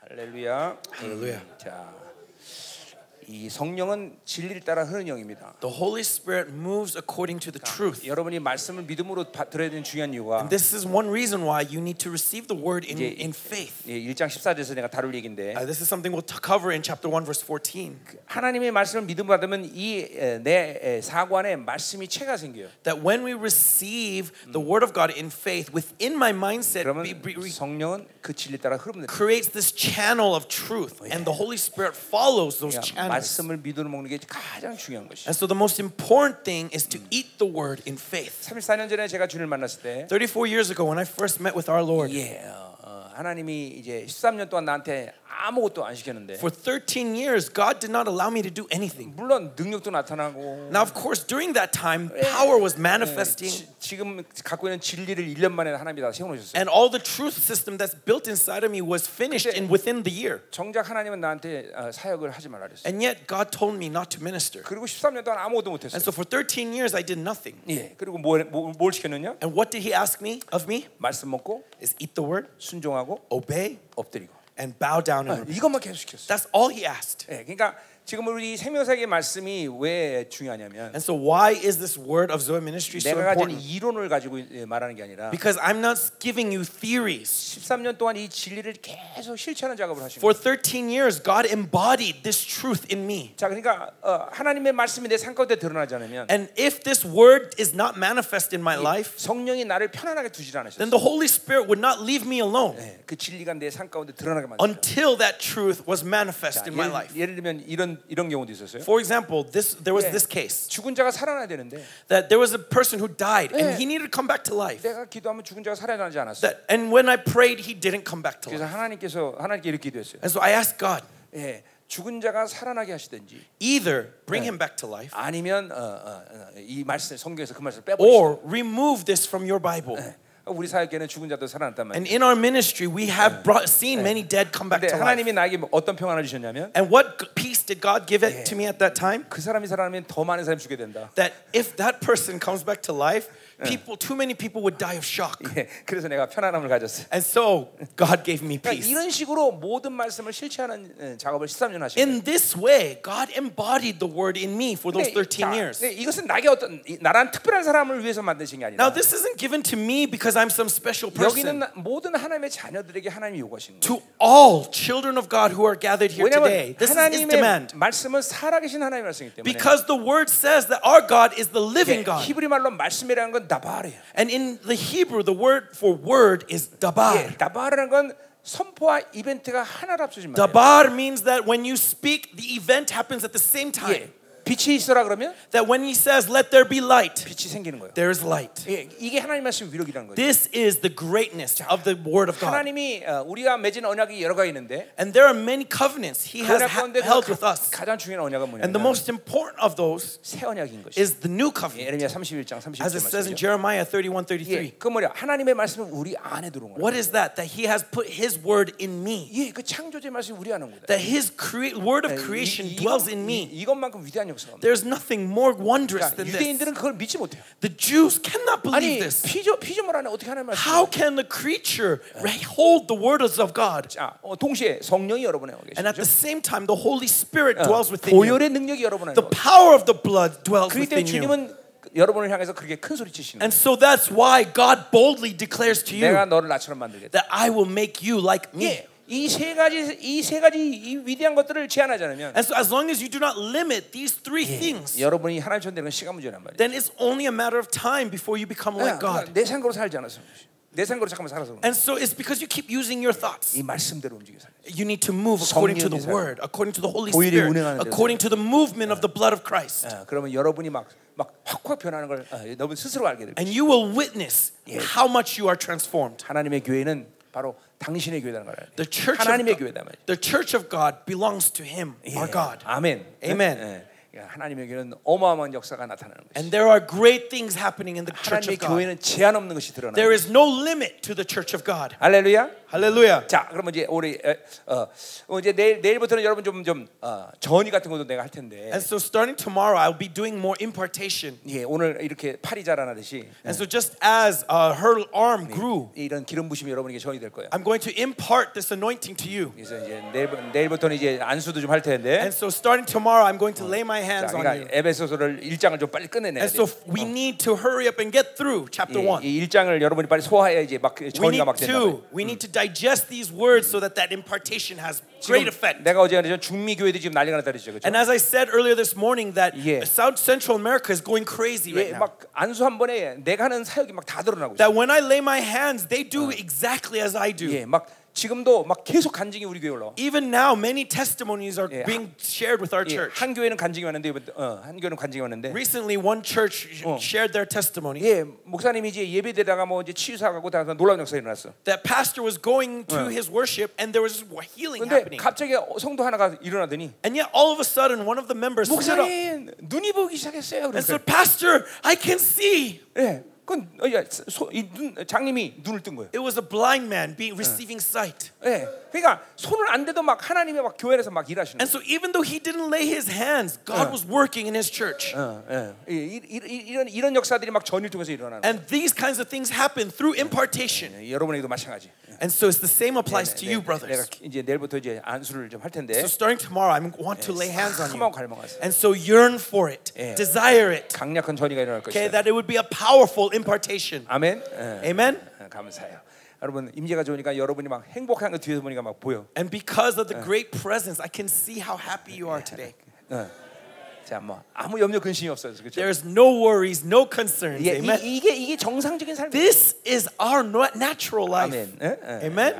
할렐루야. 음, Hallelujah. 자, 이 성령은 진리를 따라 흐르는 영입니다. The Holy Spirit moves according to the truth. 여러분이 말씀을 믿음으로 바- 들어야 되는 중요한 이유가 And this is one reason why you need to receive the word in, Yeah. in faith. 예, 1장 14절에서 내가 다룰 얘기인데 Uh, this is something we'll t- cover in chapter 1, verse 14. 하나님의 말씀을 믿음으로 받으면 이내 사고 안에 말씀이 체가 생겨요. That when we receive the word of God in faith, within my mindset, 그러면 be, be, re- 성령은 그 진리 따라 흐르면 됩니다. creates this channel of truth. And the Holy Spirit follows those 그러니까 channels. 말씀을 아, 믿음으로 먹는 게 가장 중요한 것이. And so the most important thing is to eat the word in faith. 34년 전에 제가 주님을 만났을 때 34 years ago, when I first met with our Lord, 예, 어, 어, 하나님이 이제 13년 동안 나한테 아무것도 안 시켰는데 for 13 years, God did not allow me to do anything. 물론 능력도 나타나고 Now, of course, during that time, power was manifesting, 예, 지, 지금 갖고 있는 진리를 1년 만에 하나님이 다 세워놓으셨어요. and all the truth system that's built inside of me was finished in within the year. 정작 하나님은 나한테 어, 사역을 하지 말라 그랬어요. And yet, God told me not to minister. 그리고 13년 동안 아무것도 못했어요. And so, for 13 years, I did nothing. 예, 그리고 뭘, 뭘, 뭘 시켰느냐? And what did He ask me of me? 말씀 먹고 Is eat the word, 순종하고 obey, 엎드리고 and bow down and 어, repent. 이것만 계속 시켰어요. That's all He asked. 예, 그러니까 지금 우리 생명사의 말씀이 왜 중요하냐면 And so, why is this word of Zoe ministry so 내가 가진 important? 이론을 가지고 예, 말하는 게 아니라 Because I'm not giving you theories. 13년 동안 이 진리를 계속 실천하는 작업을 하신 거예요. For 13 years, God embodied this truth in me. 자, 그러니까 어, 하나님의 말씀이 내 삶 가운데 드러나지 않으면 And if this word is not manifest in my life, 성령이 나를 편안하게 두질 then 않으셨어요. the Holy Spirit would not leave me alone 예, 그 진리가 내 삶 가운데 드러나게 만들었어요. until that truth was manifest in my 예를, life. 예를 들면 이런 이런 경우도 있었어요. For example, this there was Yeah. this case 죽은 자가 살아나야 되는데 that there was a person who died Yeah. and he needed to come back to life. 내가 기도하면 죽은 자가 살아나지 않았어요. That and when I prayed, he didn't come back to 그래서 life. 하나님께서 하나님께 이렇게 기도했어요. And so I asked God, 예, 죽은 자가 살아나게 하시든지 either bring him back to life 아니면 어, 어, 어, 이 말씀 성경에서 그 말씀을 빼버리시오. or remove this from your Bible. 우리 사역에는 죽은 자도 살아났단 말이에요. And in our ministry, we have brought, seen many dead come back 근데 to life. 하나님이 나에게 뭐 어떤 평안을 주셨냐면 And what g- peace did God give it to me at that time? 그 사람이 살아나면 더 많은 사람이 죽게 된다. That if that person comes back to life, people, too many people would die of shock. 예, 그래서 내가 편안함을 가졌어요. And so God gave me 그러니까 peace. 이런 식으로 모든 말씀을 실천하는 예, 작업을 13년 하신 거예요. In this way, God embodied the word in me for 근데 those 이- 자, 13 years. 네, 이것은 나에게 어떤 이- 나란 특별한 사람을 위해서 만드신 게 Now, 아니라 this isn't given to me because I'm some special 여기는 person. 나- 모든 하나님의 자녀들에게 하나님이 요구하신 거예요. To all children of God who are gathered here 왜냐하면 today, this is his 하나님의 demand. 말씀은 살아계신 하나님의 말씀이기 때문에 Because the word says that our God is the 예, living God. 히브리 말로 말씀이라는 건 나바르예요. And in the Hebrew, the word for word is 예, dabar. 나바르라는 건 선포와 이벤트가 하나로 합쳐진 말이에요. Dabar means that when you speak, the event happens at the same time. 예, 빛이 있어라 그러면 That when he says, let there be light, 빛이 생기는 거예요. there is light. 예, 이게 하나님 의 말씀 위력이라는 거죠. This is the greatness of the word of God. 하나님이 어, 우리가 맺은 언약이 여러 가지 있는데 And there are many covenants he 그 has 언약 ha- 가운데 held with us. 가장 중요한 언약은 And the 뭐냐면 most important of those 새 언약인 것이. is the new covenant, 예레미야 31장 30절 as it says 말씀이죠. in Jeremiah 31 예, 33. 그 뭐냐? 하나님의 말씀은 우리 안에 들어온 거예요. What is that? That he has put his word in me, 예, 그 창조주의 말씀이 우리 안에 온 거다. that his crea- word Uh, of creation dwells in me. 이, 이것만큼 위대한 역사가 없는 There's nothing more wondrous 그러니까 than this. 유대인들은 그걸 믿지 못해요. The Jews cannot 아니 believe this. 피조 피조물 안에 어떻게 하나님 말씀? How can the creature hold the words of God? 자, 어, 동시에 성령이 여러분에 와 계시죠. And at the same time, the Holy Spirit dwells within you. 보혈의 능력이 여러분 안에 The 와 계시죠. power of the blood dwells 그렇기 때문에 within you. 주님은 그- 여러분을 향해서 그렇게 큰 소리 치시는 And so that's why God boldly declares to 거예요. 내가 you 너를 나처럼 만들겠다. that I will make you like me. 예, 이 세 가지 이 세 가지 이 위대한 것들을 제한하지 않으면 And so as long as you do not limit these three things, 여러분이 하나님처럼 되는 건 시간 문제란 말이에요. 아, 그러니까 then it's only a matter of time before you become like God. 내 생각으로 살지 않아서 그런 거지. 내 생각으로 잠깐만 살아서 그런 거지. And so it's because you keep using your thoughts. 이 말씀대로 움직여 살아. You need to move according to 성령의 the 사역. word, according to the Holy 보혈이 Spirit, 운행하는 대로 according to the movement of the blood of Christ. 어, 그러면 여러분이 막 막 확확 변하는 걸 어, 여러분 스스로 알게 될 거예요. And you will witness how much you are transformed. 하나님의 교회는 바로 당신의 교회라는 걸 알아야 The 돼. church 하나님의 of 교회다 God, 말이야. 예. the church of God belongs to him, our God. 아멘. Amen. 예. 예. 하나님의 교회는 어마어마한 역사가 나타나는 거예요. And there are great things happening in the church 하나님의 of God. 교회는 제한 없는 것이 드러나. There is no limit to the church of God. 할렐루야. Hallelujah. 자, 그러면 이제 우리 에, 어, 어, 이제 내일 내일부터는 여러분 좀 좀 어, 전이 같은 것도 내가 할 텐데. And so starting tomorrow, I'll be doing more impartation. 예, 오늘 이렇게 팔이 자라나듯이 And so just as uh, her arm grew, 이런 기름 부심이 여러분에게 전이 될 거예요. I'm going to impart this anointing to you. 그래서 이제 내일 내일부터는 이제 안수도 좀 할 텐데. And so starting tomorrow, I'm going to lay my 자, hands on you. Oh. 그러니까 에베소서를 일장을좀 빨리 끝내내야 And 돼요. so we need to hurry up and get through chapter 예, 1. 이일장을 여러분이 빨리 소화해야 이제 막 We 전이가 need 막 된다. to, we need to digest these words so that that impartation has great effect. 내가 어제 말했죠 중미 교회도 지금 난리가 났다 그랬죠. 그렇죠? And as I said earlier this morning, that Yeah. South Central America is going crazy right 예, now. 막 안수 한 번에 내가 하는 사역이 막 다 드러나고 있어. That when I lay my hands, they do exactly as I do. 예, 막 지금도 막 계속 간증이 우리 교회 올라. Even now, many testimonies are Yeah. being shared with our 예, church. 한 교회는 간증이 왔는데 이번- 어, 한 교회는 간증이 왔는데 Recently, one church shared their testimony. 예, 목사님이 이제 예배되다가 뭐 이제 치유사 가고 다 놀라운 역사 일어났어. That pastor was going to his worship and there was healing 근데 happening. 갑자기 성도 하나가 일어나더니 And yet, all of a sudden, one of the members stood up 목사님 눈이 보기 시작했어요. and 그래서 said, Pastor, I can see. 예, 그건 어, 야, 소, 이 눈, 장님이 눈을 뜬 거예요. It was a blind man being receiving sight. 예, 그러니까 손을 안 대도 막 하나님이 막 교회 에서 막 일하시는. 거예요. And so, even though he didn't lay his hands, God was working in his church. 어, 예. 이- 이- 이- 이런 이런 역사들이 막 전일 통해서 일어나는. And these kinds of things happen through impartation. 거예요. 여러분에게도 마찬가지. And so it's the same applies to 네, you, 내가 brothers. 이제 내일부터 이제 안수를 좀 할 텐데. So starting tomorrow, I want to lay hands on 참하고 you. 갈망하세요. And so yearn for it, Yeah. desire it, 강력한 전이가 일어날 okay, 것이다. that it would be a powerful impartation. 아멘. 예. Amen? 예, 감사해요. 여러분 임재가 좋으니까 여러분이 막 행복한 거 뒤에서 보니까 막 보여. And because of the great presence, I can see how happy you are today. 자, 뭐 아무 염려 근심이 없어요. 그렇죠? There's no worries, no concerns. 이게 Amen. 이, 게 이게 정상적인 삶이에요. This is our na- natural life. 아멘. 예? 예. Amen?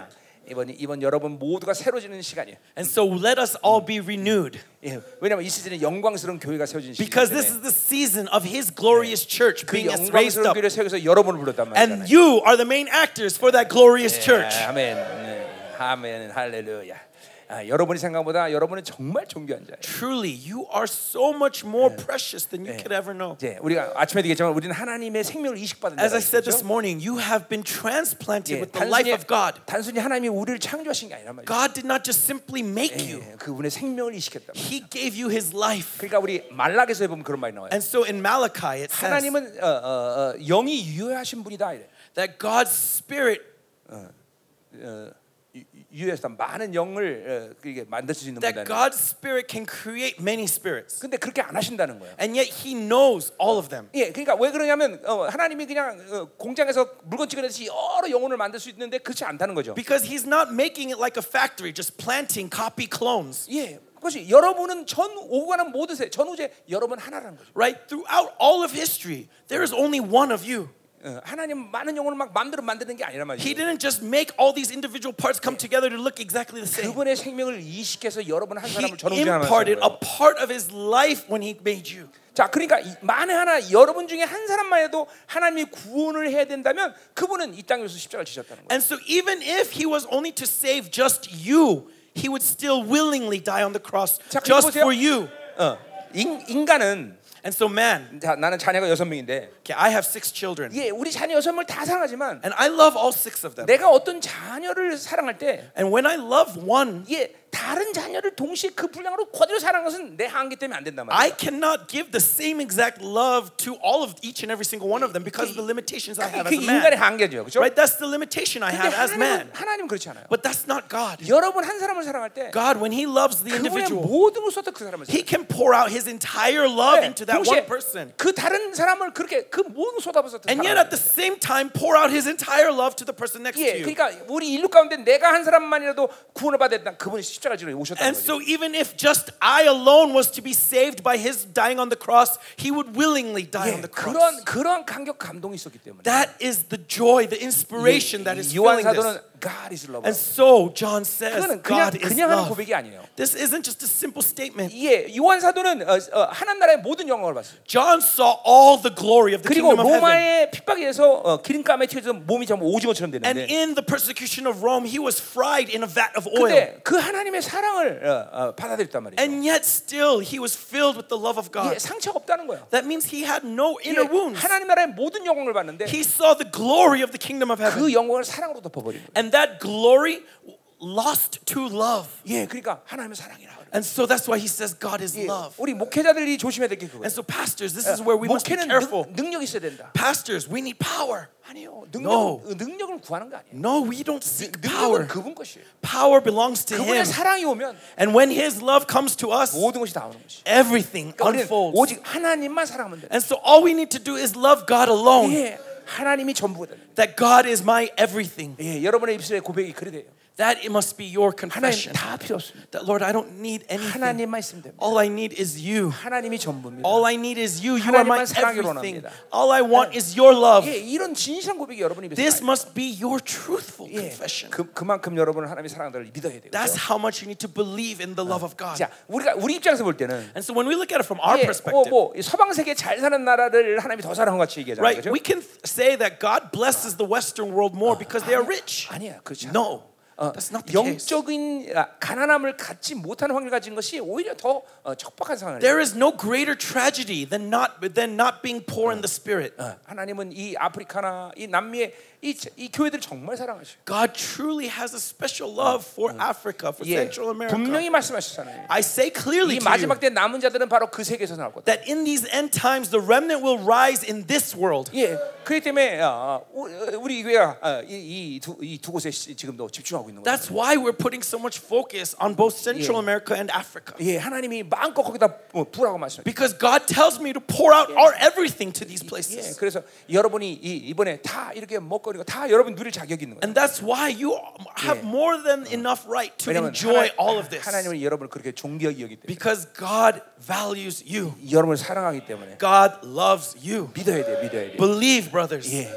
이번 이번 여러분 모두가 새로지는 시간이에요. And so let us all be renewed 예. 왜냐면 이 시즌에 영광스러운 교회가 세워진 시기 because this is the season of His glorious church 그 being raised 영광스러운 up. 교회를 세워서 여러분을 불렀단 말이잖아요. And you are the main actors for that glorious church. 아, 아멘. 네. 아멘. 할렐루야. 아, 여러분이 생각보다 여러분은 정말 존귀한 자예요. Truly, you are so much more precious than you could ever know. 이제 우리가 아침에 얘기했지만 우리는 하나님의 생명을 이식받은 As I 자라는 said this 거죠. morning, you have been transplanted 예, with the life 단순히, of God. 단순히 하나님이 우리를 창조하신 게 아니란 말이죠. God did not just simply make you, 예, 그분의 생명을 이식했다. He gave you His life. 그러니까 우리 말락에서 보면 그런 말이 나와요. And so in Malachi, it says 하나님은 어, 어, 어, 영이 유효하신 분이다 이래. that God's Spirit, 어, 유- 유효하시다. 많은 영을 어, 그게 만들 수 있는 분이다. that God's Spirit can create many spirits. 근데 그렇게 안 하신다는 거예요. And yet He knows all of them. 예, 그러니까 왜 그러냐면 어, 하나님이 그냥 어, 공장에서 물건 찍어내듯이 여러 영혼을 만들 수 있는데 그렇지 않다는 거죠. Because He's not making it like a factory, just planting copy clones. 예, 그것이 여러분은 전 오고 가는 모든 세, 전 우주 여러분 하나라는 거죠. Right? Throughout all of history, there is only one of you. 어, 하나님 많은 영혼을 막 마음대로 만드는 게 아니란 말이죠. He didn't just make all these individual parts come together to look exactly the same. 그분의 생명을 이식해서 여러분 한 사람을 전 He 우주 하나로 하신 imparted a 거예요. part of his life when he made you. 자, 그러니까 이- 만에 하나 여러분 중에 한 사람만 해도 하나님이 구원을 해야 된다면 그분은 이 땅에서 십자가를 지셨다는 거예요. And so even if he was only to save just you, he would still willingly die on the cross 자, 그리고 just 보세요. for you. 어, 인, 인간은 And so man, 자, 나는 자녀가 여섯 명인데 okay, I have six children. 예, 우리 자녀 여섯 명을 다 사랑하지만 And I love all six of them. 내가 어떤 자녀를 사랑할 때 And when I love one, 예, 다른 자녀를 동시에 그 분량으로 그대로 사랑하는 것은 내 한계 때문에 안 된단 말이야. I cannot give the same exact love to all of each and every single one of them because of the limitations I have 그게 as a 인간의 man. 한계죠. 그렇죠? Right? That's the limitation I 근데 have as man. 하나님은, 하나님은 그렇지 않아요. But that's not God. 여러분 한 사람을 사랑할 때 God, when he loves the 그분의 individual, 모든 걸 쏟아 그 사람을 He 사랑해요. can pour out his entire love into that one 동시에 person. 그 다른 사람을 그렇게 그 모든 쏟아부어서 And yet at the same time pour out his entire love to the person next 예, to you. 그러니까 우리 인류 가운데 내가 한 사람만이라도 구원을 받아야 된다. 그분이 십자가 지로 오셨다는 거죠. And so even if just I alone was to be saved by his dying on the cross, he would willingly die 예, on the cross. 그런 그런 강력 감동이 있었기 때문에. 예, That is the joy, the inspiration that is 요한 filling this. 사도는 God is love. And so John says 그거는 그냥 God is 그냥 하는 love. 고백이 아니에요. This isn't just a simple statement. 예, 요한 사도는 어, 어, 하나님 나라의 모든 영광을 봤어요. John 사w all the glory of the 그리고 kingdom of heaven. 로마의 핍박에 의해서 어, 기름감에 튀어서 몸이 전부 오징어처럼 되는데 And in the persecution of Rome, he was fried in a vat of oil. 근데 그 하나님의 하나님의 사랑을 어, 어, 받아들였단 말이에요. And yet still he was filled with the love of 이게 God. 상처가 없다는 거예요. That means he had no 이게 inner wounds. 하나님 나라의 모든 영광을 받는데 He saw the glory of the kingdom of heaven. 그 영광을 사랑으로 덮어버린 거예요. And that glory lost to love. 예, 그러니까 하나님의 사랑이라. And so that's why he says God is 예, love. 우리 목회자들이 조심해야 될 게 그거예요. And so pastors, this Uh, is where we must be 목회는 careful. 능, 력이 있어야 된다. Pastors, we need power. 아니요, 능력 No. 능력을 구하는 거 아니에요. No, we don't seek 능력은 power. 그분 것이에요. Power belongs to 그분의 him. 사랑이 오면 And when his love comes to us, 모든 것이 다 오는 것이. everything 우리는 unfolds. 오직 하나님만 사랑하면 돼. And so all we need to do is love God alone. 예, 하나님이 전부가 돼. That God is my everything. 예, 여러분의 입술의 고백이 그래 돼요. That it must be your 하나님 confession. 다 필요 없습니다. That Lord, I don't need anything. 하나님만 있으면 됩니다. 예. All I need is you. 하나님이 전부입니다. All I need is you. You are 하나님만 my 사랑으로 everything. 원합니다. All I want is your love. 예, 이런 진실한 고백이 여러분이 믿어요. This must be your truthful confession. 그, 그만큼 여러분은 하나님의 사랑을 믿어야 돼요. That's how much you need to believe in the love of God. 자, 우리가 우리 입장에서 볼 때는 And so when we look at it from our 예, 뭐, perspective, 뭐이 서방 세계 잘 사는 나라를 하나님이 더 사랑한 것 같이 얘기하잖아요. right, 그죠? we can th- say that God blesses the Western world more because they are rich. 아니야, 그렇지 않아. No, 어, that's not the case. 영적인 아, 가난함을 갖지 못하는 확률 가진 것이 오히려 더 어, 척박한 상황이에요. There is no greater tragedy than not than not being poor in the spirit. 어, 하나님은 이 아프리카나 이 남미의 이, 자- 이 교회들을 정말 사랑하셔. God truly has a special love for Africa, for 예, Central America. 분명히 말씀하셨잖아요. I say clearly 이 to you 마지막 때 남은 자들은 바로 그 세계에서 나올 거다. that in these end times the remnant will rise in this world. 예, 그렇기 때문에 어, 어, 우리- 우리 교회가 어, 이두 이 두 곳에 시- 지금도 집중하고 있는 거예요. That's why we're putting so much focus on both Central America and Africa. 예, 하나님이 마음껏 거기다 어, 부라고 말씀하셨죠. Because God tells me to pour out our everything to 예, these places. 그래서 여러분이 이, 이번에 다 이렇게 먹거리가 다 여러분 누릴 자격이 있는 거예요. And that's why you have more than enough right to Uh-huh. 왜냐면 enjoy 하나- all of this. 하나님은 여러분을 그렇게 존귀하게 여기 때문에 Because God values you. 여러분을 사랑하기 때문에 God loves you. 믿어야 돼, 믿어야 돼. Believe, brothers, 예,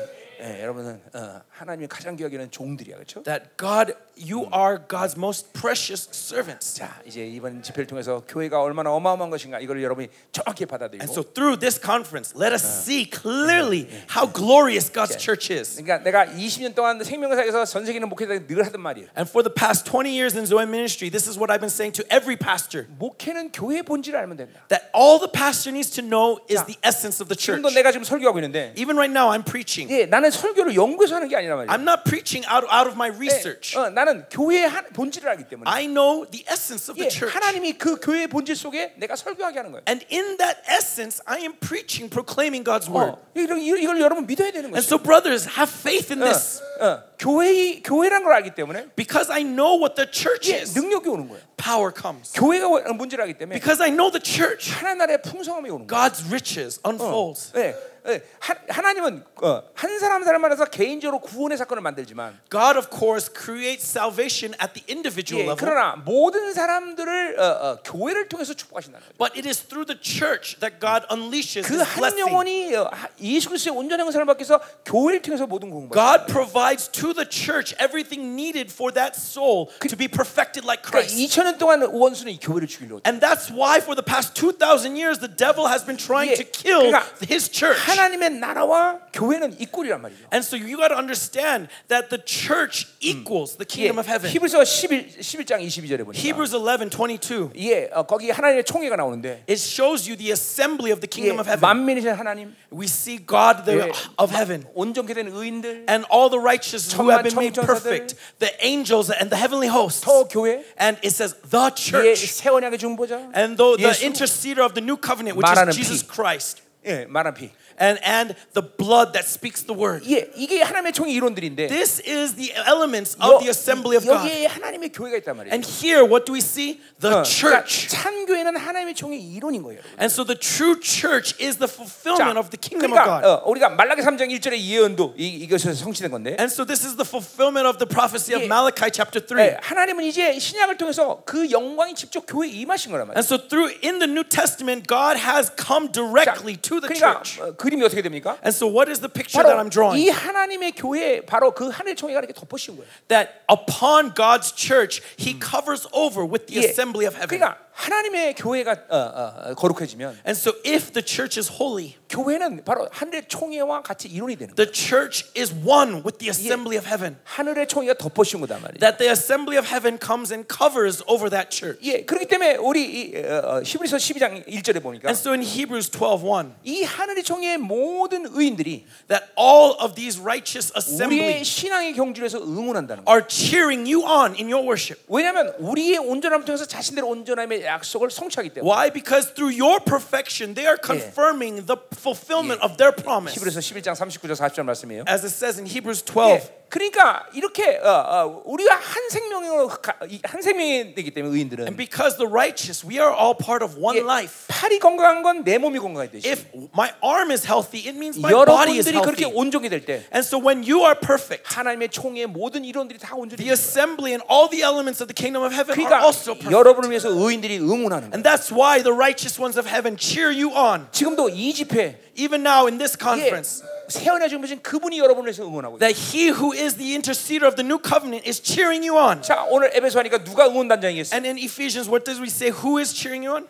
예, 여러분은 어, 하나님이 가장 귀하게는 종들이야, 그렇죠? that God, you are God's most precious servants. 자, 이제 이번 집회를 통해서 교회가 얼마나 어마어마한 것인가 이걸 여러분이 정확히 받아들이고 And so through this conference, let us see clearly how glorious God's church is. 그러니까 내가 20년 동안 생명사에서 전 세계는 목회자들 늘 하던 말이에요. And for the past 20 years in Zoe ministry, this is what I've been saying to every pastor. 목회는 교회 본질을 알면 된다. That all the pastor needs to know 자, is the essence of the church. 지금도 내가 지금 설교하고 있는데, Even right now, I'm preaching. 예, 나는 설교를 연구해서 하는 게 아니란 말이야. I'm not preaching out, out of my 예, research. 어, 나는 교회의 하- 본질을 알기 때문에 I know the essence of 예, the church. 하나님이 그 교회의 본질 속에 내가 설교하게 하는 거예요. And in that essence, I am preaching, proclaiming God's word. 어, 이걸, 이걸 여러분 믿어야 되는 And 거죠. so, brothers, have faith in Uh. this. 어, 어, 교회 교회란 걸 알기 때문에 Because I know what the church 예, is, 능력이 오는 거예요. power comes. 교회가 원- 본질을 알기 때문에 Because I know the church, 하나님 나라의 풍성함이 오는 거예요. God's riches unfolds. 예, 예, 하, 하나님은 어, 한 사람 한 사람마다 개인적으로 구원의 사건을 만들지만 God, of course, creates salvation at the individual 예, level. 그러나 모든 사람들을 어, 어, 교회를 통해서 축복하신다는 거죠. But it is through the church that God unleashes His 그 한 blessing. 영혼이 어, 하- 예수 그리스도의 온전 형상을 받기 위해서 교회를 통해서 모든 공부가 God provides to the church everything needed for that soul to be perfected like 그러니까 Christ. 2000년 동안 원수는 이 교회를 죽이려고 And that's why for the past 2,000 years the devil has been trying Yeah. to kill 그러니까 his church. 하나님의 나라와 교회는 이 꼴이란 말이죠. And so you got to understand that the church equals the 예, kingdom of heaven. 히브리서 11, 11장 22절에 보니까 Hebrews 11, 22. 예, 어, 거기 하나님의 총회가 나오는데 It shows you the assembly of 예, the kingdom of heaven. 만민이신 하나님 We see God the, Yeah. of heaven 온전케 된 의인들 and all the righteous who have been made 천만 perfect, the angels and the heavenly hosts. 더 교회 And it says the 예, church. 새 언약의 중보자 And though the 예수. interceder of the new covenant, which 말하는 is Jesus 피. Christ, 예, 말한 피 and, and the blood that speaks the word. 예, 이게 하나님의 총회 이론들인데 This is the elements 여- of the assembly of God. 여기에 하나님의 교회가 있단 말이에요. And here, what do we see? The 어, 그러니까 church. 참교회는 하나님의 총회 이론인 거예요. 여러분. And so the true church is the fulfillment of the kingdom 그러니까 of God. 어, 우리가 말라기 3장 1절의 예언도 이, 이것에서 성취된 건데 And so this is the fulfillment of the prophecy Yeah. of Malachi chapter 예, 3. 하나님은 이제 신약을 통해서 그 영광이 직접 교회에 임하신 거란 말이에요. And so through in the New Testament, God has come 자, directly to the 그러니까 church. 어, 그림이 어떻게 됩니까? And so what is the picture that I'm 바로 이 drawing? 하나님의 교회 바로 그 하늘 총회가 이렇게 덮어씌운 거예요. That upon God's church, he covers over with the 예. assembly of heaven. 그러니까 하나님의 교회가 어, 어, 어, 거룩해지면 And so if the church is holy, 교회는 바로 하늘의 총회와 같이 이론이 되는 거예요. the church is one with the assembly of heaven. 하늘의 총회가 덮어씌운 거단 말이에요. That the assembly of heaven comes and covers over that church. 예, 그렇기 때문에 우리 이, 어, 어, 히브리서 12장 1절에 보니까 And so in Hebrews 12:1, 이 하늘의 총회의 모든 의인들이 that all of these righteous 우리의 assembly 신앙의 경주에서 응원한다는 거예요. are cheering you on in your worship. 왜냐하면 우리의 온전함을 통해서 자신들의 온전함의 약속을 성취하기 때문에 Why? Because through your perfection, they are confirming the fulfillment of their promise. 히브리서 11장 39절 40절 말씀이에요. As it says in Hebrews 예, 12. 그러니까 이렇게 어, 어, 우리가 한 생명으로 가- 이한 생명이 되기 때문에 의인들은 And because the righteous, we are all part of one 예, life. 팔이 건강한 건 내 몸이 건강해야 되지. If my arm is healthy, it means my body is 여러분들이 그렇게 healthy. 온종이 될 때 And so when you are perfect, 하나님의 총의 모든 이론들이 다 온종이 돼요. the assembly and all the elements of the kingdom of heaven are 그러니까 also perfect. 여러분을 위해서 의인들이 응원하는 거예요. And that's why the righteous ones of heaven cheer you on, 지금도 이 집회 even now in this 예, conference. 세원해 주신 분신 그분이 여러분을 위해서 응원하고 있어요. That he who is the interceder of the new covenant is cheering you on. 자 오늘 에베소 하니까 누가 응원단장이겠어요? And in Ephesians, what does we say? Who is cheering you on?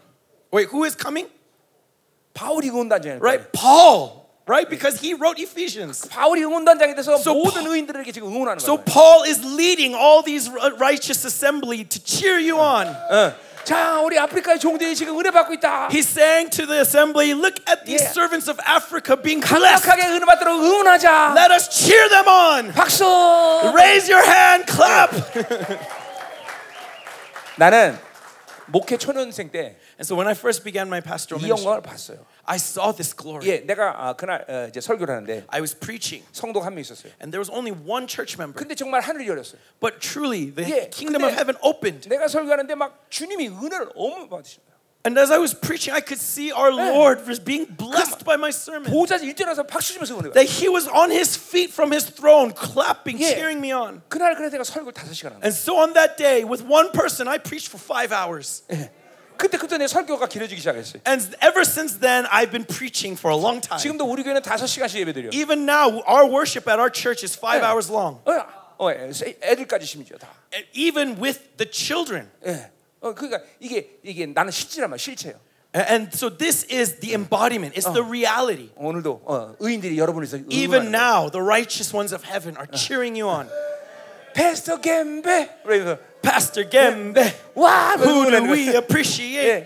Wait, who is coming? 바울이 응원단장이에요. Right? Paul, right? Because he wrote Ephesians. 바울이 응원단장이 돼서 So 모든 Paul- 의인들에게 지금 응원하는 So 거예요. Paul is leading all these ri- righteous assembly to cheer you on. 어. 자 우리 아프리카의 종들이 지금 은혜 받고 있다. He's saying to the assembly, look at these Yeah. servants of Africa being blessed. 강력하게 은혜 받도록 응원하자. Let us cheer them on. 박수. Raise your hand, clap. 나는 목회 초년생 때 이 And so when I first began my pastoral ministry, 영광을 봤어요. I saw this glory. 예, 내가 아, 그날 어, 이제 설교를 하는데 I was preaching, 성도가 한 명 있었어요. and there was only one church member. 근데 정말 하늘이 열렸어요. But truly, the Yeah, kingdom of 근데- heaven opened. 내가 설교하는데 막 주님이 은혜를 어마어마 받으신 거예요. And as I was preaching, I could see our Lord was being blessed by my sermon. 보좌 일전에서 박수 치면서 은혜 받았어요. That he was on his feet from his throne, clapping, Yeah. cheering me on. 그날 그래서 내가 설교 5시간 한 거예요. And so on that day, with one person, I preached for five hours. 그때 그때 내 설교가 길어지기 시작했어요. And ever since then, I've been preaching for a long time. 지금도 우리 교회는 5시간씩 예배드려. Even now, our worship at our church is five Yeah. hours long, 어, 어, 예, 세- 애들까지 심지어 다. and even with the children. 예. 어, 그러니까 이게 이게 나는 실제란 말 실체예요. A- And so this is the embodiment, it's the Uh-huh. reality. 오늘도 어, 의인들이 여러분을 위해서 Even 응원하는 now, the righteous ones of heaven Uh. are cheering you on. 페스터 겜베 그래서 Pastor Gembe, 와 who 응원하는 거예요. do we appreciate?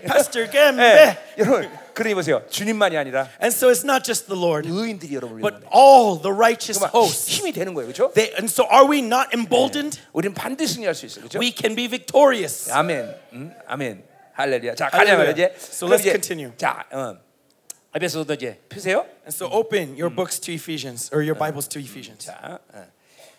Yeah. Pastor 예, Gembe. 여러분 그러니 보세요 주님만이 아니라 And so it's not just the Lord, 의인들이 여러분을 어, but 응원해 all the righteous hosts. 힘이 되는 거예요 그렇죠? They, and so are we not emboldened? 우리는 반드시 승리할 수 있어요 그렇죠? We can be victorious. 아멘 음, 아멘 할렐루야 자 가자 말이야 이제 할렐루야. So 그럼 let's 이제 continue. 자 어, 에베소서도 이제 펴세요 And so open Mm. your books to Ephesians or your Bibles to Ephesians. 자, 어.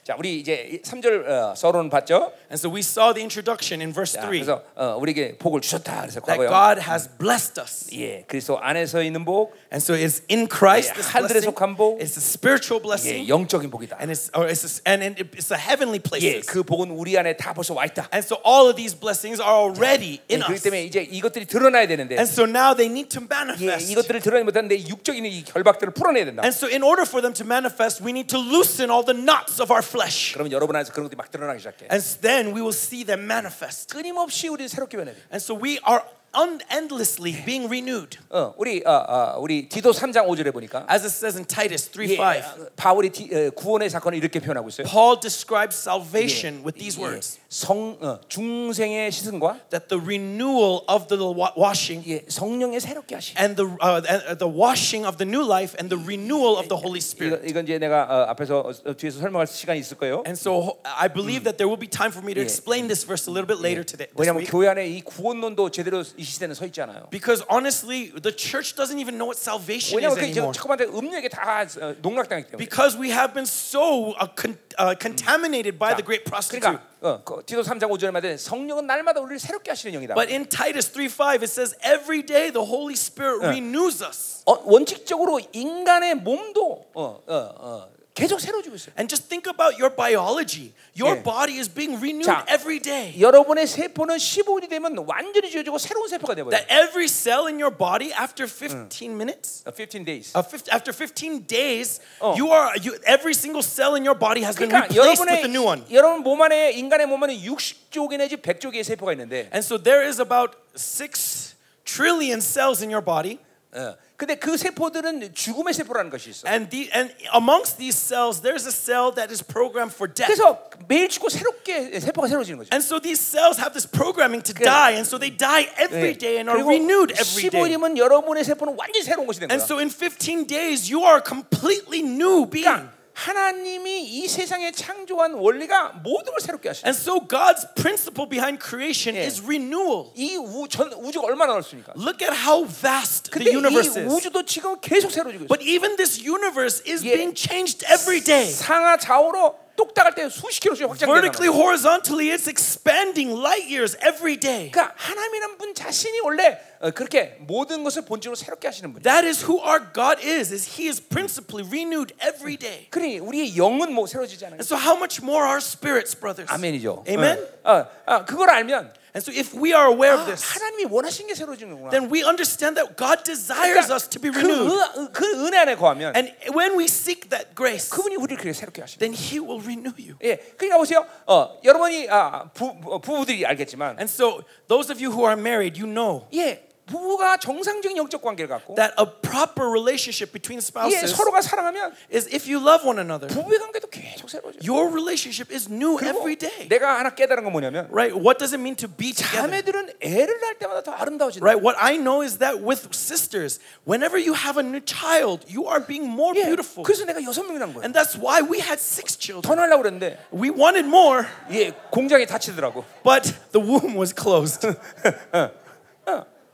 자 우리 이제 3절 어, 서론 봤죠? And so we saw the introduction in verse 자, 3 that 그래서 어, 우리에게 복을 주셨다 그래서 과거요 God has Mm. blessed us. 예, 그리스도 안에서 있는 복, And so it's in Christ this 하늘에 blessing. 속한 복. It's a spiritual 예, blessing. 영적인 복이다. And it's, or it's a, and and it's a 예, heavenly place. 그 복은 우리 안에 다 벌써 와 있다. And so all of these blessings are already 예, in 그렇기 us. 때문에 이제 이것들이 드러나야 되는데 And so now they need to 예, manifest. 이것들을 드러내지 못하는데 육적인 이 결박들을 풀어내야 된다. And so in order for them to manifest, we need to loosen all the knots of our flesh. 그러면 여러분 안에서 그런 것들이 막 드러나기 시작해. And then we will see them manifest. 끊임없이 우리는 새롭게 변해야 돼. And so we are un- endlessly being renewed. 어, 우리 어, 어, 우리 디도 3장 5절에 보니까 As it says in Titus 3 예, 5, 어, 바울이 디, 어, 구원의 사건을 이렇게 표현하고 있어요. Paul describes salvation with these 예, words 성 어, 중생의 시승과 that the renewal of the wa- washing 예, 성령의 새롭게 하심. and the, uh, and, uh, the washing of the new life and the renewal of the Holy 이거, Spirit. 이건 이제 내가 어, 앞에서 어, 뒤에서 설명할 시간이 있을 거예요. And so ho- I believe that there will be time for me to explain this verse a little bit later today. this 왜냐하면 week. 교회 안에 이 구원론도 제대로 이 시대는 서 있지 않아요. Because honestly, the church doesn't even know what salvation is 왜냐하면 그 지금 anymore. 자꾸만 음료에게 다 어, 농락당했기 때문에. Because we have been so uh, con- uh, contaminated by the great prostitute. 아, 그러니까 어, 그 디도 3장 5절에 말해 성령은 날마다 우리를 새롭게 하시는 영이다. But in Titus 3:5 it says every day the Holy Spirit renews us. 어, 원칙적으로 인간의 몸도 어, 어, 어, 계속 새로워지고 있어요. And just think about your biology. Yeah. Your body is being renewed 자. every day. 여러분의 세포는 15일이 되면 완전히 지워지고 새로운 세포가 돼버려요. That every cell in your body Mm. after 15 minutes, 15 어, days. uh, fif- after 15 days, Oh. you are you, every single cell in your body has been 그러니까 replaced with 여러분의 a new one. 여러분 몸 안에 인간의 몸 안에 60조개 내지 100조개의 세포가 있는데 And so there is about 6 trillion cells in your body. 어, 근데 그 세포들은 죽음의 세포라는 것이 있어. And the and amongst these cells, there's a cell that is programmed for death. 그래서 매일 죽고 새롭게 세포가 새로워지는 거죠. And so these cells have this programming to 그래. die, and so they die every day and are 예. 그리고 renewed every day. 15일이면 여러분의 세포는 완전히 새로운 것이 된 거야. And so in 15 days, you are a completely new being. 그러니까 하나님이 이 세상에 창조한 원리가 모든 걸 새롭게 하시는 And so God's principle behind creation Yeah. is renewal. 이우전 우주가 얼마나 넓습니까? Look at how vast the 근데 이 universe is. 우주도 지금 계속 새로워지고 있어. But even this universe is Yeah. being changed every day. 상하 좌우로 똑딱할 때 수십 킬로씩 확장되는 Vertically, horizontally, it's expanding light years every day. 그러니까 하나님이란 분 자신이 원래 어, 그렇게 모든 것을 본질로 새롭게 하시는 분이에요. That is who our God is, is He is principally renewed every day. 그러니 우리의 영은 뭐 새로워지지 않아요. And so how much more our spirits, brothers? 아멘이죠. Amen. Uh. 어, 어, 어, 그걸 알면 And so if we are aware 아, of this, 하나님이 원하신 게 새로워지는구나. then we understand that God desires us to be 그, renewed. 은- 그 은혜 안에 거하면 And when we seek that grace, 그분이 우리를 그렇게 새롭게 하시는. then He will renew you. 예, 그러니까 보세요. 어, 여러분이 아, 부, 부- 부부들이 알겠지만, And so those of you who are married, you know 예, 부부가 정상적인 영적 관계를 갖고, that a proper relationship between 예, spouses 서로가 사랑하면 is if you love one another. 부부의 관계도 계속 새로워져. 요 Your relationship is new every day. 내가 하나 깨달은 건 뭐냐면, Right? What does it mean to be together? 자매들은 애를 낳을 때마다 더 아름다워진다. Right? What I know is that with sisters, whenever you have a new child, you are being more 예, beautiful. 그래서 내가 여섯 명이 난 거예요. And that's why we had six 더 children. 낳으려고 그랬는데, We wanted more, 예, 공장에 다치더라고. but the womb was closed.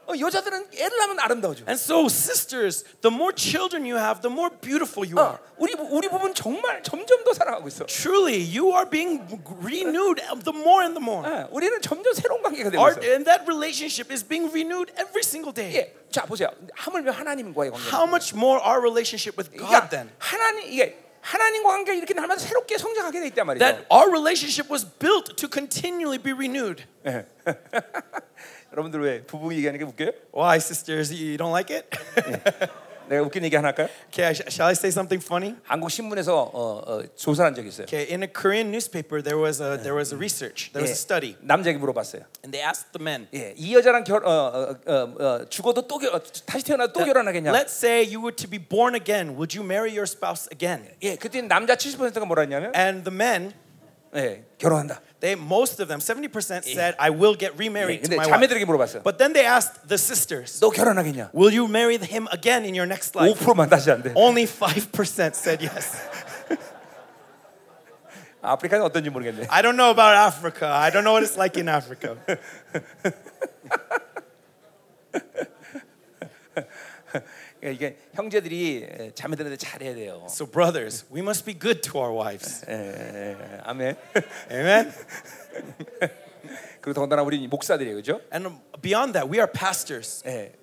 어, 여자들은 애를 낳으면 아름다워져. and so, sisters, the more children you have, the more beautiful you 어, are. 우리 부- 우리 부부는 정말 점점 더 사랑하고 있어. Truly, you are being renewed the more and the more. 어, 우리는 점점 새로운 관계가 되고 Our- 있어. and that relationship is being renewed every single day. 예, 자 보세요. 하물며 하나님과의 관계. How much more our relationship with God 그러니까 then? 하나님 이게 하나님과 관계 이렇게 날마다 새롭게 성장하게 돼 있단 말이죠. That our relationship was built to continually be renewed. 여러분들 왜 부부 얘기하는 게 웃겨요? Why, sisters, you you don't like it? 내가 웃긴 얘기 하나 할까요? okay, I sh- shall I say something funny? 한국 신문에서 어, 어, 조사를 한 적이 있어요. Okay, in a Korean newspaper, there was a there was a research, there was a study, 예, 남자에게 물어봤어요. and they asked the men. 예, 이 여자랑 결, 어, 어, 어, 어, 죽어도 또 결, 어, 다시 태어나 또 결혼하겠냐? Let's say you were to be born again, would you marry your spouse again? 예, 그때 남자 70%가 뭐라 했냐면 And the men, 예, 결혼한다. they most of them, 70% said, I will 예, get remarried to 근데 my wife. 자매들에게 물어봤어요. But then they asked the sisters, 너 결혼하겠냐? will you marry him again in your next life? 5%만 다시 안 돼. Only 5% said yes. 아프리카는 어떤지 모르겠네. I don't know about Africa. I don't know what it's like in Africa. 예, 이게 형제들이 예, 자매들한테 잘해야 돼요. So, brothers, we must be good to our wives. 예, 예, 아멘. Amen? 그리고 더군다나 우리 목사들이에요, 그죠? And beyond that, we are pastors. 예.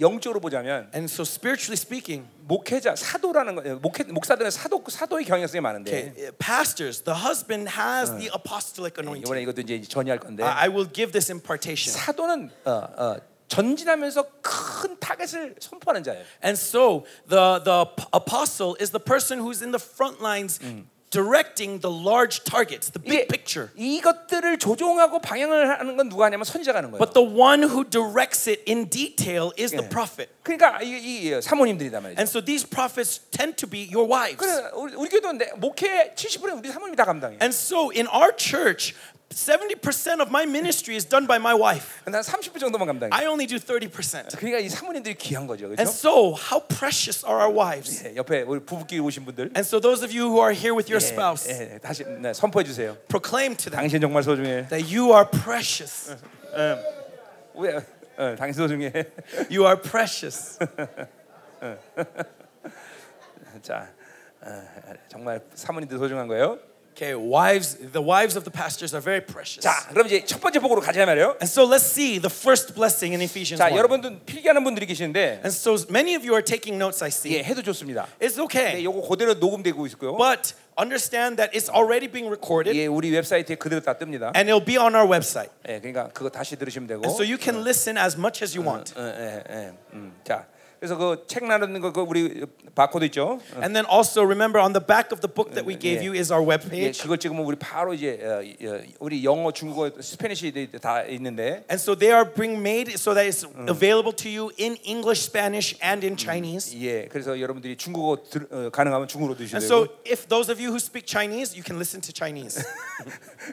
영적으로 보자면 And so, spiritually speaking, 목회자 사도라는 거, 예, 목회, 목사들은 사도 사도의 경향성이 많은데 okay, Eh, pastors, the husband has the apostolic 이번에 anointing. 이것도 이제 전이할 건데 I I will give this impartation. 사도는 어, 어, 전진하면서 큰 타겟을 선포하는 자예요. And so, the, the p- apostle is the person who's in the front lines directing the large targets, the 이게 big picture. 이것들을 조종하고 방향을 하는 건 누가 하냐면 선지자가 하는 거예요. But the one who directs it in detail is the Yeah. prophet. 그러니까 이, 이 사모님들이단 말이죠. And so, these prophets tend to be your wives. 그래 우리, 우리 교도 내- 목회 70% 우리 사모님이 다 감당해. And so in our church, 70% of my ministry is done by my wife. 난 30% 정도만 감당해. I only do 30%. 그러니까 이 사모님들이 귀한 거죠, And 그렇죠? so, how precious are our wives? 예, 옆에 우리 부부끼리 오신 분들 And so, those of you who are here with your 예, spouse, 예, 다시 네, 선포해 주세요. proclaim to them 당신 정말 소중해. that you are precious. 왜? 어, 당신 소중해. You are precious. 자, 어, 정말 사모님들 소중한 거예요. Okay, wives, the wives of the pastors are very precious. 자, 그럼 이제 첫 번째 복으로 가자 말이에요. And so let's see the first blessing in Ephesians 자, 1. 여러분들 필기하는 분들이 계시는데 And so many of you are taking notes, I see. 예, 해도 좋습니다. It's 네, okay. 요거 그대로 녹음되고 있고요. But understand that it's already being recorded 예, 우리 웹사이트에 그대로 다 뜹니다. and it'll be on our website. 예, 그러니까 그거 다시 들으시면 되고. And so you can listen as much as you want. 예, 예, 예. 음, 자, 그래서 그 책 나누는 거, 그 우리 바코드 있죠. And then also remember on the back of the book that we gave Uh-huh. Uh, yeah. you is our 예, webpage. 그걸 찍으면 우리 바로 이제 어, 이, 어, 우리 영어, 중국어, 스페니시 다 있는데 And so they are being made so that it's available to you in English, Spanish, and in Chinese. 예, 그래서 여러분들이 중국어 들, 어, 가능하면 중국어로 드셔야 And 되고 so if those of you who speak Chinese, you can listen to Chinese.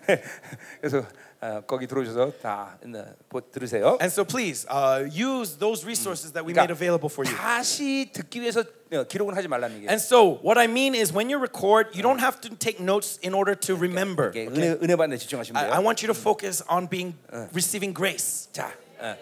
그래서 어, 거기 들어오셔서 다 어, 보- 들으세요. And so please uh, use those resources that we made 그러니까 available for you. 다시 듣기 위해서 어, 기록은 하지 말라는 얘기예요. And so what I mean is when you record, you don't have to take notes in order to remember. 이게 아, 은혜, 은혜 받는 데 집중하시면 I, 돼요. I want you to focus on being receiving grace. 자, 어,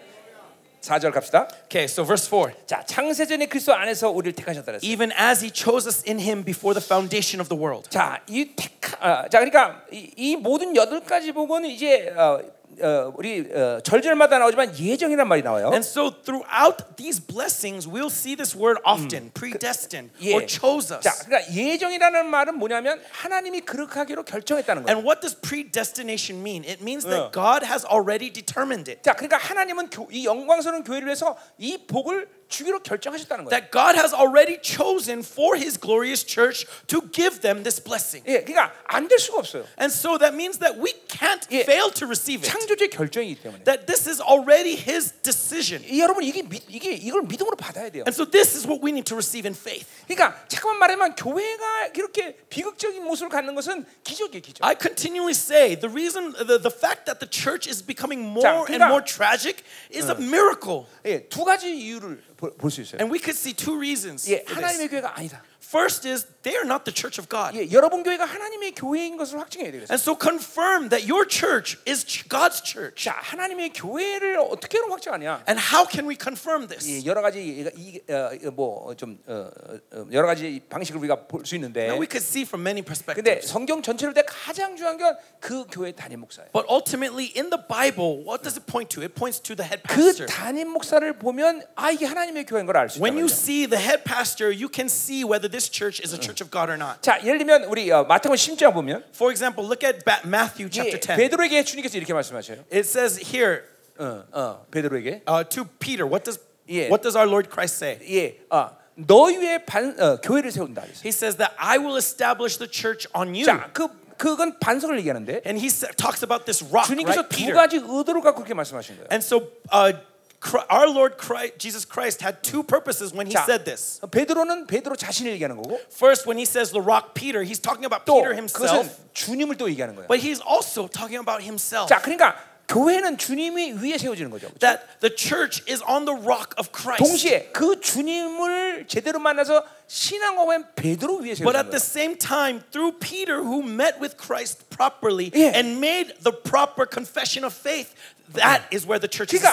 4절 갑시다. Okay, so verse 4. 자, 창세전에 그리스도 안에서 우리를 택하셨다 그랬어요. Even as he chose us in him before the foundation of the world. 자, 이 택, 아, 자, 그러니까 이, 이 모든 여덟 가지 복은 이제 어, 어, 우리 어, 절절마다 나오지만 예정이란 말이 나와요. And so throughout these blessings, we'll see this word Hmm. often, predestined or chose 예. us. 자, 그러니까 예정이라는 말은 뭐냐면 하나님이 그렇게 하기로 결정했다는 거예요. And what does predestination mean? It means Yeah. that God has already determined it. 자, 그러니까 하나님은 교, 이 영광스러운 교회를 위해서 이 복을 주기로 결정하셨다는 거예요. That God has already chosen for his glorious church to give them this blessing. 예, 그러니까 안 될 수가 없어요. And so that means that we can't Yeah. fail to receive it. 창조주의 결정이기 때문에. That this is already his decision. 이- 여러분 이게 믿, 이게 이걸 믿음으로 받아야 돼요. And so this is what we need to receive in faith. 그러니까 잠깐만 말하면 교회가 이렇게 비극적인 모습을 갖는 것은 기적이에요, 기적. I continually say the reason, the, the fact that the church is becoming more and 그러니까- more tragic is Uh. a miracle. 예, 두 가지 이유를 볼 수 있어요. And we could see two reasons. 예, for this. 하나님의 교회가 아니다. First is they are not the church of God. 예, 여러분 교회가 하나님의 교회인 것을 확증해야 되겠어요. And so confirm that your church is ch- God's church. 자, 하나님의 교회를 어떻게 하면 확증하냐? And how can we confirm this? 예, 여러 가지 얘가 이, 어, 뭐좀 어, 어, 여러 가지 방식을 우리가 볼 수 있는데 Now we could see from many 근데 perspectives. 성경 전체를 볼 때 가장 중요한 건 그 교회 담임 목사예요. But ultimately, in the Bible, what does it point to? It points to the head 그 pastor. 담임 목사를 보면 아 이게 하나님의 교회인 걸 알 수 When you 있다. see the head pastor, you can see whether this church is a church of God or not. 자, 예를 들면 우리 어, 마태복음 10장 보면 For example, look at Ba- Matthew chapter 예, 10. 베드로에게 주님께서 이렇게 말씀하셔요. It says here 어, 어, 베드로에게 uh, to Peter, what does Yeah. what does our Lord Christ say? 예, 아, 너 위에 반, 어, 교회를 세운다. 그랬어요. He says that I will establish the church on you. 자, 그 그건 반석을 얘기하는데 And he sa- talks about this rock, 주님께서 right, 두 Peter? 가지 의도를 갖고 그렇게 말씀하신 거예요. And so uh, Chri- our Lord Christ, Jesus Christ had two purposes when he 자, 어, said this. 베드로는 베드로 자신을 얘기하는 거고 First, when he says the rock Peter, he's talking about 또 Peter 그것은 himself, 주님을 또 얘기하는 거예요. but he's also talking about himself. 자, 그러니까 교회는 주님이 위에 세워지는 거죠. That the church is on the rock of Christ. 동시에 그 주님을 제대로 만나서 신앙고한 베드로 위에 But 세워지는 at the 거예요. same time, through Peter, who met with Christ properly Yeah. and made the proper confession of faith, that is where the church is 그러니까 어,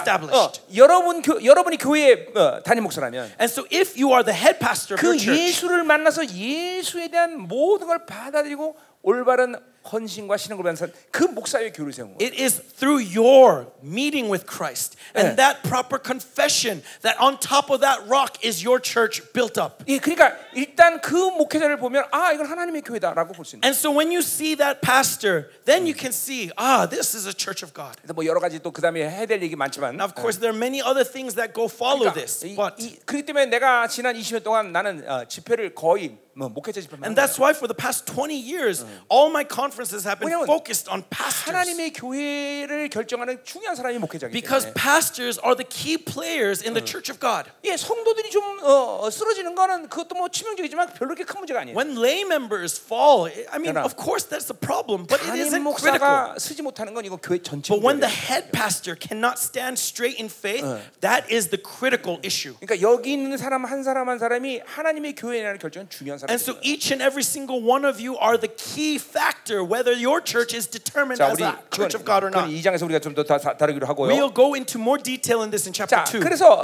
established. 여러분 교, 여러분이 교회의 어, 담임 목사라면 And so, if you are the head pastor of your 그 church, 예수를 만나서 예수에 대한 모든 걸 받아들이고 올바른 헌신과 신앙을 받는 사람, 그 목사의 교를 세운 거예요. it is through your meeting with Christ Yeah. and that proper confession that on top of that rock is your church built up. 예, 그러니까 일단 그 목회자를 보면 아 이건 하나님의 교회다라고 볼 수 있는. 거예요. And so, when you see that pastor, then you can see, ah, this is a church of God. 그래서 뭐 여러 가지 또 그다음에 해야 될 얘기 많지만. Now, of course, there are many other things that go follow this, 그러니까 but. 이, 이, 그렇기 때문에 내가 지난 20년 동안 나는 어, 집회를 거의 뭐 목회자 집회만 And 한 거야. that's why for the past 20 years, all my conferences have been 왜냐면 focused on pastors. 하나님의 교회를 결정하는 중요한 사람이 목회자기 Because 때문에 pastors are the key players in the church of God. 예, 성도들이 좀 어, 어, 쓰러지는 거는 그것도 뭐 치명적이지만 별로 그렇게 큰 문제가 아니에요. When lay members fall, I mean, 그러나 of course, that's a problem, but it 담임 isn't 목사가 critical. 쓰지 못하는 건 이거 교회 전체 But when the 문제예요. head pastor cannot stand straight in faith, Uh. that is the critical issue. 그러니까 여기 있는 사람 한 사람 한 사람이 하나님의 교회라는 결정은 중요한 And so 사람이에요. each and every single one of you are the key factor whether your church is determined 자, as 우리 a 그건, church of God or 그건 not. 이 장에서 우리가 좀 더 다루기로 하고요. We'll go into more detail in this in chapter 자, 2. 그래서 어,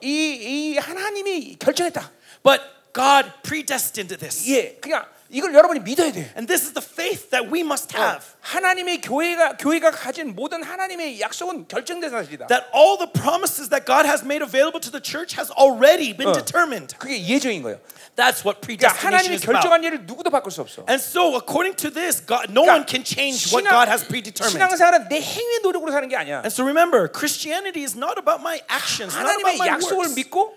어어어이이 하나님이 결정했다. But God predestined this. 예, 그냥 이걸 여러분이 믿어야 돼요. And this is the faith that we must have 하나님의 교회가 교회가 가진 모든 하나님의 약속은 결정된 사실이다. that all the promises that God has made available to the church has already been determined. 그게 예정인 거예요. That's what 그러니까 predestination 하나님이 is about. 결정한 일을 누구도 바꿀 수 없어. 그러니까 And so, according to this, God, no one can change what God has predetermined. 신앙생활은 내 행위의 노력으로 사는 게 아니야. And so, remember, Christianity is not about my actions, not about 하나님의 my 약속을 works. 믿고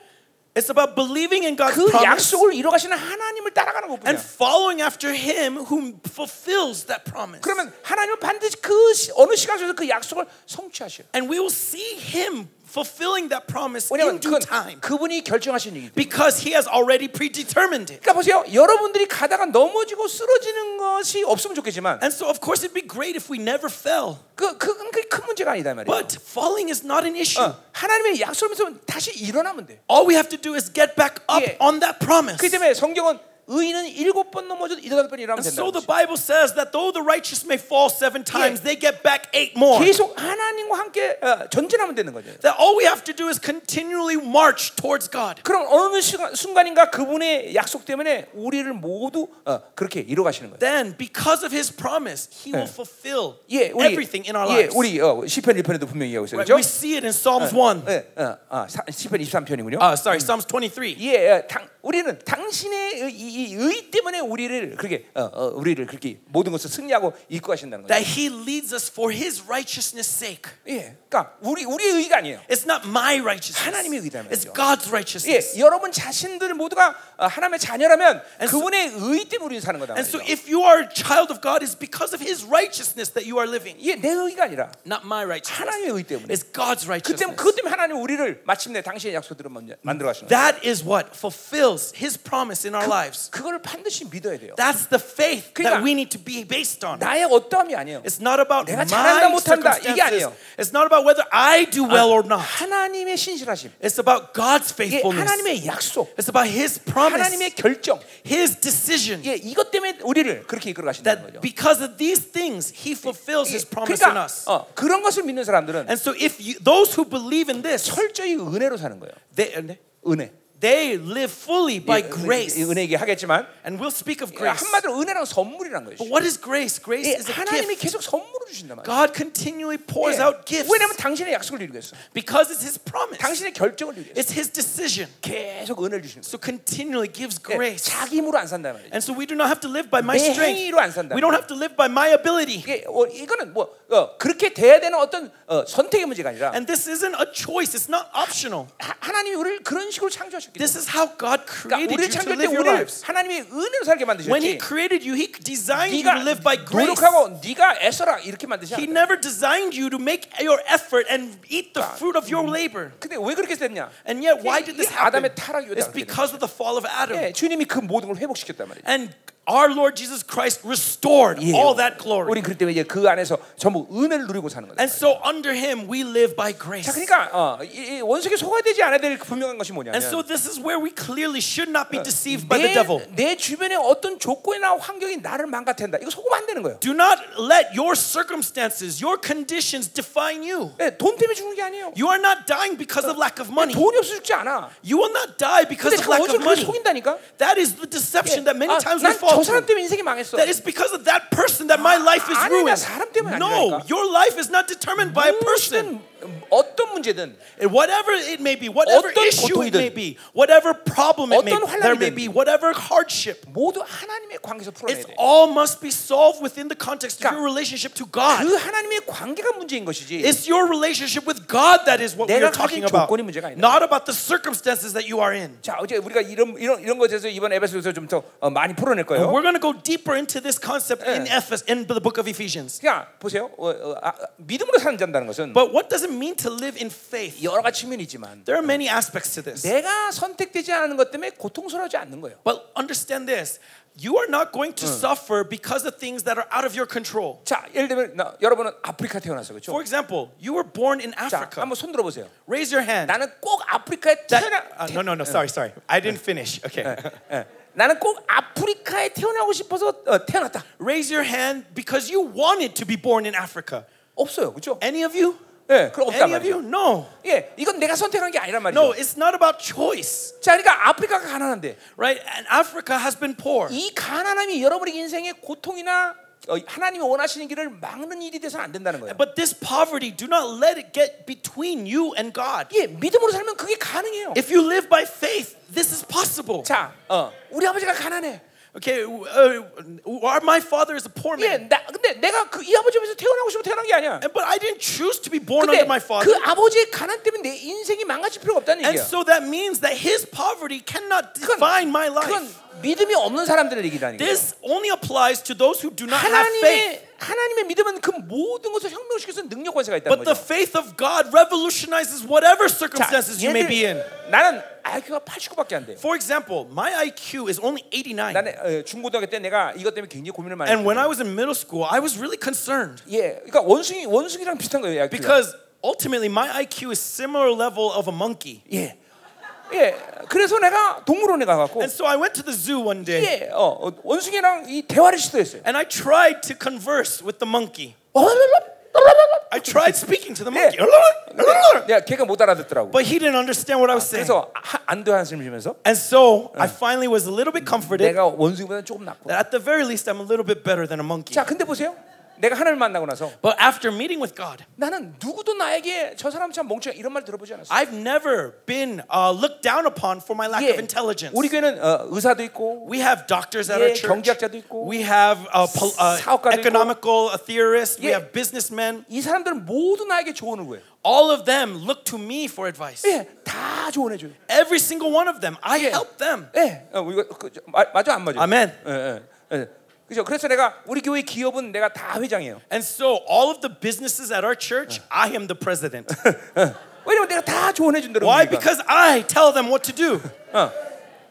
It's about believing in God's 그 promise 약속을 이뤄가시는 하나님을 따라가는 것뿐이야. and following after Him who fulfills that promise. 그러면 하나님은 반드시 그 시- 어느 시간 속에서 그 약속을 성취하셔. And we will see Him fulfilling that promise in 왜냐하면 due 그건 time 그분이 결정하신 일이기 때문에. because He has already predetermined it. 그러니까 보세요. 여러분들이 가다가 넘어지고 쓰러지는 것이 없으면 좋겠지만 And so, of course, it'd be great if we never fell. 그, 그, 그건 그게 큰 문제가 아니다 말이에요. But falling is not an issue. 어, 하나님의 약속을 믿으면 다시 일어나면 돼. All we have to do is get back up Yeah. on that promise. 그렇기 때문에 성경은 의인은 일곱 번 넘어져도 일어날 번 일어나면 And so 된다. the Bible says that though the righteous may fall seven times, they get back eight more. 계속 하나님과 함께 어, 전진하면 되는 거죠. That all we have to do is continually march towards God. 그럼 어느 시간- 순간인가 그분의 약속 때문에 우리를 모두 어, 그렇게 이뤄가시는 거예요. Then, because of His promise, Eh. He Yeah. will fulfill 예, 우리 everything in our 예, lives. 우리 어, 시편 1편에도 분명히 얘기하고 있어요. Right? 그렇죠? We see it in Psalms 1. 예, 어, 아, 사- 시편 23편이군요. Uh, sorry, Psalms 23. 예, 어, 당, 우리는 당신의 의- 이, 이, 의 때문에 우리를 그렇게 어, 어, 우리를 그렇게 모든 것을 승리하고 이끌고 하신다는 거예요. That He leads us for His righteousness' sake. 예, 그러니까 우리 우리의 의가 아니에요. It's not my righteousness. 하나님의 의라면요. It's God's 예, righteousness. 여러분 자신들 모두가 어, 하나님의 자녀라면 And so- 그분의 의 때문에 우리는 사는 거다. And so 말이죠. if you are a child of God, it's because of his righteousness that you are living. 예, 내 의가 아니라 Not my righteousness. 하나님의 의 때문에. It's God's 그 때문에 righteousness. 그 때문에 하나님 우리를 마침내 당신의 약속대로 만- 만들어 가시는 거예요. That is what fulfills his promise in our lives. 그걸 반드시 믿어야 돼요. That's the faith that 그러니까- we need to be based on. 나의 어떠함이 아니에요. It's not about 내가 잘한다, my 못한다, 이게 circumstances. 아니에요. It's not about whether I do well or not. 하나님의 신실하심, It's about God's 예, faithfulness. 하나님의 약속, It's about his promise, 하나님의 결정, his decision. 예, 이것 때문에 우리를 그렇게 이끌어 가신다는 That 거죠. because of these things, he fulfills 예, his promise in 그러니까 us. 어, 그런 것을 믿는 사람들은 And so if you, those who believe in this, 철저히 은혜로 사는 거예요. they, 은혜. they live fully by 예, grace. 은- 은혜 얘기하겠지만 And we'll speak of 예, grace. 한마디로 은혜란 선물이라는 거예요. But what is grace? Grace 예, is a 하나님이 gift. 계속 선물을 주신단 말이에요. 예. God continually pours out gifts 왜냐하면 당신의 약속을 이루겠어. because it's His promise. 당신의 결정을 이루겠어. It's His decision. 계속 은혜를 주시는 거예요. So continually gives 예, grace. 자기 힘으로 안 산단 말이에요. And so we do not have to live by my 내 strength. 행위로 안 산다. We don't have to live by my ability. 이게 어, 이거는 뭐 어, 그렇게 돼야 되는 어떤 어, 선택의 문제가 아니라 And this isn't a choice. It's not optional. 하, 하나님이 우리를 그런 식으로 창조하셨기 때문에 This is how God 그러니까 created you 우리를 to 창조할 때 live your 우리를 lives. 하나님의 은혜로 살게 When He 만드셨지 created you, He designed you to 네가 live by grace. 노력하고 네가 애써라 이렇게 만드지 He 않았다 never designed you to make your effort and eat the fruit of your labor. 근데 왜 그렇게 됐냐 And yet, why did 이게 this happen? 아담의 타락이다 It's because of the fall of 예, Adam. 주님이 그 모든 걸 회복시켰단 말이죠 And our Lord Jesus Christ restored all that glory. 우린 그렇기 때문에 이제 그 안에서 전부 은혜를 누리고 사는 거다 And so, under him, we live by 자 grace. 그러니까 어, 이, 이 원수에게 소화되지 않아야 될 분명한 것이 뭐냐면 And so, this is where we clearly should not be deceived by the devil. 내, 내 주변의 어떤 조건이나 환경이 나를 망가뜨린다 이거 속으면 안 되는 거예요 Do not let your circumstances, your conditions define you. 예, 돈 때문에 죽는 게 아니에요 You are not dying because of lack of money. 돈이 없어 죽지 않아 You will not die because 근데 of 그 lack 원수를 그렇게 of money. 속인다니까 아, That is the deception that Uh, many times we fall 난저 to. 사람 때문에 인생이 망했어 That is because of that person that my life is 아니야, 사람 때문에 ruined. No, 아니라니까. your life is not determined by a person. 무엇이든 어떤 문제든 And Whatever it may be, whatever 어떤 issue it 고통이든, may be, whatever problem it may 어떤 there may 환란이든. be, whatever hardship, 모두 하나님의 관계에서 풀어내야 it 돼 all must be solved within the context of 그러니까 your relationship to God. 그 하나님의 관계가 문제인 것이지 It's your relationship with God that is what we're 내가 talking 가진 about, 조건이 문제가 아니다. not about the circumstances that you are in. 자 어제 우리가 이런 이런 이런 것에 대해서 이번 에베소서 좀 더 많이 풀어낼 거예요 We're going to go deeper into this concept in Yeah. Ephes in the book of Ephesians. 그냥 보세요 어, 어, 아, 아, 믿음으로 사는 자는 것은 But what does it mean to live in faith? 여러 가지 측면이지만 There are many aspects to this. 내가 선택되지 않은 것 때문에 고통스러워하지 않는 거예요 But understand this you are not going to suffer because of things that are out of your control. 자 예를 들면 나, 여러분은 아프리카 태어났어 For 그렇죠? example, you were born in 자 Africa. 한번 손 들어보세요 Raise your hand. 나는 꼭 아프리카에 That- 태어나 uh, no, no, no. Sorry, sorry. I didn't finish. Okay. 예. 나는 꼭 아프리카에 태어나고 싶어서 어, 태어났다 Raise your hand because you wanted to be born in Africa. 없어요 그렇죠? Any of you? 예, 그럼 없단 Any of 말이죠. you? No. 예, 이건 내가 선택한 게 아니란 말이죠. No, it's not about choice, 자, 그러니까 아프리카가 가난한데 right? And Africa has been poor. 이 가난함이 여러분의 인생의 고통이나 어, 하나님이 원하시는 길을 막는 일이 돼서는 안 된다는 거예요. But this poverty, do not let it get between you and God. 예, 믿음으로 살면 그게 가능해요. If you live by faith, this is possible. 자, 어, 우리 아버지가 가난해. Okay, uh, our- my father is a poor 예, man. 나 근데 내가 그 이 아버지 앞에서 태어나고 싶어 태어난 게 아니야. 네. And, but I didn't choose to be born 근데 under my 그 father. 아버지의 가난 때문에 내 인생이 망가질 필요가 없다는 And 얘기야. so that means that his poverty cannot define my 그건 life. 믿음이 없는 사람들의 얘기라니까. This only applies to those who do not have faith. 하나님의 하나님의 믿음은 그 모든 것을 혁명시켜서 능력 권세가 있다는 But 거죠. the faith of God revolutionizes whatever 자, circumstances you may 얘네들- be in. 나는 IQ가 89밖에 안 돼. For example, my IQ is only 89. 나는 어, 중고등학교 때 내가 이것 때문에 굉장히 고민을 많이 And when 했거든요. I was in middle school, I was really concerned 예, 그러니까 원숭이 원숭이랑 비슷한 거예요. IQ. because ultimately my IQ is similar level of a monkey. 예, 예, 그래서 내가 동물원에 가갖고 And so I went to the zoo one day 예, 어, 어, 원숭이랑 이 대화를 시도했어요. and I tried to converse with the monkey. I tried speaking to the monkey. 내가 네. 걔가 못 알아듣더라고. But he didn't understand what I was saying. 그래서 하- 안도 한숨 쉬면서 And so I finally was a little bit comforted 내가 원숭이보다는 조금 낫고. that at the very least I'm a little bit better than a monkey. 자, 근데 보세요. 내가 하나님 만나고 나서 But after meeting with God, 나는 누구도 나에게 저 사람 참 멍청해 이런 말 들어보지 않았어. I've never been uh, looked down upon for my lack 예, of intelligence. 우리 교회는 어, 의사도 있고 we have doctors at 예, our church. 경제학자도 있고, we have uh, pol- uh, 사업가도 있고. economical theorists. We 예. have businessmen. 이 사람들은 모두 나에게 조언을 구해. All of them look to me for advice. 예, 다 조언해 줘요. Every single one of them. I help them. 예, 어, 이거 그, 저, 마, 맞아 안 맞아? 아멘. 예, 예, 예. 그죠. 그래서 내가 우리 교회 기업은 내가 다 회장이에요. And so all of the businesses at our church, Uh. I am the president. Oh 왜냐면 내가 다 조언해 준다는 Why? 거니까. Because I tell them what to do.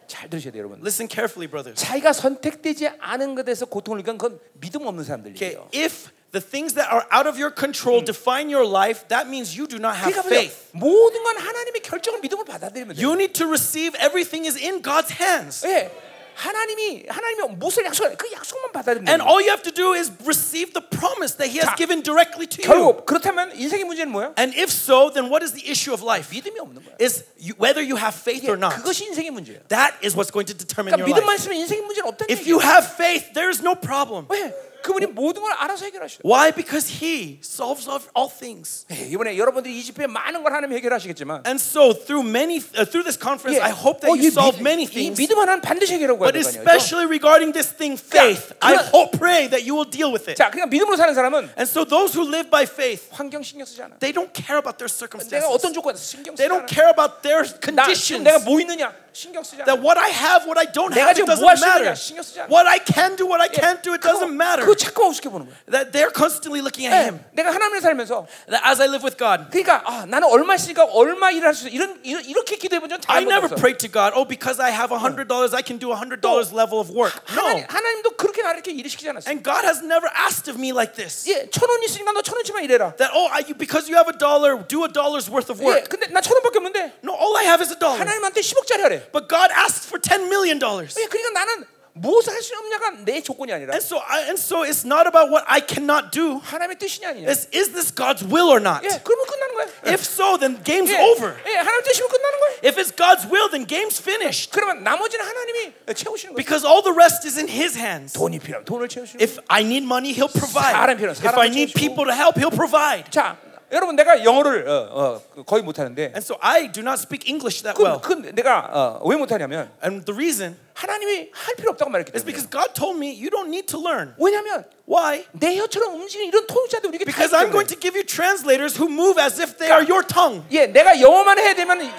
잘 들으셔야 돼요, 여러분. Listen carefully, brothers. 자기가 선택되지 않은 것에서 고통을 겪은 건 믿음 없는 Okay, 사람들이에요. if the things that are out of your control Mm. define your life, that means you do not have 그러니까 보세요. faith. 모든 건 하나님의 결정을 믿음으로 받아들이면 돼요. You need to receive everything is in God's hands. 예. 하나님이 하나님이 무엇을 약속하는 그 약속만 받아들이면 And 돼요. all you have to do is receive the promise that He has 자, given directly to you. 결국 그렇다면 인생의 문제는 뭐야? And if so, then what is the issue of life? 믿음이 없는 거야. Is you, whether you have faith 이게 or not. 그것이 인생의 문제예요. That is what's going to determine 그러니까 your 믿음만 life. 있으면 인생의 문제는 없다는 If 얘기예요. you have faith, there is no problem. 왜? 그분이 모든 걸 알아서 해결하셔. Why? Because He solves all- all things. 예, 이번에 여러분들이 이집트에 많은 걸 하나님 해결하시겠지만 And so through many uh, through this conference, 예, I hope 어, that Oh, 이 you 믿- solve many 이 things. 믿음 하나는 반드시 해결하고 가야 될거 But 아니에요. 그렇죠? especially regarding this thing, faith, I 그냥- hope, pray that you will deal with it. 자, 그냥 믿음으로 사는 사람은 And so those who live by faith, 환경 신경 쓰지 않아. they don't care about their 내가 circumstances. 어떤 조건 신경 They 쓰지 don't 않아. care about their 나 지금 conditions. 내가 뭐 있느냐 신경 쓰지 않아. That what I have, what I don't 내가 have, it 지금 doesn't 뭐 할수 있느냐 matter. 신경 쓰지 않아. What I can do, what I can't do, it doesn't matter. 그거 자꾸 우습게 보는 거야. That they're constantly looking at Him. 예, 내가 하나님을 살면서 That as I live with God, 그러니까 아, 나는 얼마 있으니까 얼마 일할 수 있어. 이런, 이런 이렇게 기도해 본적 I 다른 never 적도 없어. prayed to God, oh, because I have $100, I can do $100 level of work. No. 하나님, 하나님도 그렇게 나를 이렇게 일을 시키지 않았어. And God has never asked of me like this. 예, 천 원 있으니까 너 천 원치만 일해라. That oh, I, you, because you have a dollar, do a dollar's worth of 예, work. 근데 나 천 원밖에 없는데 No, all I have is a dollar. 하나님한테 10억짜리 하래. But God asked for ten million dollars. 예, 그러니까 나는 무엇을 할 수 없냐가 내 조건이 아니라 And so, I, and so, it's not about what I cannot do. 하나님의 뜻이 아니냐. It's is this God's will or not? 예, 그러면 끝나는 거야. If so, then game's 예, over. 예, 하나님 뜻이면 끝나는 거야. If it's God's will, then game's finished. 그러면 나머지는 하나님이 채우시는 거야. Because all the rest is in His hands. 돈이 필요하면 돈을 채우시는 거야. If I need money, He'll provide. 사람 필요해, If I 사람을 need 채우시고. people to help, He'll provide. 자, 여러분 내가 영어를 어, 어, 거의 못하는데 And so I do not speak English that 그, well. 그 내가 어, 왜 못하냐면 And the reason 하나님이 할 필요 없다고 말했기 is 때문에 because God told me you don't need to learn. 왜냐하면 Why? 내 혀처럼 움직이는 이런 통역자도 우리에게 다 Because 있기 I'm going 때문에 to give you translators who move as if they are your tongue. 예, 내가 영어만 해야 되면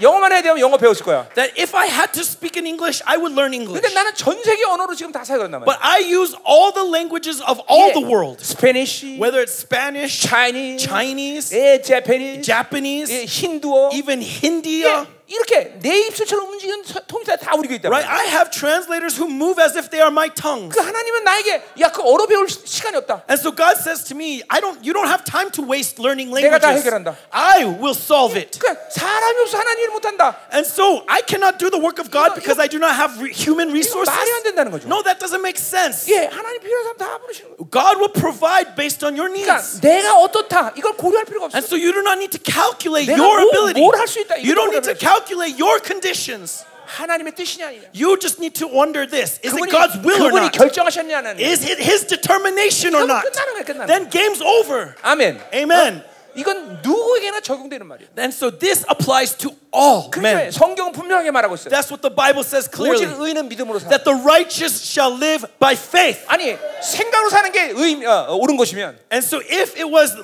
영어만 해야 되면 영어 배웠을 거야 That if I had to speak in English, I would learn English. 근데 나는 전 세계 언어로 지금 다 사용한단 말이야 But I use all the languages of all the world, 스페니쉬, whether it's Spanish, 차이니, Chinese, 예, 재패니, Japanese, 예, 힌두어 even Hindi. 예, 이렇게 내 입술처럼 움직이는 서- 통역사 다 우리가 있다. Right? I have translators who move as if they are my tongues. 그 하나님은 나에게 야 그 얼어 배울 시- 시간이 없다. And so God says to me, I don't you don't have time to waste learning 내가 다 languages. 해결한다. I will solve it. 그러니까 사람이 없어 하나님을 못한다. And so I cannot do the work of God because I do not have re- human 이거 resources. 말이 안 된다는 거죠. No, that doesn't make sense. 예, 하나님 필요한 사람 다 부르시는 거예요. God will provide based on your 그러니까 needs. 내가 어떻다 이걸 고려할 필요가 없어. And so you do not need to calculate 내가 your 뭘- ability. 뭘할수 있다, 이거 You don't need to 고려를 calculate your conditions. 하나님의 뜻이냐 아니냐. You just need to wonder this. Is it 그분이, God's will or 그분이 not? 결정하셨냐 안 하느냐. Is it his determination or 이거는 not? 끝나는 거야, 끝나는 Then game's over. 아멘. Amen. 이건 누구에게나 적용되는 말이에요. And so this applies to all 그러니까 men. 성경은 분명하게 말하고 있어요. That's what the Bible says 오직 clearly. 의는 믿음으로 사. That the righteous shall live by faith. 아니 생각으로 사는 게 의, 어, 어, 옳은 것이면 And so if it was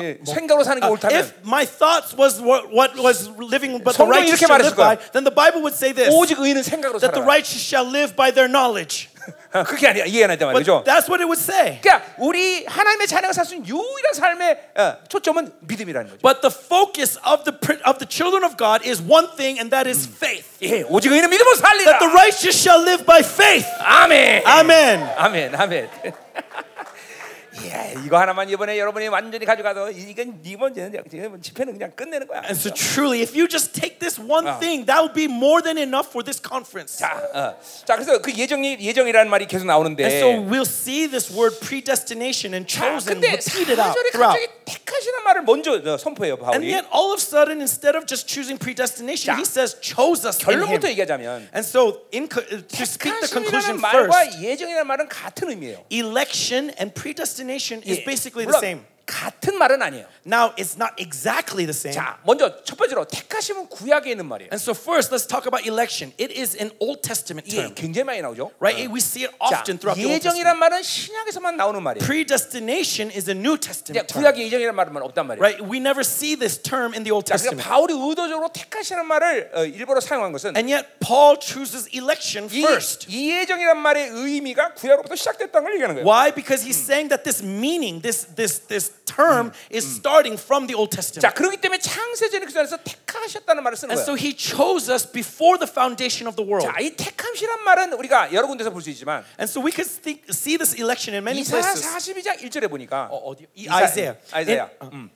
예, 생각으로 사는 게 Uh, 옳다면 if my thoughts was what, what was living but 성경이 the righteous 이렇게 shall 말했을 live 거야. by then the bible would say this 오직 의는 생각으로 that the 살아라. righteous shall live by their knowledge 어, 그게 아니야 이해가 안 된단 but 말이죠. that's what it would say 그러니까 우리 하나님의 자녀가 살 수 있는 유일한 삶의 어, 초점은 믿음이라는 거죠. but the focus of the pr- of the children of god is one thing and that is faith 예, 오직 의는 믿음으로 살리라. that the righteous shall live by faith 아멘. amen 아멘. 아멘. 예, 이거 하나만 이번에 여러분이 완전히 가져가도 이건 네 이번 이번 집회는 그냥 끝내는 거야. and so truly if you just take this one Wow. thing that would be more than enough for this conference 자, 어. 자, 그래서 그 예정이 예정이라는 말이 계속 나오는데. and so we'll see this word predestination and 자, chosen 근데 repeated out 사절에 throughout 갑자기 택하시는 말을 먼저 어, 선포해요 And 바울이. yet, all of a sudden, instead of just choosing predestination, 자, he says, chose us. In him. 결론부터 얘기하자면 And so, in co- uh, to speak the conclusion 택하심이라는 말과 first, 예정이라는 말은 같은 의미예요. election and predestination is 예, basically the 물론 same. 음. 같은 말은 아니에요. Now, it's not exactly the same. 자, 먼저 첫 번째로 택하심은 구약에 있는 말이에요. And so, first, let's talk about election. It is an Old Testament 예, term, 굉장히 많이 나오죠. right? We see it 자, often throughout the Old Uh. Testament. 예정이란 말은 신약에서만 나오는 말이에요. Predestination is a New 근데 Testament term, 구약에 예정이란 말은 없단 말이에요. right? We never see this term in the Old 자, 그러니까 Testament. 바울이 의도적으로 택하시는 말을 어, 일부러 사용한 것은 And yet, Paul chooses election 이, first. 이 예정이란 말의 의미가 구약으로부터 시작됐다는 걸 얘기하는 거예요. Why? Because he's saying that this meaning, this this this term is starting from the Old Testament. 자, 그렇기 때문에 창세전에 그 전에서 택하셨다는 말을 쓰는 And so 거예요. he chose us before the foundation of the world. 자, 이 택함시란 말은 우리가 여러 군데서 볼 수 있지만 And so we could think, see this election in many 이사 places. 42장 1절에 보니까 Oh, oh, 이사- Isaiah. Isaiah.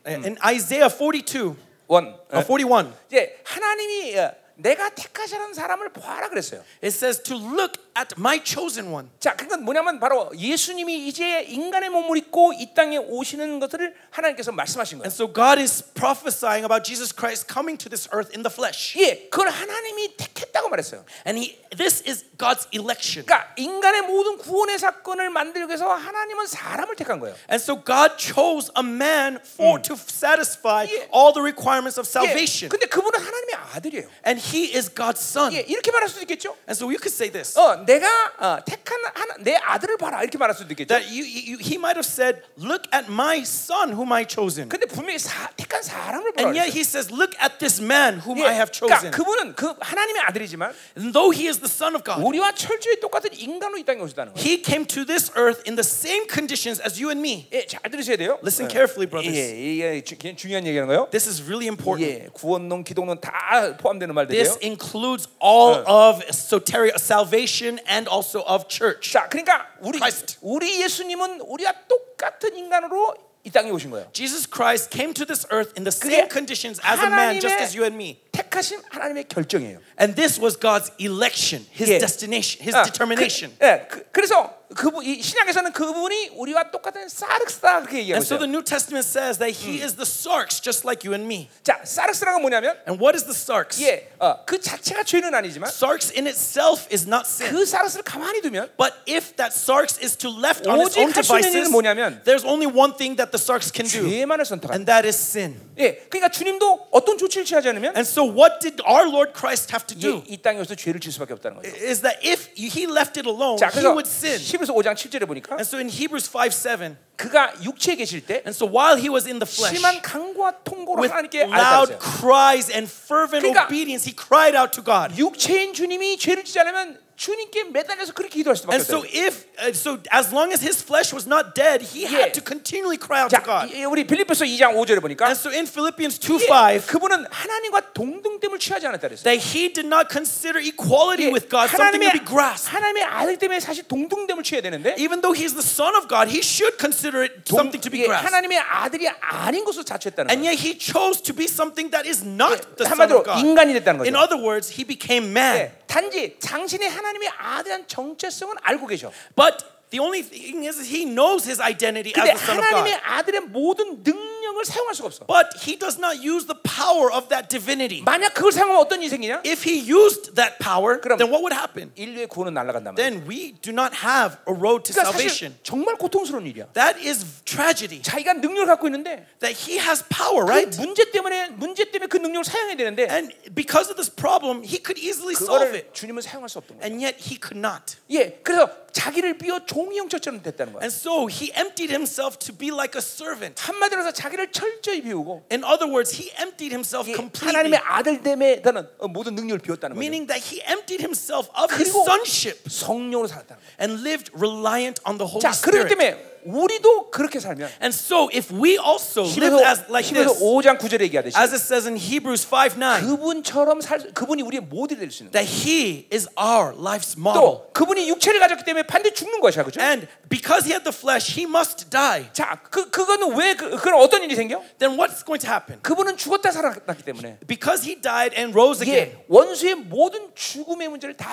In, in Isaiah 42, 음, 원. uh, 41, 이제 하나님이 어, 내가 택하시는 사람을 봐라 그랬어요. it says to look at my chosen one. 자, 그러니까 뭐냐면 바로 예수님이 이제 인간의 몸을 입고 이 땅에 오시는 것을 하나님께서 말씀하신 거예요. And so God is prophesying about Jesus Christ coming to this earth in the flesh. 예, 그걸 하나님이 택했다고 말했어요. And he, this is God's election. 그러니까 인간의 모든 구원의 사건을 만들기 위해서 하나님은 사람을 택한 거예요. And so God chose a man for to satisfy Yeah. all the requirements of 예, salvation. 근데 그분은 하나님의 아들이에요. And he is God's son. 예, 이렇게 말할 수도 있겠죠. And so you could say this. 어, 내가 어, 택한 하나, 내 아들을 봐라 이렇게 말할 수도 있겠죠. That you, you, you- he might have said, "Look at my son, whom I chosen." 근데 분명히 사, 택한 사람을 보라. And yet 그랬어요. he says, "Look at this man, whom 예, I have 그러니까 chosen." 그분은 그 하나님의 아들이지만 And though he is the son of God, 우리와 철저히 똑같은 인간으로 이 땅에 오셨다는 거예요. he came to this earth in the same conditions as you and me. 예, 잘 들으셔야 돼요. Listen 예. carefully, brothers. 예, 이게 주- 굉장히 중요한 얘기하는 거예요. This is really important. 예, 구원론, 기독론 다 포함되는 말들이에요. This includes all of soteria, salvation, and also of church. 자, 그러니까 우리 Christ. 우리 예수님은 우리와 똑같은 인간으로 이 땅에 오신 거예요. Jesus Christ came to this earth in the same 그게 conditions as a man, just 하나님의 as you and me. 택하신 하나님의 결정이에요. And this was God's election, His Yeah. Uh, destination, His 아, determination. 그, 예, 그, 그래서 그분 이 신약에서는 그분이 우리와 똑같은 사르스다 그렇게 얘기하고 And so 있어요. the New Testament says that he Hmm. is the sarx, just like you and me. 자, 사르스라가 뭐냐면 And what is the sarx? 예, 어, 그 자체가 죄는 아니지만 Sarx in itself is not sin. 그 사르스를 가만히 두면 But if that sarx is to left on its 오직 own 할수 있는 일은 devices, 뭐냐면 there's only one thing that the sarx can do, 죄만을 선택한다. and that is sin. 예, 그러니까 주님도 어떤 조치를 취하지 않으면 And so what did our Lord Christ have to 예, do? 이 땅에 와서 죄를 지을 수밖에 없다는 거예요. Is that if he left it alone, 자, he 그래서 would sin. 히브리서 5장 7절에 보니까 And so in Hebrews 5 7, 그가 육체에 계실 때 and so while he was in the flesh, 심한 강과 통고로 with 하나님께 loud 알다르세요. cries and fervent 그러니까- obedience, he cried out to God. 육체인 주님이 죄를 지지 않으면 주님께 매달려서 그렇게 기도할 수밖에 And so 없어요. if uh, so as long as his flesh was not dead, he Yeah. had to continually cry out to 자, God. 이- 우리 빌립보서 2장 5절에 보니까 And so in Philippians 2 이게 5, 그분은 하나님과 동등됨을 취하지 않았다 그랬어요. that he did not consider equality 이게 with God something to 하나님의 be grasped. 하나님의 아들 때문에 사실 동등됨을 취해야 되는데 Even though he's the son of God, he should consider it 동- something to be 이게 grasped. 하나님의 아들이 아닌 것으로 자처했다는 And 거예요. 예, yet he chose to be something that is not the son 한마디로 of God. 인간이 됐다는 In 거죠. other words, he became man. 예, 단지 당신의 하나님의 아들한 정체성은 알고 계셔. But the only thing is that he knows his identity as 근데 the son of 하나님의 God. 아들의 모든 능력을 사용할 수가 없어. But he does not use the power of that divinity. 만약 그걸 사용하면 어떤 인생이냐? If he used that power, 그럼- then what would happen? 인류의 구원은 날아간단 말이야. Then we do not have a road to 그러니까 사실 salvation. 정말 고통스러운 일이야. That is tragedy. 자기가 능력을 갖고 있는데 That he has power, 그 right? 문제 때문에 문제 때문에 그 능력을 사용해야 되는데 And because of this problem, he could easily solve 그거를 it. 주님은 사용할 수 없던 거야. And yet he could not. 예, 그래서 자기를 비워 종이 형처럼 됐다는 거야. And so he emptied himself to be like a servant. 한마디로 해서 자기를 철저히 비우고 In other words, he emptied himself 예, completely, 하나님의 아들 때문에 나는 어, 모든 능력을 비웠다는 거야. meaning that he emptied himself of his 그리고- sonship 성령으로 살았다는 거야. and lived reliant on the Holy 자, 그렇기 Spirit. 때문에 우리도 그렇게 살면 And so if we also live 히브리서 as like 히브리서 this, 5장 9절에 얘기하듯이 as it says in Hebrews 5 9, 그분처럼 살 수- 그분이 우리의 모델이 될 수 있는 거야. that he is our life's model. 또 그분이 육체를 가졌기 때문에 반드시 죽는 것이야. 그죠 And because he had the flesh, he must die. 자, 그 그거는 왜 그, 그런 어떤 일이 생겨? Then what's going to happen? 그분은 죽었다 살아났기 때문에 Because he died and rose again, 예, 원수의 모든 죽음의 문제를 다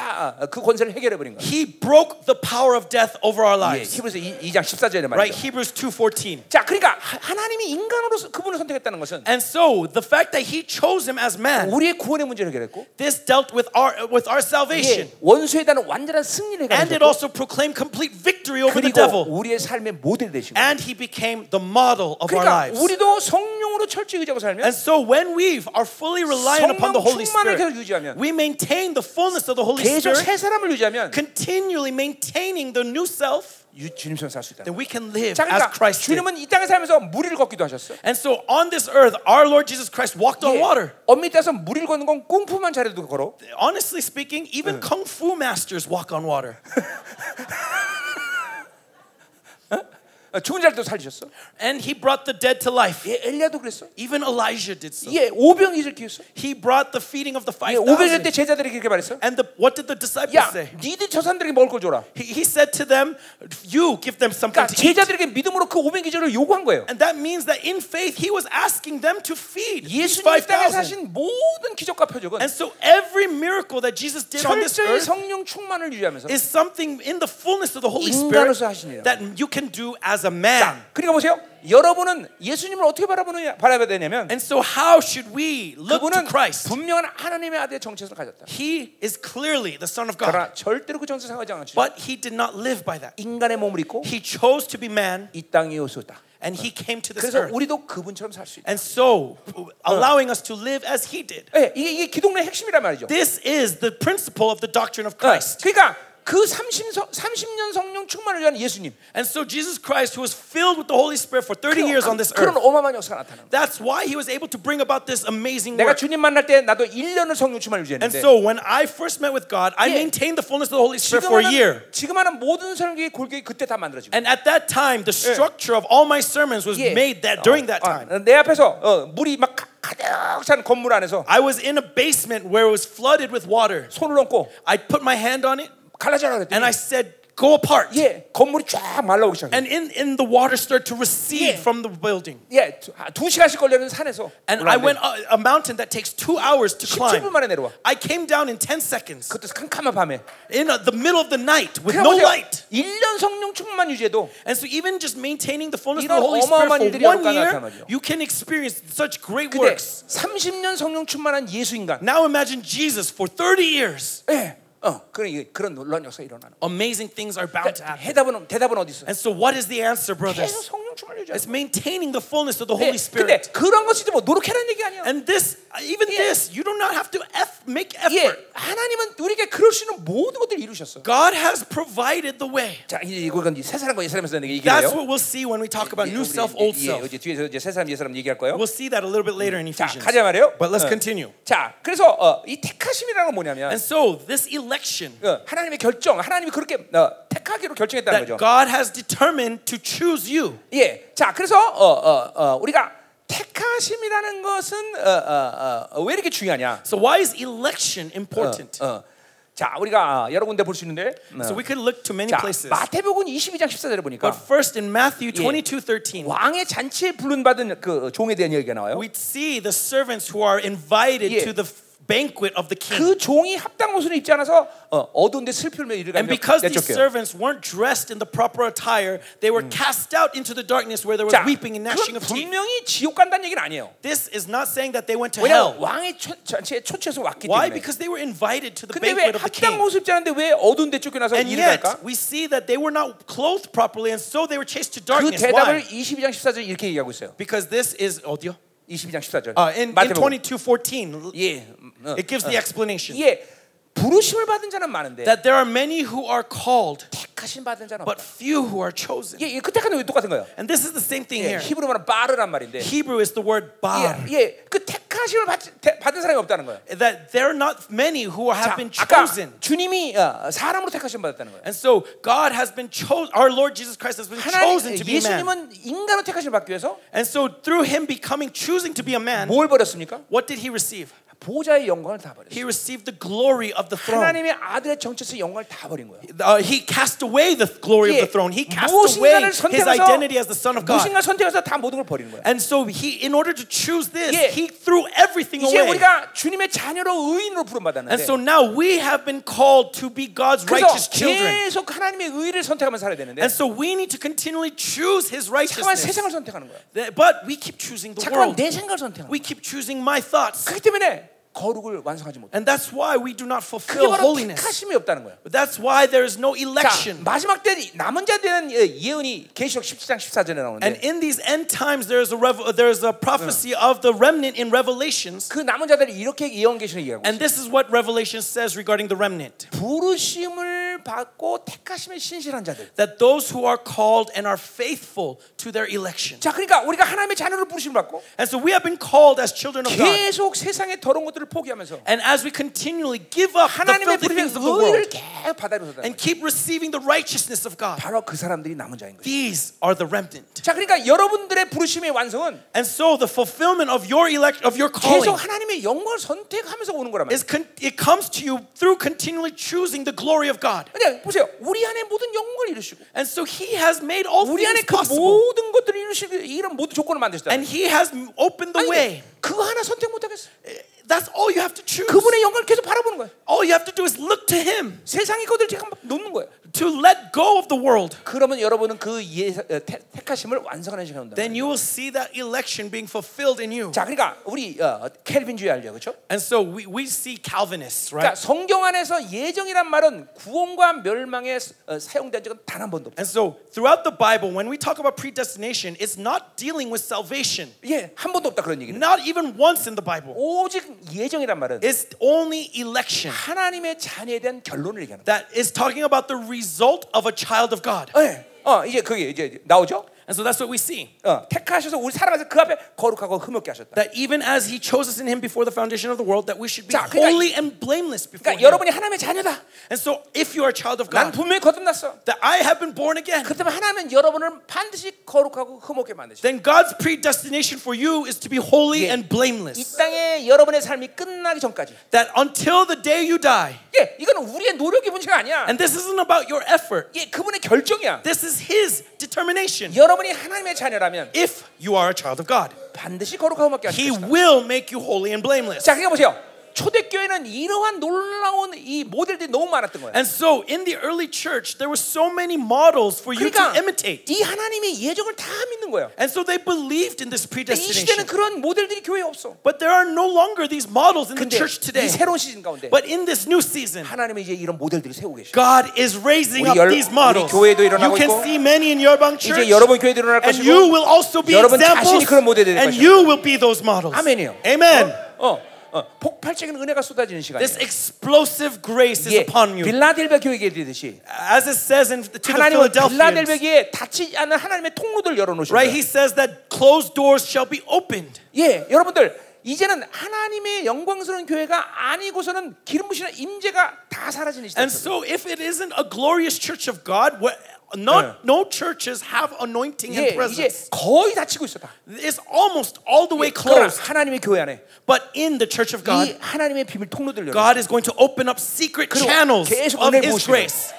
그 권세를 해결해 버린 거야. he broke the power of death over our 예, lives. 히브리서 2, 장 14절에 Right? 말이죠. Hebrews 2:14. 자, 그러니까 하- 하나님이 인간으로 서 그분을 선택했다는 것은 And so the fact that he chose him as man, 우리의 구원의 문제를 해결했고 this dealt with our with our salvation. 예, 원수에 대한 완전한 승리를 And it 해결했고 also proclaimed complete victory over the 그리고 devil. 우리의 삶의 모델이 되신 거예요. And he became the model of our 그러니까 lives. 우리도 성령으로 철저히 의지하고 살면 And so when we are fully reliant upon the Holy 성령 충만을 계속 Spirit, 유지하면 we maintain the fullness of the Holy 계속 Spirit, 새 사람을 유지하면 continually maintaining the new self. 유- 주님처럼 살 수 있다. then we can live 자, 그러니까 as Christ did. 주님은 이 땅에 살면서 무리를 걷기도 하셨어. And so on this earth, our Lord Jesus Christ walked on 예, water. 엄밀히 따서 무리를 걷는 건 공포만 잘해도 걸어. Honestly speaking, even kung fu masters walk on water. 어, 죽은 자들도 살리셨어. And he brought the dead to life. 예, 엘리야도 그랬어. Even Elijah did so. 예, 오병이를 기했어. He brought the feeding of the 예, 오병일 때 5,000. 제자들이 그렇게 말했어. And the, what did the disciples 야, say? 니들 저 사람들에게 먹을 걸 줘라. He, he said to them, You give them something 그러니까 to eat. 제자들에게 믿음으로 그 오병 기적을 요구한 거예요. And that means that in faith, he was asking them to feed these 예수님 이 땅에 5,000. 사신 모든 기적과 표적은 And so every miracle that Jesus did on this 철저히 earth 성령 충만을 유지하면서 is something in the fullness of the Holy Spirit 인간으로서 하신 일이라고. that you can do as a man. 자, 그러니까 보세요. 여러분은 예수님을 어떻게 바라보느냐, 바라봐야 되냐면 And so, how should we look to 그분은 Christ? 분명한 하나님의 아들의 정체성을 가졌다. He is clearly the Son of God, 그러나 절대로 그 정체성을 가지 않았죠. but he did not live by that. 인간의 몸을 입고 He chose to be man, 이 땅에 오셨다. and he came to this 그래서 earth. 우리도 그분처럼 살 수 있다. And so, allowing us to live as he did. 예, 이게, 이게 기독교의 핵심이란 말이죠. This is the principle of the doctrine 어, of Christ. 그러니까 그 30, 30년 성령 충만을 위한 예수님 And so, Jesus Christ, who was filled with the Holy Spirit for 30 years on this 그, 런 earth, 어마어마한 역사가 나타나는 거예요. that's why he was able to bring about this amazing 내가 work. 주님 만날 때 나도 1년을 성령 충만을 And 유지했는데 so, when I first met with God, I Yeah. maintained the fullness of the Holy 지금 Spirit for a year. 하는, 지금 하는 모든 설교의 골격이 그때 다 만들어지고 And at that time, the structure of all my sermons was 예. made that during that 어, time. 어, 내 앞에서 어, 물이 막 가- 가득 찬 건물 안에서 I was in a basement where it was flooded with water. 손을 얹고 I put my hand on it 갈라져라 그랬더니 and I said, "Go apart." 예, 건물이 쫙 말라오기 시작해. And in, in the water started to recede Yeah. from the building. 예, 두, 아, 두 시간씩 걸리는 산에서 And I 올라왔는데 went up a mountain that takes two hours to 17분 climb. 만에 내려와. I came down in 10 seconds 그것도 캄캄한 밤에. in uh the middle of the night with 그냥 no 보세요. light. 1년 성령 충만 유지해도 And so, even just maintaining the fullness of 이런 the Holy 어마어마한 Spirit for 일들이 one 여러 가지 year, 나타나죠. you can experience such great 근데 works. 30년 성령 충만한 예수 인간. Now imagine Jesus for 30 years. 예. 어, 그런 이게- 그런 놀라운 역사 가 일어나는. amazing things are bound to 그러니까 happen. 해답은 대답은 어디 있어? And so, what is the answer, 계속 brothers? 성령 충만을 유지하는 It's maintaining the fullness of the 네, 근데 Holy Spirit. 그런 것이 뭐 노력해라는 얘기 아니야. And this, even Yeah. this, you do not have to eff- make effort. 예, 하나님은 우리에게 그럴 수 있는 모든 것들을 이루셨어. God has provided the way. 자, 이제 이건 새 사람과 옛 사람에서 내가 얘기해요. That's what we'll see when we talk 예, about 우리 new self, 이제- old 예, self. 이제 뒤에서 이제 새 사람, 옛 사람 얘기할 거예요. We'll see that a little bit later in 자, Ephesians. 가자 말이요. 어. But let's continue. 자, 그래서 어, 이 택하심이라는 건 뭐냐면 And so, this election 어, 하나님의 결정, 하나님이 그렇게 어, 택하기로 결정했다는 that 거죠. God has determined to choose you. 예, 자, 그래서 어, 어, 어, 우리가 택하심이라는 것은 어, 어, 어, 왜 이렇게 중요하냐? So, why is election important? 어, 자, 우리가 아, 여러 군데 볼 수 있는데, 어. So, we could look to many 자, places. 마태복음 22장 14절에 보니까 But first, in Matthew 22 13, 왕의 잔치에 불른받은 그 종에 대한 얘기가 나와요. we see the servants who are invited Yeah. to the f- banquet of the king. 그 종이 합당 옷을 입지 않아서 어, 어두운데 슬픔을 And 이르가며 because these 내쫓겨요. servants weren't dressed in the proper attire, they were cast out into the darkness where there was 자, weeping and 그건 gnashing of teeth. 분명히 지옥 간다는 얘기는 아니에요. This is not saying that they went to 왜냐하면 hell. 왕의 초- 잔치에 초청해서 왔기 Why? 때문에. Because they were invited to the 근데 왜 banquet of the 합당 king. 옷을 입지 않는데 왜 어두운데 쫓겨나서 And 일을 할까? yet, we see that they were not clothed properly, and so they were chased to 그 darkness. 대답을 Why? 22장 14절 이렇게 얘기하고 있어요. Because this is 어디요? 22장 14절. Uh, in, in 마태복음. 22:14, 예, 음, 어. it gives the explanation 예, 부르심을 받은 자는 많은데 that there are many who are called, 택하심 받은 자는 but 없다. few who are chosen. 예, 예, 그 택하는 왜 똑같은 거예요? And this is the same thing 예, here. Ah. 히브리 말은 바르란 말인데. Hebrew is the word bar. 예, 예, 그 택하심을 받, 대- 받은 사람이 없다는 거예요. that there are not many who 자, have been 아까 chosen. 주님이 어, 사람으로 택하심 받았다는 거예요. And so God has been chosen, our Lord Jesus Christ has been chosen 하나님 to be a man. 예수님은 인간으로 택하심 받기 위해서 And so through him becoming, choosing to be a man, 뭘 버렸습니까? what did he receive? 보좌의 영광을 다 버렸어요. He received the glory of the throne. 하나님의 아들의 정체성 영광을 다 버린 거예요. Uh, he cast away the glory of 예, the throne. He cast away 무엇인가를 his 선택해서 identity as the Son of God. 무엇인가 선택해서 다 모든 걸 버리는 거예요. And so he, in order to choose this, 예. he threw everything 이제 away. 우리가 주님의 자녀로 의인으로 And 부름받았는데 so now we have been called to be God's 그래서 righteous children. 계속 하나님의 의를 선택하면서 살아야 되는데 And so we need to continually choose 잠깐만 his righteousness. 세상을 선택하는 거야. That- But we keep choosing the 잠깐만 world. 내 생각을 선택하는 We 거야. keep choosing my thoughts. 그렇기 때문에 거룩을 완성하지 못해. And that's why we do not 그게 fulfill 바로 holiness. 택하심이 없다는 거야. That's why there is no 자, election. 마지막 때 남은 자에 대한 예- 예언이 계시록 17장 14절에 And 나오는데 in these end times, there is a, rev- there is a prophecy of the remnant in Revelations. 그 남은 자들이 이렇게 예언 계시록 얘기하고 And 있어요. this is what Revelation says regarding the remnant 부르심을 받고 택하심에 신실한 자들. that those who are called and are faithful to their election. 자, 그러니까 우리가 하나님의 자녀로 부르심을 받고 And so we have been called as children of God. 계속 세상의 더러운 것들을 포기하면서 And as we continually give up the 하나님의 filthy 부르심의 things of the world 의를 계속 받아들여서 and keep receiving the righteousness of God, 바로 그 사람들이 남은 자인 거예요. these are the remnant. 자, 그러니까 여러분들의 부르심의 완성은 And so the fulfillment of your elect of your 계속 calling 하나님의 영광을 선택하면서 오는 거란 말이에요. is con- it comes to you through continually choosing the glory of God. 근데 보세요. 우리 안에 모든 영광을 이루시고 And so he has made all 우리 안에 things 그 possible. 모든 것들을 이루시고 이런 모든 조건을 만드셨다. And he has opened the way. 그거 하나 선택 못 하겠어. That's all you have to choose. 그분의 영광을 계속 바라보는 거예요. All you have to do is look to him 세상의 것들 잠깐 놓는 거예요. to let go of the world. 그러면 여러분은 그 예, 어, 태- 택하심을 완성하는 시간이 온다. Then you will see that election being fulfilled in you. 자, 그러니까 우리 어, 켈빈주의 알죠, 그렇죠? And so we, we see Calvinists, 그러니까 right? 성경 안에서 예정이란 말은 구원과 멸망에 어, 사용된 적은 단 한 번도 없어요. And so throughout the Bible, when we talk about predestination, it's not dealing with salvation. 예, 한 번도 없다 그런 얘기는. Not even once in the Bible. 오직 예정이란 말은 It's only election. 하나님의 자녀에 대한 결론을 얘기하는 that is talking about the result of a child of God. 거예요. 예. 어, 이제 그게 이제 나오죠? And so that's what we see. 어, 택하셔서 우리 사랑하서 그 앞에 거룩하고 흠없게 하셨다. That even as he chose us in him before the foundation of the world, that we should be 자, 그러니까- holy and blameless before 그러니까 him. 여러분이 하나님의 자녀다. And so if you are a child of 난 God, 분명히 거듭났어. that I have been born again, 그렇다면 하나님은 여러분을 반드시 거룩하고 흠없게 만드시다. then God's predestination for you is to be holy Yeah. 이 and blameless. 땅에 여러분의 삶이 끝나기 전까지. That until the day you die, 예, 이건 우리의 노력이 문제가 아니야. and this isn't about your effort, 예, 그분의 결정이야. this is his determination. 여러분이 하나님의 자녀라면 If you are a child of God, 반드시 거룩하고 흠없게 he 하시다. will make you holy and blameless. 자, 그러니까 보세요. 초대교회는 이러한 놀라운 이 모델들이 너무 많았던 거예요. And so in the early church, there were so many models for you 그러니까 to imitate. 이 하나님의 예정을 다 믿는 거예요. And so they believed in this 근데 이 시대는 predestination. 그런 모델들이 교회에 없어. But there are no longer these models in the 근데 church 이 today. 새로운 시즌 가운데 But in this new season, 하나님이 이제 이런 모델들이 세우고 계셔. God is raising 우리 열- up these 우리 models. You 교회도 일어나고 can 있고, see many in Yerbang 이제 Church. 여러분 교회에 일어날 And 것이고 you will also be 여러분 자신이 examples. 그런 모델이 될 것이고. And you will be those models. 아멘이요. Amen. 어, 어, 폭발적인 은혜가 쏟아지는 시간이에요. This explosive grace is 이게 upon you. 예, 빌라델비아 교회에 되듯이 As it says in, to the 하나님은 Philadelphians, 빌라델비아에 닫히지 않는 하나님의 통로들 열어놓으신 거예요. right? He says that closed doors shall be opened. 예, 여러분들 이제는 하나님의 영광스러운 교회가 아니고서는 기름 부시는 임재가 다 사라지는 시대. And so, if it isn't a glorious church of God, what, Yeah. not, no churches have anointing 예, 이제 and presence. 거의 닫히고 있어 다. 예, It's almost all the way 그러나 closed. 하나님의 교회 안에 But in the church of 이 God, 하나님의 비밀 통로들 열어 God is going to open up secret 그리고 channels 계속 of 은혜를 부으시는 His grace.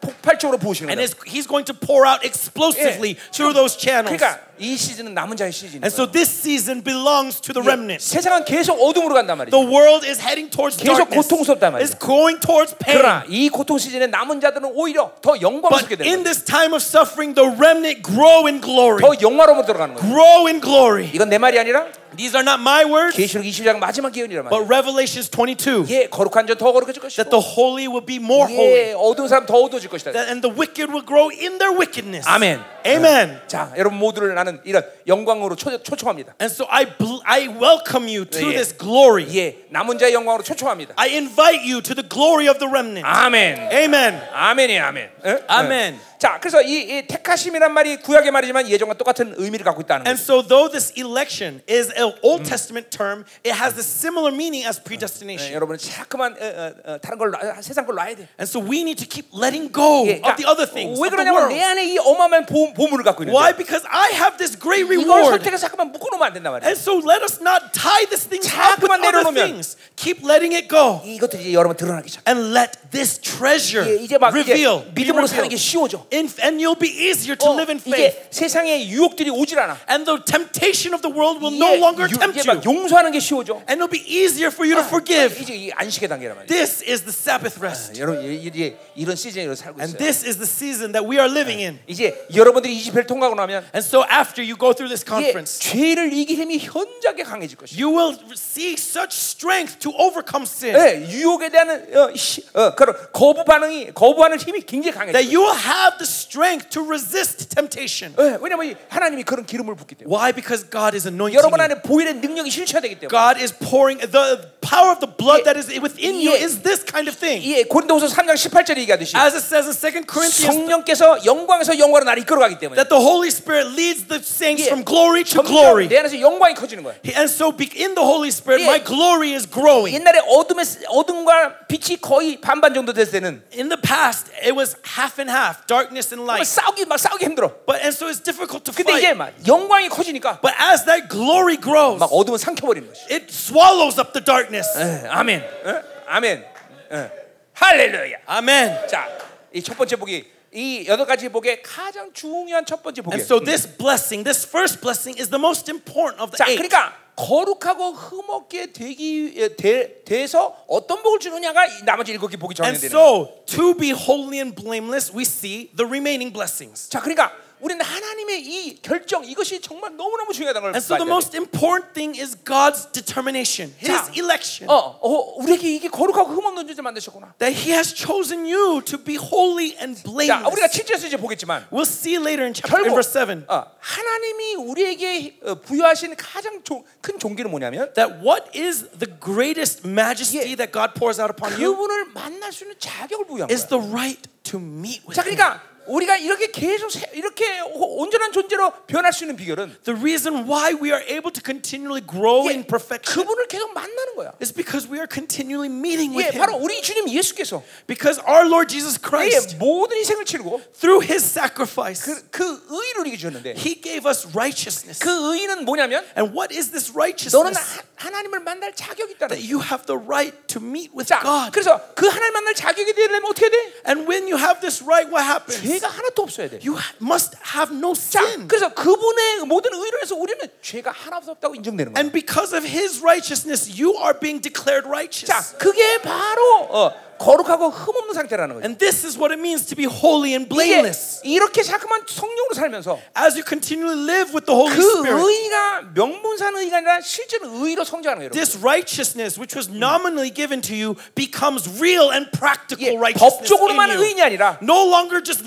폭발적으로 부으시는 거예요. And his, He's going to pour out explosively through those channels. 그러니까 이 시즌은 남은 자의 시즌인 And so, 거예요. this season belongs to the 예, remnant. 세상은 계속 어둠으로 간단 말이죠. The world is heading towards 계속 darkness. 고통스럽단 말이야. It's going towards 예, pain. 그러나 이 고통 시즌에 남은 자들은 오히려 더 But 영광스럽게 되는 in 거예요. this time of suffering, the remnant grow in glory. 더 영화로움으로 들어가는 거예요. Grow in glory. 이건 내 말이 아니라 These are not my words, 계시록 20장 마지막 예언이란 말이에요. but Revelations 22. 예, 거룩한 자 더 거룩해질 것이고 That the holy will be more 예, holy, 어두운 사람 더 어두워질 것이다. that, and the wicked will grow in their wickedness. 아멘. Amen. 자, 여러분 모두를 나는 이런 영광으로 초, 초청합니다. And so I, bl- I welcome you to Yeah. this glory. 예, 남은 자의 영광으로 초청합니다. I invite you to the glory of the remnant. 아멘. Amen. 아멘이 아멘. 예? 아멘. 예. 자, 그래서 이, 이 택하심이란 말이 구약의 말이지만 예전과 똑같은 의미를 갖고 있다는 And 거죠. so, though this election is an Old Testament term, it has a similar meaning as predestination. 예, 여러분 자꾸만 어, 어, 어, 다른 걸 놔- 세상 걸 놔야 돼. And so we need to keep letting go 예, of the other things. 왜 of the 그러냐면 world. 내 안에 이 어마어마한 보, 보물을 갖고 있는데 Why? Because I have this great 이걸 reward. 선택해서 자꾸만 묶어놓으면 안 된단 말이에요. And so let us not tie this thing up with 자꾸만 other 내려놓으면. things. Keep letting it go. 이것들이 이제 여러분 드러나기 시작. And let this treasure 예, 이제 막 이제 reveal. be 믿음으로 사는 게 revealed. 쉬워져. In, and you'll be easier to 어, live in faith. 이제 세상의 유혹들이 오질 않아. And the temptation of the world will no 이게 longer 유- tempt 이게 막 you. 용서하는 게 쉬워져. And it'll be easier for Ah, you to forgive. 이제 이 안식의 단계란 말이야. This is the Sabbath rest. 네, 여러분 이- 이제 이런 시즌으로 살고 And 있어요. this is the season that we are living Ah. in. 이제 여러분들이 20회를 통과하고 나면 And so after you go through this 이게 conference, 죄를 이길 힘이 현저하게 강해질 것이야. You will see such strength to overcome sin 예, 유혹에 대한 어, 시- 어, 그런 거부 반응이 거부하는 힘이 굉장히 강해. that you will have the strength to resist temptation. 예, 왜냐면 이 하나님이 그런 기름을 붓기 때문에. Why? Because God is anointing 여러분 you. 안에 보일의 능력이 실체화되기 때문에. God is pouring the power of the blood Yeah. that is within you Yeah. is this kind of thing. 예, 고린도후서 3장 18절에 얘기하듯이 As it says in 2 Corinthians 성령께서 영광에서 영광으로 나를 이끌어가기 때문에 that the Holy Spirit leads the saints Yeah. from glory to 점점 glory. 내 안에서 영광이 커지는 거야. And so be- in the Holy Spirit Yeah. my glory is growing. 옛날에 어둠의 어둠과 빛이 거의 반반 정도 됐을 때는 In the past it was half and half, darkness and 막 light. 싸우기 막 싸우기 힘들어. But and so it's difficult to 근데 이제 fight. 막 영광이 커지니까 But as that glory grows, 막 어둠은 삼켜버리는 거지. it swallows up the darkness. 예, 아멘. 예? 아멘. 예. 할렐루야. Amen. 자, 이 첫 번째 복이 이 여덟 가지 복의 가장 중요한 첫 번째 And 복이에요. so this blessing, this first blessing, is the most important of the 자, eight. 그러니까 거룩하고 흠없게 되기 예, 되, 돼서 어떤 복을 주느냐가 이 나머지 일곱 개 복이 And 정해되는 거예요. so to be holy and blameless, we see the remaining blessings. 자, 그러니까 우리는 하나님의 이 결정 이것이 정말 너무너무 중요하다는 걸 And so 봐야 the 돼. most important thing is God's determination, His 자, election, 어, 어, 우리에게 이게 거룩하고 흠없는 존재 만드셨구나. that He has chosen you to be holy and 자, 우리가 blameless. 7절에서 이제 보겠지만 We'll see later in chapter in 결국 verse seven 어, 하나님이 우리에게 어, 부여하신 가장 조, 큰 종기는 뭐냐면 that what is the greatest majesty Yeah. that God pours out upon you 그분을 만날 수 있는 자격을 부여한 거야. is the right to meet with 자, Him. 그러니까 우리가 이렇게 계속 세- 이렇게 오- 온전한 존재로 변할 수 있는 비결은 The reason why we are able to continually grow 이게 in perfection 그분을 계속 만나는 거야. is because we are continually 예, meeting with Him. 바로 우리 주님 예수께서 Because our Lord Jesus 우리의 Christ, 모든 희생을 치르고 through his sacrifice, 그, 그 의를 우리에게 주셨는데 he gave us righteousness. 그 의는 뭐냐면 And what is this 너는 righteousness? 하, 하나님을 만날 자격이 있다는 that 거예요. you have the right to meet with 자, God. 그래서 그 하나님 만날 자격이 되려면 어떻게 돼? And when you have this right, what happens? 죄가 하나도 없어야 돼. You ha- must have no 자, sin. 그래서 그분의 모든 의로에서 우리는 죄가 하나도 없다고 인정되는 거예요. And because of his righteousness, you are being declared righteous. 자, 그게 바로 어, 거룩하고 흠없는 상태라는 거예요. And this is what it means to be holy 이게 and blameless. 이렇게 자꾸만 성령으로 살면서 As you continually live with the Holy 그 Spirit, 의가 명분산 의가 아니라 실제로 의로 성장하는 거예요. 여러분. this righteousness, which was nominally given to you, becomes real and practical 이게 예, righteousness. 법적으로만 In 의인이 you. 아니라 No longer just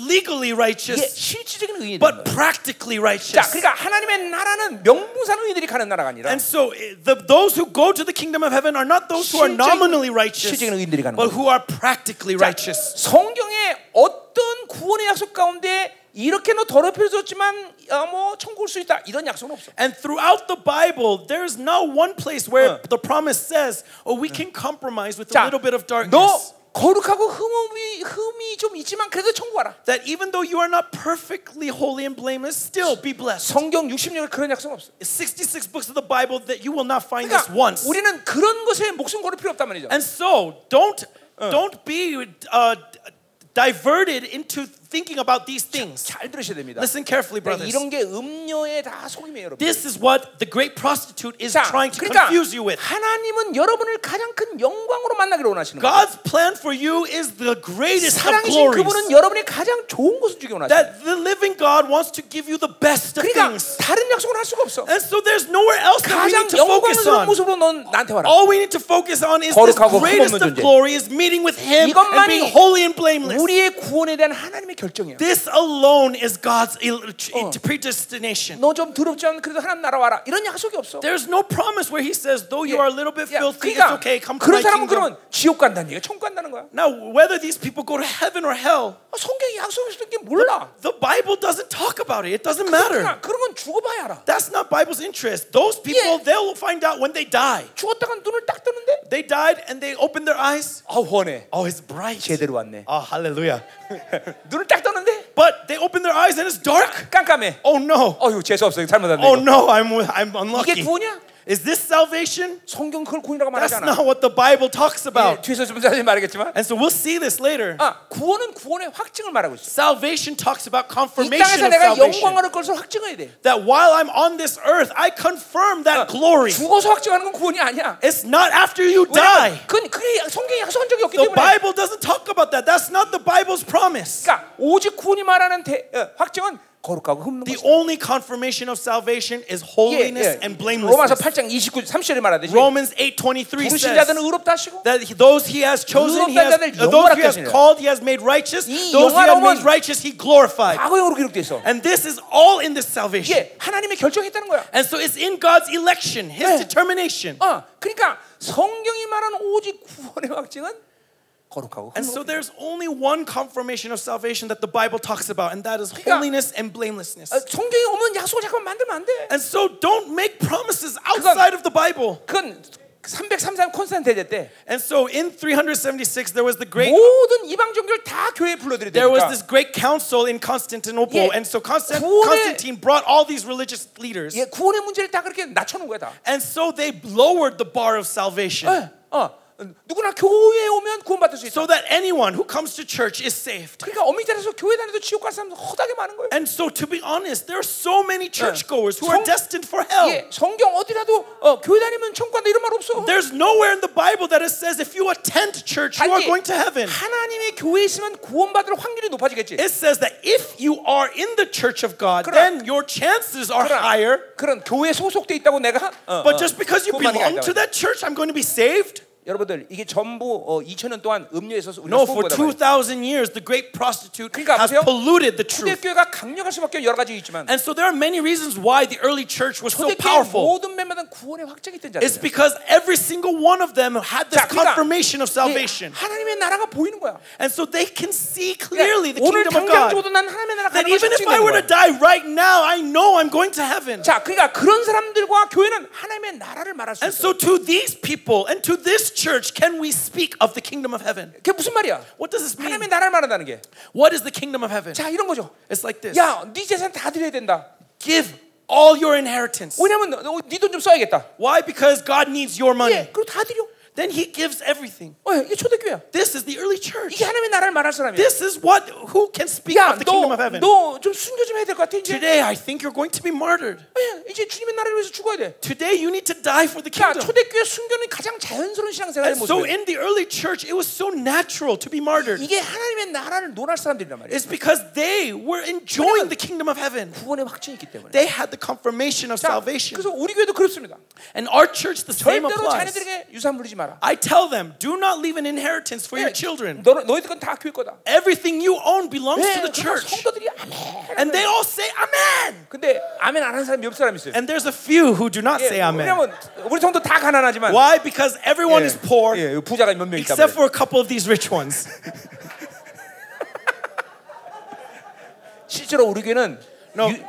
이게 legally righteous, 실질적인 의인이 되는 but 거예요. practically 자, righteous. 그러니까 하나님의 나라는 명분산 의인들이 가는 나라가 아니라 And so eh, the, those who go to the kingdom of heaven are not those who are 실제적인- nominally righteous, 실제적인 의인들이 가는 but 거예요. who are practically righteous. 성경의 어떤 구원의 약속 가운데 이렇게 너 더럽혀졌지만 어, 뭐 천국 올 수 있다 이런 약속은 없어. And throughout the Bible, there is not one place where Uh. the promise says, "Oh, we can compromise with a 자, little bit 너 of darkness." 거룩하고 흠이 흠이 좀 있지만 그래도 천국 와라. That even though you are not perfectly holy and blameless, still be blessed. 성경 60년에 그런 약속 은 없어. 66 books of the Bible that you will not find this 그러니까 once. 우리는 그런 것에 목숨 걸을 필요 없단 말이죠. And so, don't don't be uh, diverted into thinking about these things. 잘 들으셔야 됩니다. Listen carefully, 그러니까 brothers. 이런 게 음녀의 다 속임이에요, 여러분. This is what the great prostitute is 자, trying to 그러니까 confuse you with. 하나님은 여러분을 가장 큰 영광으로 만나기를 원하시는 거예요. God's plan for you is the greatest of 사랑이신 glories. 그분은 여러분이 가장 좋은 것을 주기 원하시는 거예요. That the living God wants to give you the best of 그러니까 things. 다른 약속을 할 수가 없어. And so there's nowhere else that we 가장 need to focus 영광스러운 on. 모습으로 넌 나한테 와라. All we need to focus on is this 거룩하고 greatest 흠없는 of 존재. glory is meeting with Him and 이것만이 being holy and blameless. 우리의 구원에 대한 하나님의 결정이야. This alone is God's il- 어. predestination. 너 좀 더럽지만 그래도 하나님 나라 와라. 이런 약속이 없어. There's no promise where He says, though you are a little bit 야, filthy, it's 그러니까 okay, come to my 그런 사람은 kingdom. 그러면 지옥 간다는 얘기야. 천국 간다는 거야. Now, whether these people go to heaven or hell, 아, 성경이 약속을 쓰는 게 몰라. the Bible doesn't talk about it. It doesn't matter. 그러니까 그런 건 죽어봐야 알아. That's not Bible's interest. Those people, Yeah. they'll find out when they die. 죽었다가 눈을 딱 뜨는데 They died and they opened their eyes. 아 원해. Oh, it's bright. 제대로 왔네. Oh, hallelujah. 눈을 딱 뜨는데 But they open their eyes and it's dark. 깜깜해. Oh no. 어휴 재수 없어. 이거 잘못한 Oh 거. no, I'm I'm 이게 unlucky. 구원이야? Is this salvation? 성경 그걸 구원이라고 말하지 That's 않아. not what the Bible 예, talks about. 뒤에서 좀 자세히 말하겠지만 And so we'll see this later. 아 구원은 구원의 확증을 말하고 있어. Salvation talks about 이 confirmation 땅에서 of 내가 salvation. 영광을 것을 확증해야 돼. That while I'm on this earth, I Uh, confirm that glory. 죽어서 확증하는 건 구원이 아니야. It's not after you die. 왜냐면 그건 그게 성경이 약속한 적이 없기 때문에. The Bible doesn't talk about that. That's not the Bible's promise. 그러니까 오직 구원이 말하는 대, 어, 확증은 거룩하고 흠없는 The 것. only confirmation of salvation is holiness 예. and 로마서 blamelessness. 8장 29, 30절에 말하듯이 Romans 8:23 부르신 자들은 says 의롭다 하시고 that he- those he has chosen, he 의롭다 has, 자들 uh, those he has 영화롭게 하시니라. called, he has made righteous, 이 those he has 영화로움은 made righteous, he glorified. 과거형으로 기록돼 있어. And this is all in this salvation. 이게 하나님의 결정했다는 거야. And so it's in God's election, 네. his determination. 어, 그러니까 성경이 말하는 오직 구원의 확증은 거룩하고 And so 흠없는 것. there's only one confirmation of salvation that the Bible talks about, and that is 그러니까- holiness and blamelessness. 어, 성경이 오면 약속을 잠깐 만들면 안 돼. And so don't make promises outside of the Bible. 그건 333 콘스탄트 대제 때 And so in 376 there was the great 모든 이방 종교를 다 교회에 네. there was 불러들이니까 this great council in Constantinople, Yeah. and so Constant- 구원의- Constantine brought all these religious leaders, 예, 구원의 문제를 다 그렇게 낮춰놓은 거야 다. and so they lowered the bar of salvation 어, 어, 누구나 교회에 오면 구원받을 수 있어. so that anyone who comes to church is saved. 그러니까 엄밀히 따라서 교회 다녀도 지옥 갈 사람 허다하게 많은 거예요. And so, to be honest, there are so many churchgoers who 성- are destined for hell. 예, 성경 어디라도 어, 교회 다니면 천국 간다 이런 말 없어. There's nowhere in the Bible that it says if you attend church, you are 단지 going to heaven. 하나님의 교회에 있으면 구원받을 확률이 높아지겠지. It says that if you are in the church of God, 그러나- then your chances are 그러나 higher. 그런 교회에 소속돼 있다고 내가 어, But just because you 그것만이 아니다. belong to that church, I'm going to be saved. 여러분들 이게 전부 어, 2000년 동안 음료에 있어서 우리가 No, for 소문보다 많이 2,000 years, the great prostitute 그러니까 has 보세요. polluted the truth. 초대교회가 강력할 수밖에 여러 가지 있지만 And so there are many reasons why the early church was so 초대교회 powerful. 모든 멤버는 구원의 확증이 있던 It's 자들 because every single one of them had this 자, 그러니까 confirmation of salvation. 하나님의 나라가 보이는 거야 And so they can see clearly 그러니까 the 오늘 kingdom of 당장 God. 죽어도 난 하나님의 나라 가는 That 걸 even if I 확증되는 were 거야 to die right now, I know I'm going to heaven. 자 그러니까 그런 사람들과 교회는 하나님의 나라를 말할 수 And 있어 so to these people and to this church, can we speak of the kingdom of heaven? 그게 무슨 말이야 What does this 하나님의 mean? 나라를 말한다는 게 자 What is the kingdom of heaven? 이런 거죠 네 It's like this. 야네 재산 다 드려야 된다 Give all your inheritance. 왜냐면 네돈 좀 써야겠다. Why? Because God needs your money. 예, 그리고 다 드려. Then He gives everything. 어, 이게 초대교회야. This is the early church. 이게 하나님의 나라를 말할 사람이야. This is what who can speak 야, of the kingdom of heaven. 너너 좀 순교 좀 해야 될 것 같아 이제. Today, I think you're going to be martyred. 예, 이제 주님의 나라를 위해서 죽어야 돼. Today, you need to die for 야, the kingdom. 초대교회 순교는 가장 자연스러운 신앙생활의 And 모습. so, in the early church, it was so natural to be martyred. 이게 하나님의 나라를 논할 사람들이란 말이야. It's because they were enjoying the kingdom of heaven. 구원의 확증이 있기 때문에. They had the confirmation of 자, salvation. 그래서 우리 교회도 그렇습니다. And our church, the same 절대로 applies. 자녀들에게 유산 물리지 마라. I tell them, do not leave an inheritance for your children. 너, 너희들 건다 교회 거다. Everything you own belongs to the 그러니까 church. 성도들이 아멘. And they all say, Amen. 근데 아멘 안 하는 사람이 없 사람 있어요. And there's a few who do not 예, say Amen. 왜냐면 우리 성도 다 가난하지만 Why? Because everyone is poor, 예, 예, 부자가 몇 명 있다. except for a couple of these rich ones. 실제로 우리 교회는 No. 유,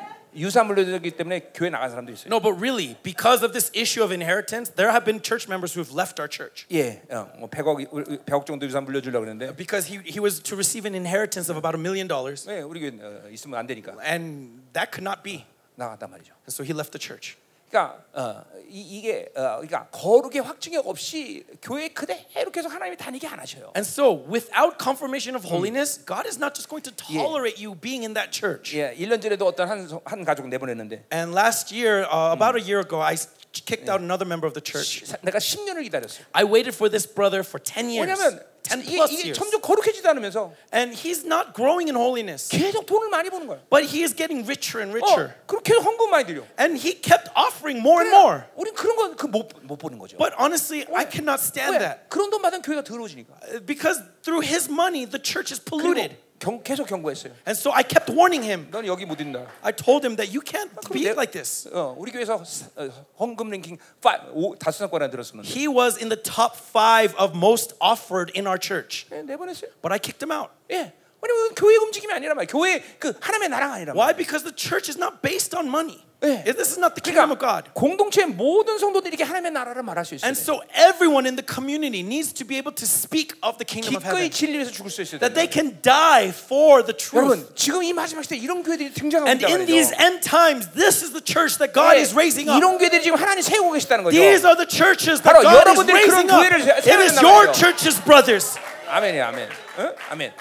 유산 물려주기 때문에 교회 나간 사람도 있어요. No, but really, because of this issue of inheritance, there have been church members who have left our church. 예, 어, 뭐 100억 100억 정도 유산 물려주려고 그랬는데 Because he, he was to receive an inheritance of about a million dollars, 예, 우리 교회 어, 있으면 안 되니까 and that could not be. 나갔단 말이죠. And so he left the church. 그러니까 어, 이, 이게 어, 그러니까 거룩의 확증이 없이 교회 그대로 계속 하나님이 다니게 안 하셔요. And so, without confirmation of holiness, God is not just going to tolerate you being in that church. 예, 1년 전에도 어떤 한, 성- 한 가족 내보냈는데 And last year, uh, about a year ago, I s- kicked out another member of the church. 사- 내가 10년을 기다렸어요. I waited for this brother for 10 years, 왜냐면 10 이게, plus 이게 years. 점점 거룩해지지 않으면서 And he's not growing in holiness, 계속 돈을 많이 버는 거예요. but he is getting richer and 어, richer. 그리고 계속 헌금 많이 드려. And he kept offering more and more. 우린 그런 건그못못 보는 거죠. But honestly, I cannot 왜? stand that. 그런 돈 받은 교회가 더러워지니까. Uh, Because through his money, the church is polluted. 그리고 경, 계속 경고했어요. And so I kept warning him. 넌 여기 못 있나? I told him that you can't be 내- like this. 어, 우리 교회에서 스- 어, 헌금 랭킹 5, 다섯 상권 안에 들었었는데 He was in the top five of most offered in our church, 예, 내보냈어요. but I kicked him out. 예. 왜냐면 이건 교회 움직임이 아니라 말이야. 교회 그 하나님의 나라가 아니라 말이야. Why? Because the church is not based on money. Yeah. If This is not the kingdom of 그러니까 God. 공동체의 모든 성도들이 이렇게 하나님의 나라를 말할 수 있어요. And so everyone in the community needs to be able to speak of the kingdom of 기꺼이 heaven, 진리에서 죽을 수 있어야 that 돼. they can die for the truth. 여러분, 지금 이 마지막 시대 이런 교회들이 등장하고 And 있다 in these end times, this is the church that God is raising up. 이런 교회들이 지금 하나님 세우고 계시다는 거죠. These are the churches that 바로 God is 여러분들이 그런 raising up. 교회를 세- It 세워야 is 된단 your 말이에요. churches, brothers. 아멘이야, 아멘. 응? 아멘.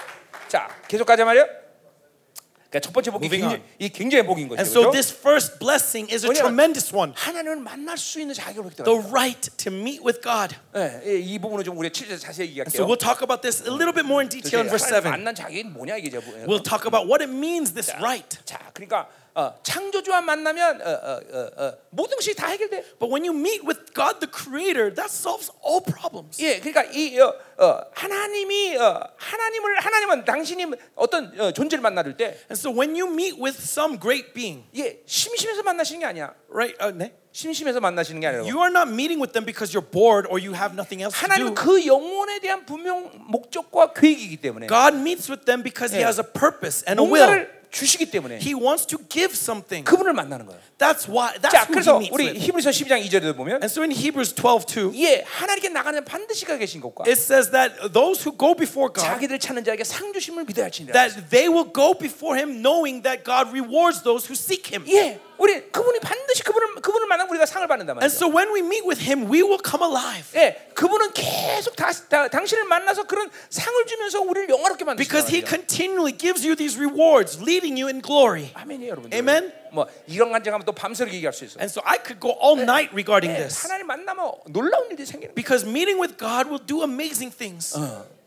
자, 계속 가자 말이요. 그러니까 첫 번째 복이 Moving 굉장히, 이 굉장히 복인 거죠. And so 그렇죠? this first blessing is a 왜냐면- tremendous one. 하나님을 만날 수 있는 자격을 얻기 The 때문에. right to meet with God. 예, 예, 이 부분은 좀 우리 7절 자세히 So 얘기할게요. 그렇죠? we'll talk about this a little bit more in detail in verse 하나님 7. 만난 자격이 뭐냐 이게 제 We'll talk about what it means, this right. 자, 그러니까 어, 창조주와 만나면 어, 어, 어, 어, 모든 것이 다 해결돼. But when you meet with God the Creator, that solves all problems. 예, 그러니까 이 어, 어, 하나님이 어, 하나님을 하나님은 당신이 어떤 어, 존재를 만나를 때, And so when you meet with some great being, 예, 심심해서 만나시는 게 아니야. right? uh, 네? 심심해서 만나시는 게 아니라. You are not meeting with them because you're bored or you have nothing else to 하나님은 do. 그 영혼에 대한 분명 목적과 계획이기 때문에 God meets with them because He Yeah. has a purpose and a will. 뭔가를 주시기 때문에 He wants to give something. 그분을 만나는 거예요. That's why. That's 자, who 그래서 he meets 우리 with. 히브리서 12장 2절에도 보면 And so in Hebrews 12, 2, 예, 하나님께 나가는 반드시 가 계신 것과 it says that those who go before God, 자기들 찾는 자에게 상 주심을 믿어야 지니라. that they will go before Him, knowing that God rewards those who seek Him. 예, 우리 그분이 반드시 그분을 그분을 만나 우리가 상을 받는단 And 말이에요. so when we meet with Him, we will come alive 예, 그분은 계속 다, 다- 당신을 만나서 그런 상을 주면서 우리를 영화롭게 만드시는 because He 거예요. continually gives you these rewards, leading you in glory. 아멘이에요, 여러분. Amen. 뭐 이런 간증하면 또 밤새도록 얘기할 수 있어. And so I could go all night regarding 예, this 하나님 만나면 놀라운 일이 생기는 거예요. because meeting with God will do amazing things.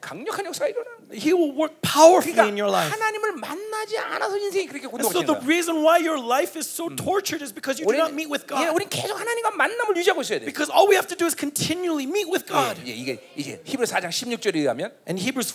강력한 역사가 일어나는 거예요. 어. He will work powerfully in your Uh. 그러니까 life. 하나님을 만나지 않아서 인생이 그렇게 And so 고통스럽다. the reason why your life is so tortured is because you Mm. do not meet with 예, God. 우린 계속 하나님과 만남을 유지하고 있어야 돼. Because all we have to do is continually meet with God. 예, 이게 이제 히브리 4장 16절에 의하면 And Hebrews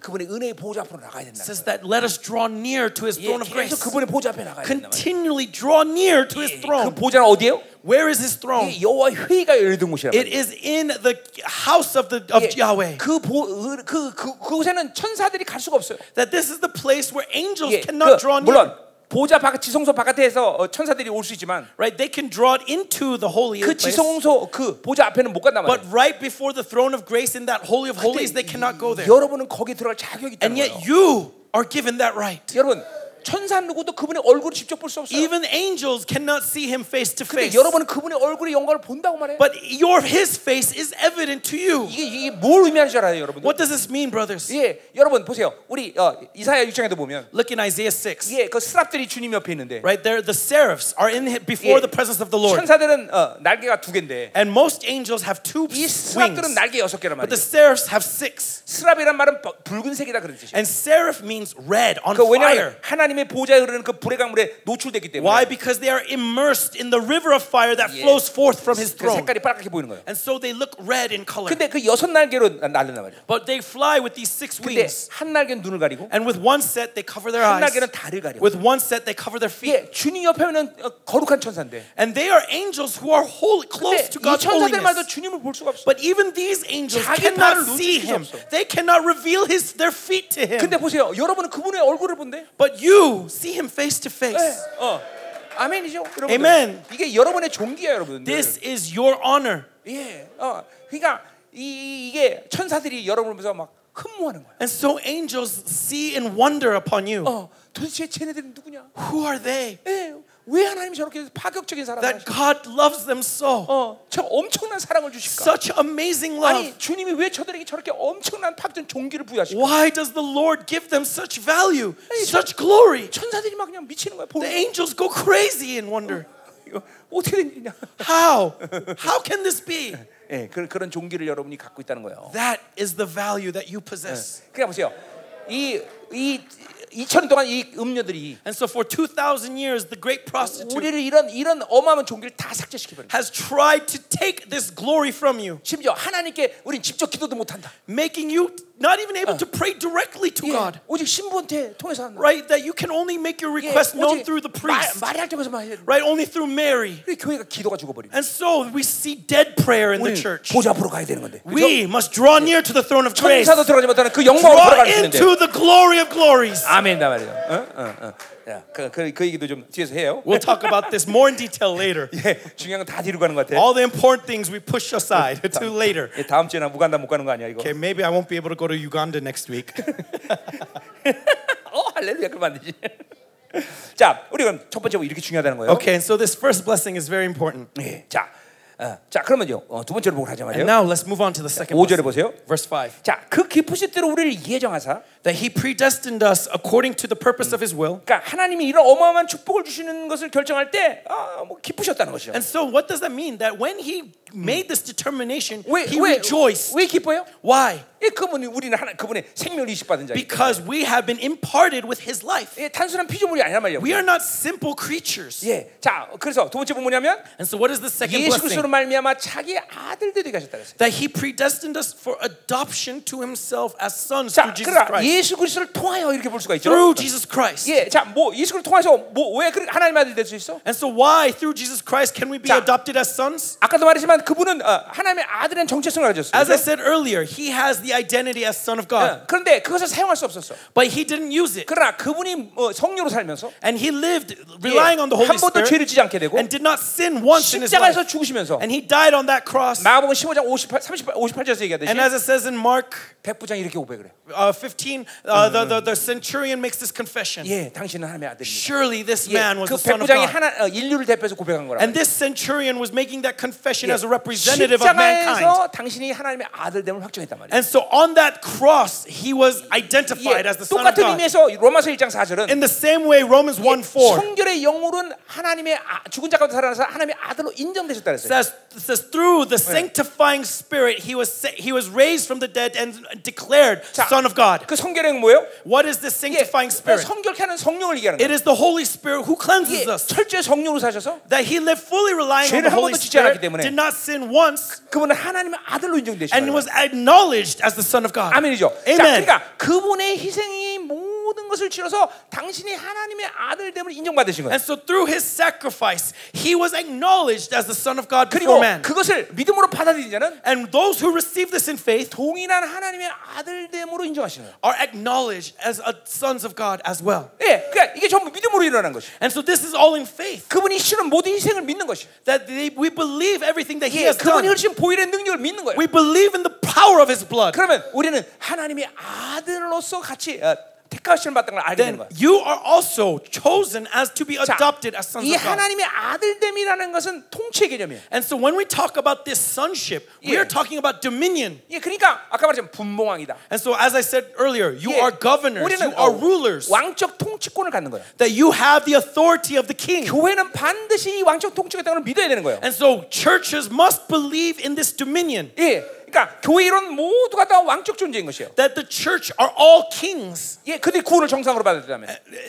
어, 그분의 은혜의 보좌 앞으로 나가야 된다. says that let us draw near to his 예, throne of grace. 계속 그분의 보좌 앞에 나가야 된다. Continually draw near to 예, his 그 throne. 보좌는 어디예요? Where is his throne? 이 여호와 회의가 열리던 곳이라고. It is in the house of the of Yahweh. 그보그그 그, 그, 그곳에는 천사들이 갈 수가 없어요. That this is the place where angels 예, cannot 그, draw near. 물론 보좌 바깥 지성소 바깥에서 어, 천사들이 올 수 있지만 Right? They can draw it into the holy 그 place. 지성소 그 보좌 앞에는 못 간단 말이에요. But right before the throne of grace in that holy of holies they cannot go there. 여러분은 거기 들어갈 자격이 있다는 And 거예요. yet you are given that right. 여러분 천사 누구도 그분의 얼굴을 직접 볼 수 없어요. Even angels cannot see him face to 근데 face. 여러분은 그분의 얼굴의 영광을 본다고 말해요. But your his face is evident to you. 이게 이게 뭘 의미하는지 알아요, 여러분들? What does this mean, brothers? 예, 여러분 보세요. 우리 어, 이사야 6장에도 보면 Look in Isaiah 6. 예, 그 스랍들이 주님 옆에 있는데 Right there, the seraphs are in hi- before Yeah. the presence of the Lord. 천사들은 어, 날개가 두 개인데 And most angels have two 이 wings. 스랍들은 날개 여섯 개란 But 말이에요. the seraphs have six. 스랍이란 말은 버- 붉은색이다 그런 뜻이에요. And seraph means red on 그 왜냐하면 fire. 하나님의 보좌에 흐르는 그 불의 강물에 노출되기 Why? 때문에 Because they are immersed in the river of fire that Yeah. flows forth from his 그 throne. 색깔이 빨갛게 보이는 거예요. And so they look red in color. 근데 그 여섯 날개로 날른단 말이에요. But they fly with these six 근데 wings. 한 날개는 눈을 가리고 And with one set, they cover their 한 eyes. 날개는 달을 가리고 With one set, they cover their 예, feet. 주님 옆에는 어, 거룩한 천사인데 And they are angels who are holy, 근데 close to 이 God's 천사들만도 holiness. 주님을 볼 수가 없어. But even these angels 자기 cannot 발을 see 놓칠 him. 수 없어. They cannot reveal his their feet to him. 근데 보세요. 여러분은 그분의 얼굴을 본데 But you see him face to 네. face. 어. 아멘이죠. 여러분. Amen. 이게 여러분의 종기예요, 여러분. This is your honor. 예. 어. 그러니까 이, 게 천사들이 여러분을 보면서 막 흠모하는 거야. And so angels see and wonder upon you. 어. 도대체 쟤네들은 누구냐? Who are they? 예. 왜 하나님이 저렇게 파격적인 사람을 That 하시? God loves them so. 어. 저 엄청난 사랑을 주실까? Such amazing love. 아니, 주님이 왜 저들에게 저렇게 엄청난 파격적인 종기를 부여하실까? Why does the Lord give them such value, 아니, such glory? 천사들이 막 그냥 미치는 거야. The 보는 angels go crazy and wonder, 이거 어떻게 된 일이냐? how? How can this be? 예. 그런 그런 종기를 여러분이 갖고 있다는 거예요. That is the value that you possess. 그냥 그러니까 보세요. 이이 2천 동안 이 음녀들이 And so for 2,000 years, the great prostitute 우리를 이런 이런 어마어마한 종기를 다 삭제시켜 버려. has tried to take this glory from you, 심지어 하나님께 우린 직접 기도도 못 한다. making you not even able to pray directly to God. 예, 오직 신부한테 통해서 한다. Right? That you can only make your request known through the priest. 말이 할 적에서만 해야 돼. Right? Only through Mary. 그래 교회가 기도가 죽어버리고 And so we see dead prayer in the church. 보좌 앞으로 가야 되는 건데. 그죠? We must draw near to the throne of grace. 천사도 들어가지 못하는 그 영광으로 Draw 들어갈 수 있는데. into the glory of glories. 아멘다 말이죠. 어? 어, 어. 야, 그, 그, 그 얘기도 좀 뒤에서 해요. We'll talk about this more in detail later. 예, 중요한 건 다 뒤로 가는 것 같아. All the important things we push aside to later. 예, 다음 주에나 무간다 못 가는 거 아니야 이거? Okay, maybe I won't be able to go to Uganda next week. 어 할렐루야 그럼 안 되지. 자, 우리 그럼 첫 번째 뭐 이렇게 중요하다는 거예요. Okay, and so this first blessing is very important. 예, 자, 어, 자 그러면요 어, 두 번째로 보고 하자 And 말이에요. now let's move on to the second 5절에 blessing. 보세요. Verse 5. 자, 그 깊으신 대로 우리를 예정하사. That he predestined us according to the purpose of his will. 그러니까 하나님이 이런 어마어마한 축복을 주시는 것을 결정할 때, 아, 뭐 기쁘셨다는 것이죠. And so what does that mean? That when he made this determination, 왜, he 왜, rejoiced. 왜 기뻐요? Why? 예, 그분이 우리는 하나, 그분의 생명을 이식받은 자이기 때문에. Because we have been imparted with his life. 예, 단순한 피조물이 아니란 말이에요. We are not simple creatures. 예, 자, 그래서 두 번째 뭐냐면 And so what is the second 예수 그리스도로 blessing? 말미암아 자기 아들 되게 하셨다 그랬어요. That he predestined us for adoption to himself as sons 자, through Jesus 그러나 Christ. 예수 그리스도를 통하여 이렇게 볼 수가 있죠. Through Jesus Christ. 예, 자, 뭐 예수를 통해서 뭐왜 하나님 아들 될 수 있어? And so why through Jesus Christ can we be 자. adopted as sons? 아까도 말했지만 그분은 어, 하나님의 아들의 정체성을 가졌어요. As I said earlier, he has the identity as son of God, 어, 그런데 그것을 사용할 수 없었어. but he didn't use it. 그러나 그분이 어, 성료로 살면서 And he lived 예, relying on the Holy 한 번도 죄를 Spirit 지지 않게 되고 and did not sin once in his 십자가에서 life. 죽으시면서 And he died on that cross. 마가복음 15장 58, 38, 58절에서 얘기하듯이 And as it says in Mark 백부장 이렇게 고백을 해. uh, 15, uh, the, the, the centurion makes this confession. 예, 당신은 하나님의 아들입니다. Surely this 예, man was 그 the son of 백부장이 God. 하나 어, 인류를 대표해서 고백한 거라. And this centurion was making that confession 예, as a representative of mankind. 십자가에서 당신이 하나님의 아들됨을 확정했단 말이에요. And so on that cross, he was identified as 예, the son of 똑같은 God. 의미에서 로마서 1장 4절은 예, In the same way, Romans 1 4 성결의 영혼은 하나님의 아, 죽은 자 가운데 살아나서 하나님의 아들로 인정되셨다 그랬어요. says, says through the sanctifying spirit he was sa- he was raised from the dead and declared 자, son of god 그 성결은 뭐예요? what is this 예, sanctifying spirit 성결케 하는 성령을 얘기하는 it 거예요. is the holy spirit who cleanses 예, us 철저히 성령으로 사셔서 that he lived fully relying on 죄를 한 the holy 번도 짓지 않았기 spirit 때문에. did not sin once 그분은 하나님의 아들로 인정되신 and 거예요. was acknowledged as the son of god 아멘이죠. 자, amen 그러니까 그분의 희생이 모든 것을 치러서 당신이 하나님의 아들됨을 인정받으신 거예요. and so through his sacrifice he was acknowledged as the son of god 그리고 before man 그것을 믿음으로 받아들인 자는 and those who receive this in faith 동일한 하나님의 아들됨으로 인정하시는 거예요. are acknowledged as uh, sons of god as well 예, 그러니까 이게 전부 믿음으로 일어난 것이. and so this is all in faith 그분이 실은 모든 희생을 믿는 것이. that they, we believe everything that he 예, has 그분이 done. 흘리신 보일의 능력을 믿는 거예요. We believe in the power of his blood. 그러면 우리는 하나님의 아들로서 같이 어, 택하심을 받다는 걸 알게 되는 then 거야. you are also chosen as to be 자, adopted as sons 이 of God. 하나님의 아들됨이라는 것은 통치 의 개념이에요. And so when we talk about this sonship, we Yeah. are talking about dominion. 예, 그러니까 아까 말했지만 분봉왕이다. And so as I said earlier, you 예, are governors, 우리는 어, you are rulers, 왕적 통치권을 갖는 거야. that you have the authority of the king. 교회는 반드시 이 왕적 통치가 있다는 걸 믿어야 되는 거예요. And so churches must believe in this dominion. 예, 그러니까 교회 이론 모두가 다 왕적 존재인 것이에요. that the church are all kings 예, 그들이 구원을 정상으로 받았다면.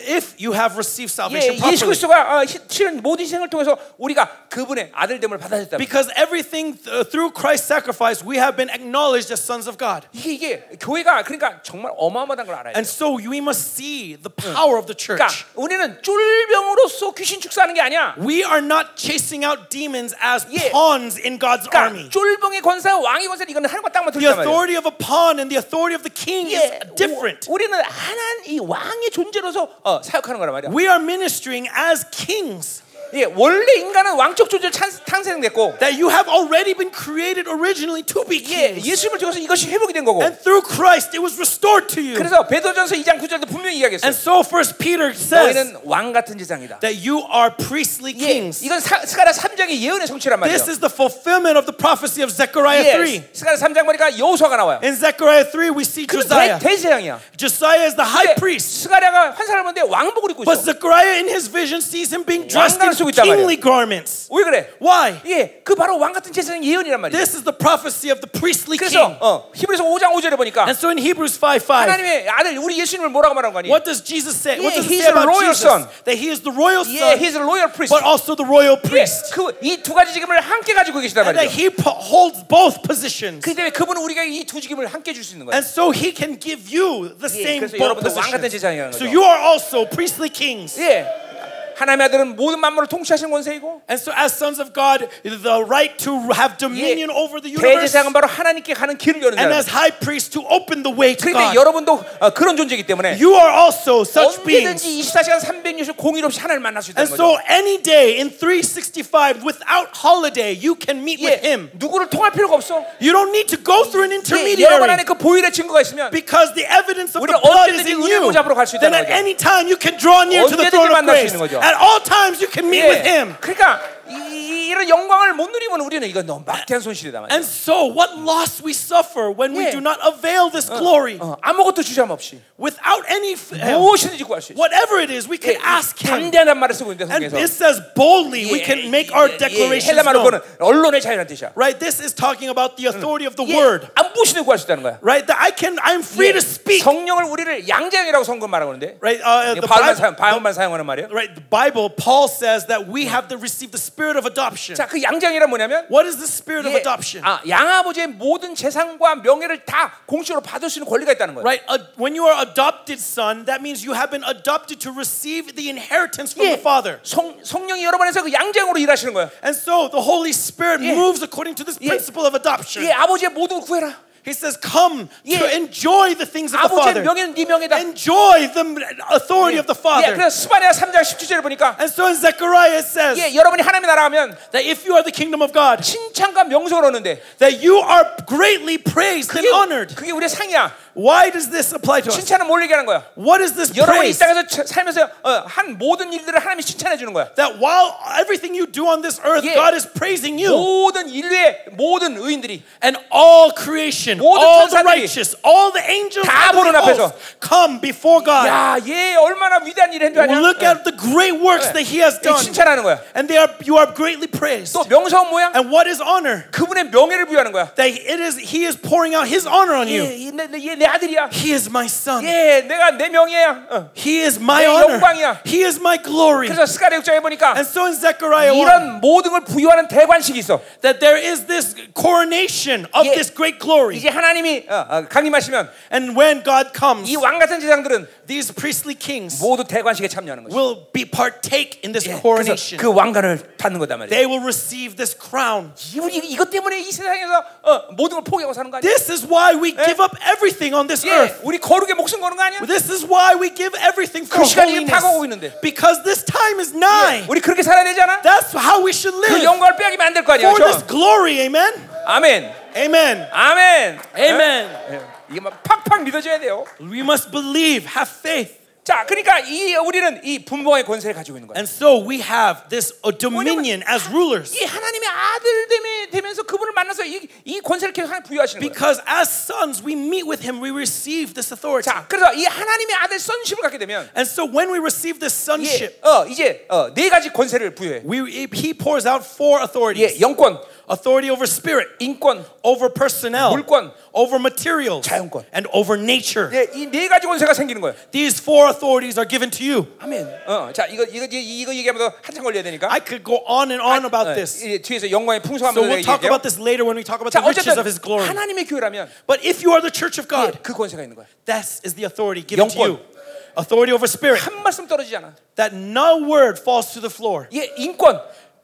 if you have received 예, salvation 예수 properly. 그리스도가 어, 시- 실은 모든 생을 통해서 우리가 그분의 아들됨을 받아들였다면 Because everything th- through Christ's sacrifice, we have been acknowledged as sons of God. 이게 이게 교회가 그러니까 정말 어마어마한 걸 알아야 돼. And so we must see the power of the church. 그러니까 우리는 쫄병으로서 귀신 축사하는 게 아니야. We are not chasing out demons as Yeah. pawns in God's 그러니까 army. 쫄병의 권세, 왕의 권세 이거는 하늘과 땅만 The 틀리단 말이야. authority of a pawn and the authority of the king is 예, different. 우- 우리는 하나님 이 왕의 존재로서 어, 사역하는 거란 말이야. We are ministering as kings. 예, 원래 인간은 왕적 존재로 찬, 탄생됐고 That you have already been created originally to be 예, kings. 예수님을 통해서 이것이 회복이 된 거고. And through Christ, it was restored to you. 그래서 베드로전서 2장 9절도 분명히 이야기했어요. And so First Peter says, 너희는 왕 같은 지상이다. that you are priestly 예, kings. 이건 사, 스가랴 3장의 예언의 성취란 말이에요. This is the fulfillment of the prophecy of Zechariah 예, 3. 스가랴 3장 보니까 여호수아가 나와요. In Zechariah 3, we see 그는 Josiah. 대- 대제사장이야. Josiah is the high priest. 스가랴가 환상을 보는데 왕복을 입고 But 있어. Zechariah in his vision sees him being dressed 왕관을 쓰고 in 있단 말이야. kingly garments. 왜 그래? Why? 예, 그 바로 왕 같은 제사장 예언이란 말이야. This is the prophecy of the priestly 그래서 king. 어, 히브리서 5장 5절에 보니까 And so in Hebrews 5 5, 하나님의 아들 우리 예수님을 뭐라고 말한 거니? what does Jesus say? What Yeah, does it he's say a about royal Jesus? son. That he is the royal 예, son, he's a royal priest. 예, but also the royal priest. 그이 두 가지 직임을 함께 가지고 계시단 And that 말이죠. he po- holds both positions. 그 때문에 그분은 우리가 이 두 직임을 함께 줄 수 있는 거예요. And so he can give you the 예, same 그래서 both 여러분도 왕 같은 제사장이라는 positions. So 거죠. you are also priestly kings. 예, 하나님의 아들은 모든 만물을 통치하시는 권세이고 And so as sons of God, the right to have dominion over the universe. 대제사장은 바로 하나님께 가는 길을 여는 And 자라. as high priest to open the way to 그런데 God. 여러분도 어, 그런 존재이기 때문에 You are also such 언제든지 beings. 24시간 360 공일 없이 하나님을 만날 수 And 있다는 거죠. so any day in 365 without holiday, you can meet with 예, him. 누구를 통할 필요가 없어. You don't need to go through an 예, 여러분 안에 intermediary. 그 보일의 증거가 있으면 Because the evidence of the 우리가 blood is 언제든지 in 은혜 you, 보좌 앞으로 갈수 then 있다는 at 거죠. any time you can draw near to the 언제든지 throne of 만날 수 grace. 있는 거죠. At all times you can meet 예, with Him. 그러니까 이, 런 영광을 못 누리면 우리는 이건 너무 막대한 손실이다 말이야. And so, what loss we suffer when Yeah. we Uh. do not avail this glory 어, 아무것도 주저함 없이 without any, f- 무엇이든지 구할 수 있어. 예, whatever it is, we can ask Him. 담대한 말을 쓰고 있는데 And 성경에서 this says boldly, we can make our declarations 예. 헬라말로 known. 그는 언론의 자유란 뜻이야. Right? This is talking about Mm. the authority of the 예, word. 안 보시는 구할 수 있다는 거야. Right? That I can, I'm free 예, to speak. 성령을 우리를 양장이라고 성경 말하고 있는데 Right? Uh, 예, the 바울만 Bible, 사용, 바울만 사용하는 말이에요. right? The Bible, Paul says that Mm. we have to receive the spirit of adoption. 자, 그 양장이란 뭐냐면 What is the spirit of 예, adoption? 아, 양아버지의 모든 재산과 명예를 다 공식으로 받을 수 있는 권리가 있다는 거예요. Right? A- when you are adopted son, that means you have been adopted to receive the inheritance from 예, the father. 성, 성령이 여러분 안에서 그 양장으로 일하시는 거예요. And so the Holy Spirit Yeah. moves according to this Yeah. principle of adoption. 예, 아버지의 모든 걸 구해라. He says, Come Yeah. to enjoy the things of the 아버지의 Father. 명예는 네 명예다. Enjoy the authority of the 예, Father. 그래서 스바리아 3장 17절을 보니까 And so in Zechariah it says 예, 여러분이 하나님의 나라하면 that if you are the kingdom of God, 칭찬과 명성을 얻는데 that you are greatly praised and 그게, honored. 그게 우리의 상이야. Why does this apply to us? 칭찬은 뭘 얘기하는 거야? What is this 여러분이 이 praise? 땅에서 차- 살면서 어, 한 모든 일들을 하나님이 칭찬해 주는 거야. That while everything you do on this earth, Yeah. God is praising you. 모든 인류의 모든 의인들이 And all creation, 모든 all the 천사들이 righteous, all the angels, 다 and the 보는 앞에서 hosts come before God. 야, 얘 얼마나 위대한 일을 했는지 아냐? Look at the great works 예. that He has 예, done. 칭찬하는 거야. And they are, you are greatly praised. 또 명성은 뭐야? And what is honor? 그분의 명예를 부여하는 거야. That it is He is pouring out His honor on you. 예, 내, 내, 얘, 내 아들이야. He is my son. 예, 내가 내 명예야. 어. He is my 내 honor. 영광이야. He is my glory. 그래서 스가랴 6장에 보니까 And so in Zechariah 1, 이런 모든 걸 부여하는 대관식이 있어. that there is this coronation of Yeah. this great glory. 이제 하나님이 어, 어, 강림하시면 And when God comes, 이 왕 같은 제상들은 these priestly kings 모두 대관식에 참여하는 거죠. will be partake in this 예, 그래서 coronation. 그 왕관을 받는 거단 말이야. They will receive this crown. 우리 이것 때문에 이 세상에서 어, 모든 걸 포기하고 사는 거 아니야? This is why we give up everything on this 예, earth. 우리 거룩에 목숨 거는 거 아니야? This is why we give everything for 그 시간이 지금 다가오고 holiness. 있는데. Because this time is 예, nigh. 우리 그렇게 살아야 되잖아. That's how we should 그 live. 영광을 빼앗기면 안 될 거 아니야? For this 그렇죠? glory, amen. 아멘. Amen. 아멘. Amen. 예. 이게 막 팍팍 믿어져야 돼요. Eh? We must believe, have faith. 자, 그러니까 이 우리는 이 분봉의 권세를 가지고 있는 거예요. And so we have this uh, dominion as rulers. 이 하나님의 아들 됨에- 되면서 그분을 만나서 이, 이 권세를 계속 하나님 부여하시는 거예요. Because as sons, we meet with him, we receive this authority. 자, 그래서 이 하나님의 아들 선십을 갖게 되면 And so when we receive this 예, sonship, 어, 이제 어, 네 가지 권세를 부여해. we, he pours out four 예, authorities 영권, authority over spirit, 인권, over personnel, 물권, over materials, 자연권. and over nature. 예, 이 네 가지 권세가 생기는 거예요. These four authorities are given to you. 아멘. 어, 자, 이거 이거 이거, 이거 얘기하면서 한참 걸려야 되니까. I could uh, go on and on about 어, this. 이 뒤에서 영광의 풍성함을 So we'll talk 얘기할게요. about this later when we talk about 자, the riches of his 어쨌든 glory. 하나님의 교회라면 But if you are the church of 예, God, 그 권세가 있는 거야. this is the authority given to 영권. you. Authority over spirit, 한 말씀 떨어지지 않아. that no word falls to the floor. 예, 인권,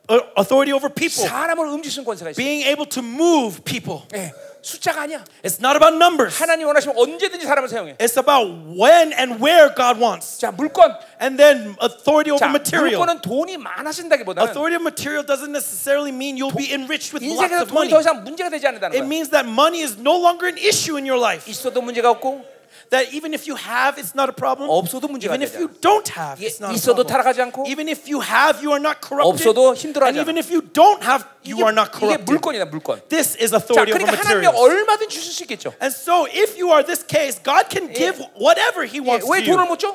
Uh, Authority over people, 사람을 움직이는 권세가 있어. being able to move people. 예, 숫자가 아니야. It's not about numbers. 하나님 원하시면 언제든지 사람을 사용해. It's about when and where God wants. 자, 물권. And then authority over 자, material. 물권은 돈이 많아진다기보다는 Authority of material doesn't necessarily mean you'll be enriched with lots 인생에서 of 돈이 money. 더 이상 문제가 되지 않는다는 거야. It means that money is no longer an issue in your life. 있어도 문제가 없고 That even if you have, it's not a problem. 없어도 문제가 안 Even if 되잖아. you don't have, 예, it's not a 있어도 problem. 타락하지 않고 Even if you have, you are not corrupted. 없어도 힘들어하지 And even if you don't have, you are not 이게 corrupted. 물권이다 물권. This is 자, authority 그러니까 over 하나님이 materials. 얼마든지 주실 수 있겠죠. And so, if you are this case, God can give whatever He 예, wants 왜 to 돈을 you. 못 줘?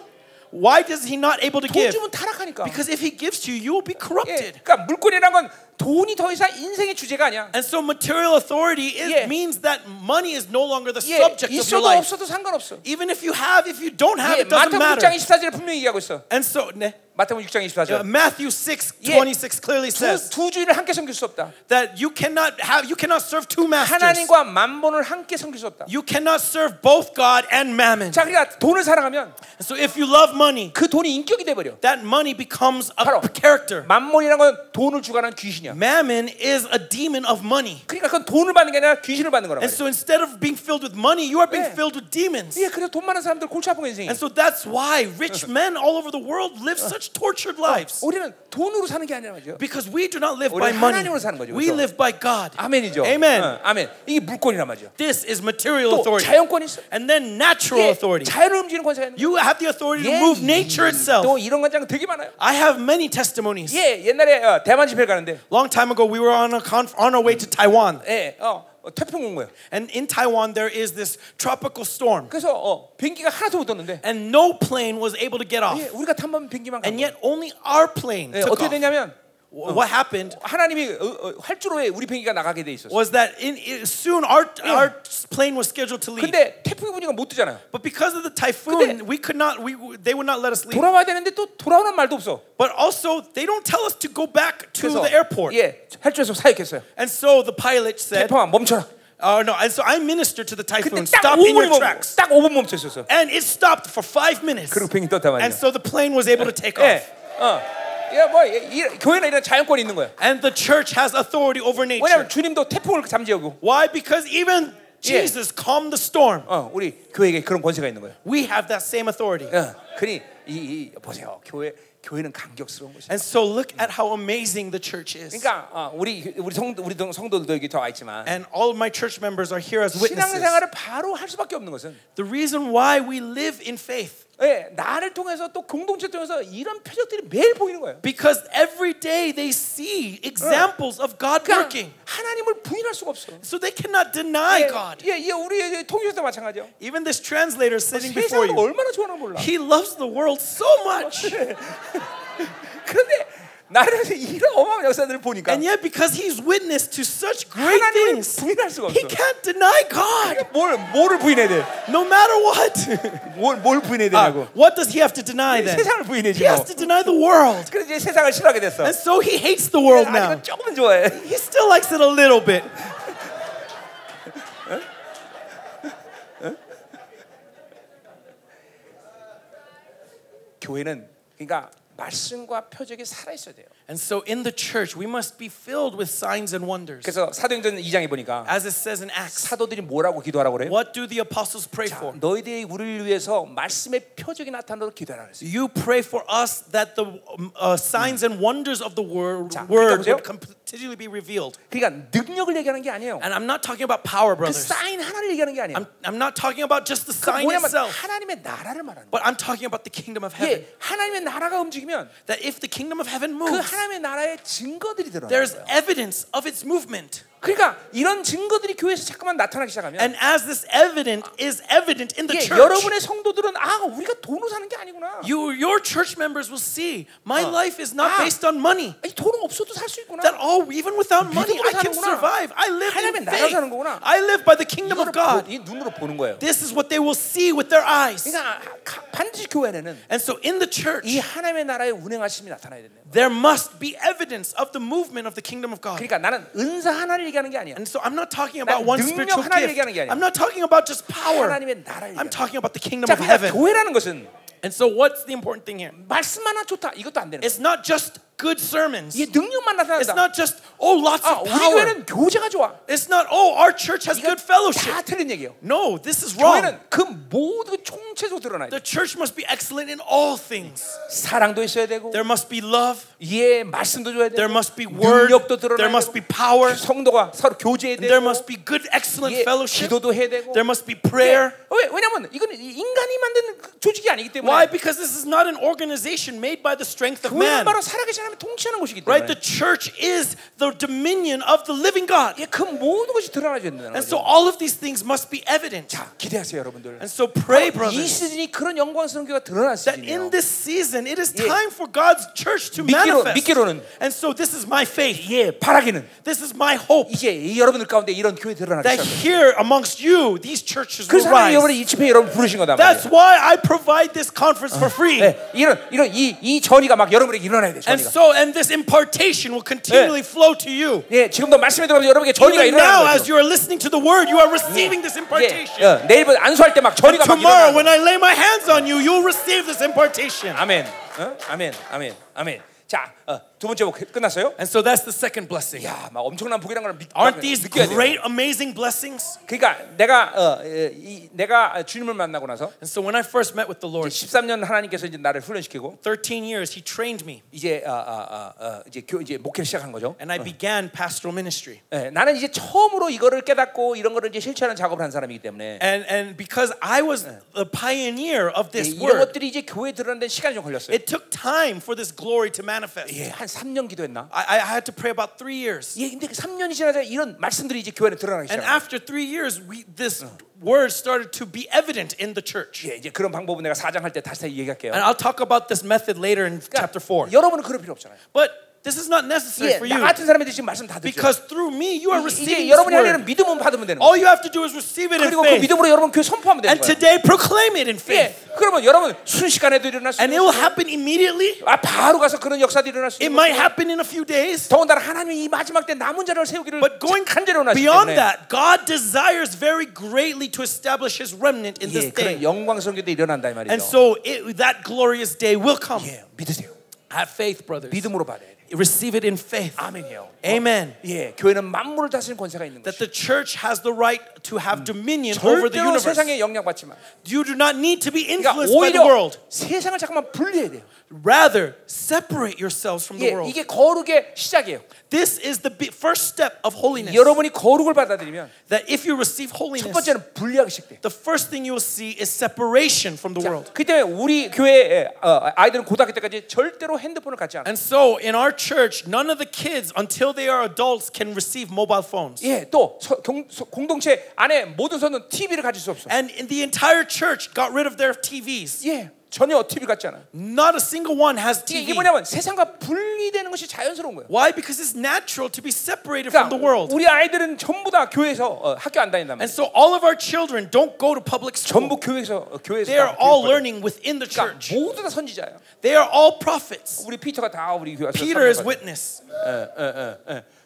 Why is He not able to 돈 give? 주면 타락하니까. Because if He gives to you, you will 예, be corrupted. 그러니까 물권이라는 건 돈이 더 이상 인생의 주제가 아니야. And so, material authority is, Yeah. means that money is no longer the 예, subject of your 있어도 life. 없어도 상관없어. Even if you have, if you don't have, 예, it doesn't 마태복음 6장 matter. 24절에 분명히 얘기하고 있어. And so, 네. 마태복음 6장 Uh, 24절. Matthew 6 Yeah. 26 clearly 두, says 두 주일을 함께 섬길 수 없다. that you cannot have you cannot serve two masters. 하나님과 만본을 함께 섬길 수 없다. You cannot serve both God and mammon. 자, 그러니까 돈을 사랑하면 And so if you love money, 그 돈이 인격이 돼 버려. that money becomes 바로. a character. 만본이라는 건 돈을 주관하는 귀신이야. Mammon is a demon of money. 그러니까 그건 돈을 받는 게 아니라 귀신을 받는 거란 말이야. And so instead of being filled with money, you are being Yeah. filled with demons. 예, 그래서 돈 많은 사람들 골치 아픈 거 인생이. And so that's why rich men all over the world live such tortured lives. 우리는 돈으로 사는 게 아니란 말이죠. Because we do not Oh, live 우리는 by money. 하나님으로 사는 거죠, We 그렇죠? live by God. 아멘이죠. Amen. 어, 아멘. 이게 물권이란 말이죠. This is material 또 authority. 자연권이 있어. And then natural 예, authority. 자연을 움직이는 권세가 있는 You have the authority 예, to move nature 또 itself. 이런 관장 되게 많아요. I have many testimonies. 예, 옛날에 어, 대만 집회 가는데 Long time ago, we were on, a conf- on our way to Taiwan. 예, 어, 어, 태풍 온 거예요. And in Taiwan, there is this tropical storm. 그래서 어, 비행기가 하나도 못 떴는데 And no plane was able to get off. 예, 우리가 탄 번 비행기만 간 And 거예요. yet, only our plane 예, took 어떻게 off. 되냐면 What happened 하나님이 어, 어, 활주로에 우리 비행기가 나가게 돼 있었어. 요 was that in, in- soon our, our plane was scheduled to leave. 근데 태풍이 부니까 못 뜨잖아요. But because of the 근데- typhoon, we could not, we, they would not let us leave. 돌아와야 되는데 또 돌아오는 말도 없어. But also, they don't tell us to go back to 그래서 the airport. 예, 활주로에서 사역했어요. And so the pilot said, 태풍아 멈춰라. Oh no! And so I ministered to the 근데 typhoon. 딱 Stop in 5분 멈, your tracks. 딱 5분 멈춰 있었어. And it stopped for five minutes. 그리고 비행기 떴단 말이야. And so the plane was able to take off. 예, 어, 예, 뭐 예, 이- 교회는 이런 자연권이 있는 거야. And the church has authority over 왜냐하면 nature. 주님도 태풍을 잠재우고, Why? Because even Yeah. Jesus calmed the storm. 어, 우리 교회에게 그런 권세가 있는 거야. We have that same authority. 어, 그니 이, 이 보세요. 교회 교회는 감격스러운 곳이야. And so look at how amazing the church is. 그러니까 어, 우리 우리 성 우리 동- 성도들도 여기 더 있지만 And all of my church members are here as witnesses. 신앙생활을 바로 할 수밖에 없는 것은 The reason why we live in faith. 예, 나를 통해서 또 공동체 통해서 이런 표적들이 매일 보이는 거예요. Because every day they see examples of God 그러니까 working. 하나님을 부인할 수가 없어. So they cannot deny God. 예, 예, 우리 통일도 마찬가지야. Even this translator sitting before 세상을 you. 얼마나 좋아하나 몰라. He loves the world so much. 그런데 나를 이런 어마어마한 역사들을 보니까 And yet, because he's witness to such great 하나님을 things, 부인할 수가 he 없어. can't deny God, 뭘 뭐를 부인해야 돼? no 마tter what. 뭘, 뭘 부인해야 Ah, 되냐고. what does he have to deny then? 세상을 부인해지 He has 뭐. to deny the world. 그래서 이제 세상을 싫어하게 됐어. And so he hates the world 아, now. 이건 조금은 좋아해. He still likes it a little bit. 교회는 그러니까 말씀과 표적이 살아 있어야 돼요. And so in the church, we must be filled with signs and wonders. 그래서 사도행전 2장에 보니까 As it says in Acts, 사도들이 뭐라고 기도하라고 그래요? what do the apostles pray 자, for? 너희들이 우리를 위해서 말씀의 표적이 나타나도록 기도하라 그랬어요. You pray for us that the um, uh, signs and wonders of the word, 자, word 그러니까 would 보세요. come continually be revealed. 그러니까 능력을 얘기하는 게 아니에요. And I'm not talking about power, 그 brothers. 사인 하나를 얘기하는 게 I'm, 아니에요. I'm not talking about just the 그 sign 뭐냐면 itself, 하나님의 나라를 말하는 거예요. but I'm talking about the kingdom of heaven. 예, 하나님의 나라가 움직이면 That if the kingdom of heaven 그 moves, 하나님의 나라의 증거들이 드러나요. there's evidence of its movement. 그러니까 이런 증거들이 교회에서 자꾸만 나타나기 시작하면 And as this Uh, evident is evident in 예, the church, 여러분의 성도들은 아 우리가 돈으로 사는 게 아니구나. you, your church members will see my life is Ah. not based on money. 이 돈은 없어도 살 수 있구나. That all, even without money, 믿음으로 I can 사는구나. survive. I live 하나님의 in 나라 faith. 사는 거구나. I live by the kingdom 이거를 of 보- God. 이 눈으로 보는 거예요. This is what they will see with their eyes. 그러니까 아, 가- 반드시 교회에는 And so in the church, 이 하나님의 나라의 운행하심이 나타나야 된대요. there must be evidence of the movement of the kingdom of God. 그러니까 나는 은사 하나를 얘기하는 게 아니야. And so I'm not talking about one 능력 spiritual 하나를 gift. 얘기하는 게 아니야. I'm not talking about just power. 하나님의 나라를 얘기하는 I'm 거야. talking about the kingdom 자, of 그러니까 heaven. 교회라는 것은 And so what's the important thing here? 말씀만은 좋다. 이것도 안 되는 거야. It's not just good sermons. 이게 능력만 It's 나타난다. not just oh lots 아, of 우리 power. 교회는 교제가 좋아. It's not oh our church has 이건 good fellowship. 다 틀린 얘기예요. No, this is wrong. 교회는 그 모든 총체적으로 드러나야 돼. The church must be excellent in all things. 사랑도 있어야 되고 There must be love. 예 말씀도 줘야 되고 There must be word. 능력도 드러나야 There must be 되고 power. 성도가 서로 교제해야 되고 There must be good excellent 예, fellowship. 기도도 해야 되고 There must be 예, prayer. 왜, 왜냐면 이건 인간이 만든 그 조직이 아니기 때문에 Why? Because this is not an organization made by the strength of 교회는 man. 바로 살아계신 하나님 통치하는 곳이기 때문에 Right? The church is the dominion of the living God. 예, 그 모든 것이 드러나야 된다는 And 거죠 so all of these things must be evident. 자 기대하세요 여러분들 And so pray, 이 brothers, 시즌이 그런 영광스러운 교회가 드러날 that in 시즌이에요 this season it is 예. time for God's church to 믿기로- manifest. 믿기로는. And so this is my faith. 예 바라기는 This is my hope 이제 이 여러분들 가운데 이런 교회 드러나기 that 시작해요 here amongst you these churches will 그래서 하나님 rise. 여러분이 이 집회에 여러분 부르신 거다 말이에요 That's why I provide this conference for free. 네, 이런 이런 이, 이 전이가 막 여러분에게 일어나야 돼 And 전이가. so and this impartation will continually flow to you. 예, 지금도 말씀에 들어가면 여러분에게 전이가 Even now, 일어나는 as 거죠. you are listening to the word, you are receiving this 예, impartation. 예, 내일부터 안수할 때 막 전이가 막 Tomorrow, when 일어나. I lay my hands on you, you'll receive this impartation. 아멘, 어? 아멘, 아멘, 아멘. 자, 어, 두 번째 복 끝났어요? And so that's the second blessing. 야, 막 엄청난 복이란 걸 믿, 막 Aren't these 느껴야 돼. great, amazing blessings? 그러니까 내가 어, 예, 이, 내가 주님을 만나고 나서 And so when I first met with the Lord, 13년 하나님께서 이제 나를 훈련시키고 13 years, He trained me, 이제 어, 어, 어, 어, 이제 교 이제 목회를 시작한 거죠. and I began pastoral ministry. 예, 나는 이제 처음으로 이거를 깨닫고 이런 거를 이제 실천하는 작업을 한 사람이기 때문에 And and because I was the pioneer of 예, this 이런 word, 것들이 이제 교회에 드러나는데 시간이 좀 걸렸어요. it took time for this glory to manifest. 예, 한 3년 기도했나? I, I had to pray about three years, 예, 근데 3년이 지나자 이런 말씀들이 이제 교회에 드러나기 and 시작합니다. after three years, we this word started to be evident in the church. 예, 이제 그런 방법은 내가 사장할 때 다시 다 얘기할게요. 그러니까 And I'll talk about this method later in chapter 4. 여러분은 그럴 필요 없잖아요. But this is not necessary 예, for 나 you 같은 사람한테 지금 말씀 다 듣죠. because through me you are 이- 이제 receiving this 여러분이 하려는 word. 믿음은 받으면 되는 거예요. All you have to do is receive it 그리고 그 in faith. 믿음으로 여러분 교회 선포하면 되는 And 거예요. today proclaim it in 예, faith. 그러면 여러분 순식간에도 일어날 수 And 있는 it will happen immediately. 아, 바로 가서 그런 역사도 일어날 수 있는 It might 거예요. happen in a few days. 더군다나 하나님이 이 마지막 때 남은 자를 세우기를 But going 간절히 원하시기 beyond 때문에 that, God desires very greatly to establish his remnant in 예, this 그런 day. 영광스러운 게 일어난다 이 말이죠. And so it, that glorious day will come. 예, 믿으세요. Have faith, brothers. 믿음으로 받아야 돼요. Receive it in faith. 아멘이요. Amen. 예, 교회는 만물을 다스리는 권세가 있는 That 것이죠. the church has the right to have dominion over the Mm. 절대로 universe. 세상에 영향받지 마. You do not need to be 그러니까 influenced by the 오히려 world. 세상을 잠깐만 분리해야 돼요. Rather, separate yourselves from the 예, world. 이게 거룩의 시작이에요. This is the bi- first step of holiness. 여러분이 거룩을 받아들이면 That if you receive 첫 holiness, 번째는 분리하기 시작돼요. the first thing you will see is separation from the world. 그 때문에 우리 교회 어, 아이들은 고등학교 때까지 절대로 핸드폰을 갖지 않아요. And so in our church, none of the kids until they are adults can receive mobile phones. 예, 또 서- 경- 서- 공동체 안에 모든 선은 TV를 가질 수 없어. And in the entire church got rid of their TVs. 예, 전혀 TV 갖지 않아. Not a single one has 이게, 이게 TV. 뭐냐면 세상과 분리되는 것이 자연스러운 거예요. Why? Because it's natural to be separated from the 그러니까 world. 우리 아이들은 전부 다 교회에서 어, 학교 안 다닌단 말이에요. And so all of our children don't go to public 전부 school. 교회에서 어, 교회에서 They are 다 all 교육받아요. learning within the 그러니까 church. 모두 다 선지자예요. They are all prophets. 우리 피터가 다 우리 교회 Peter is witness.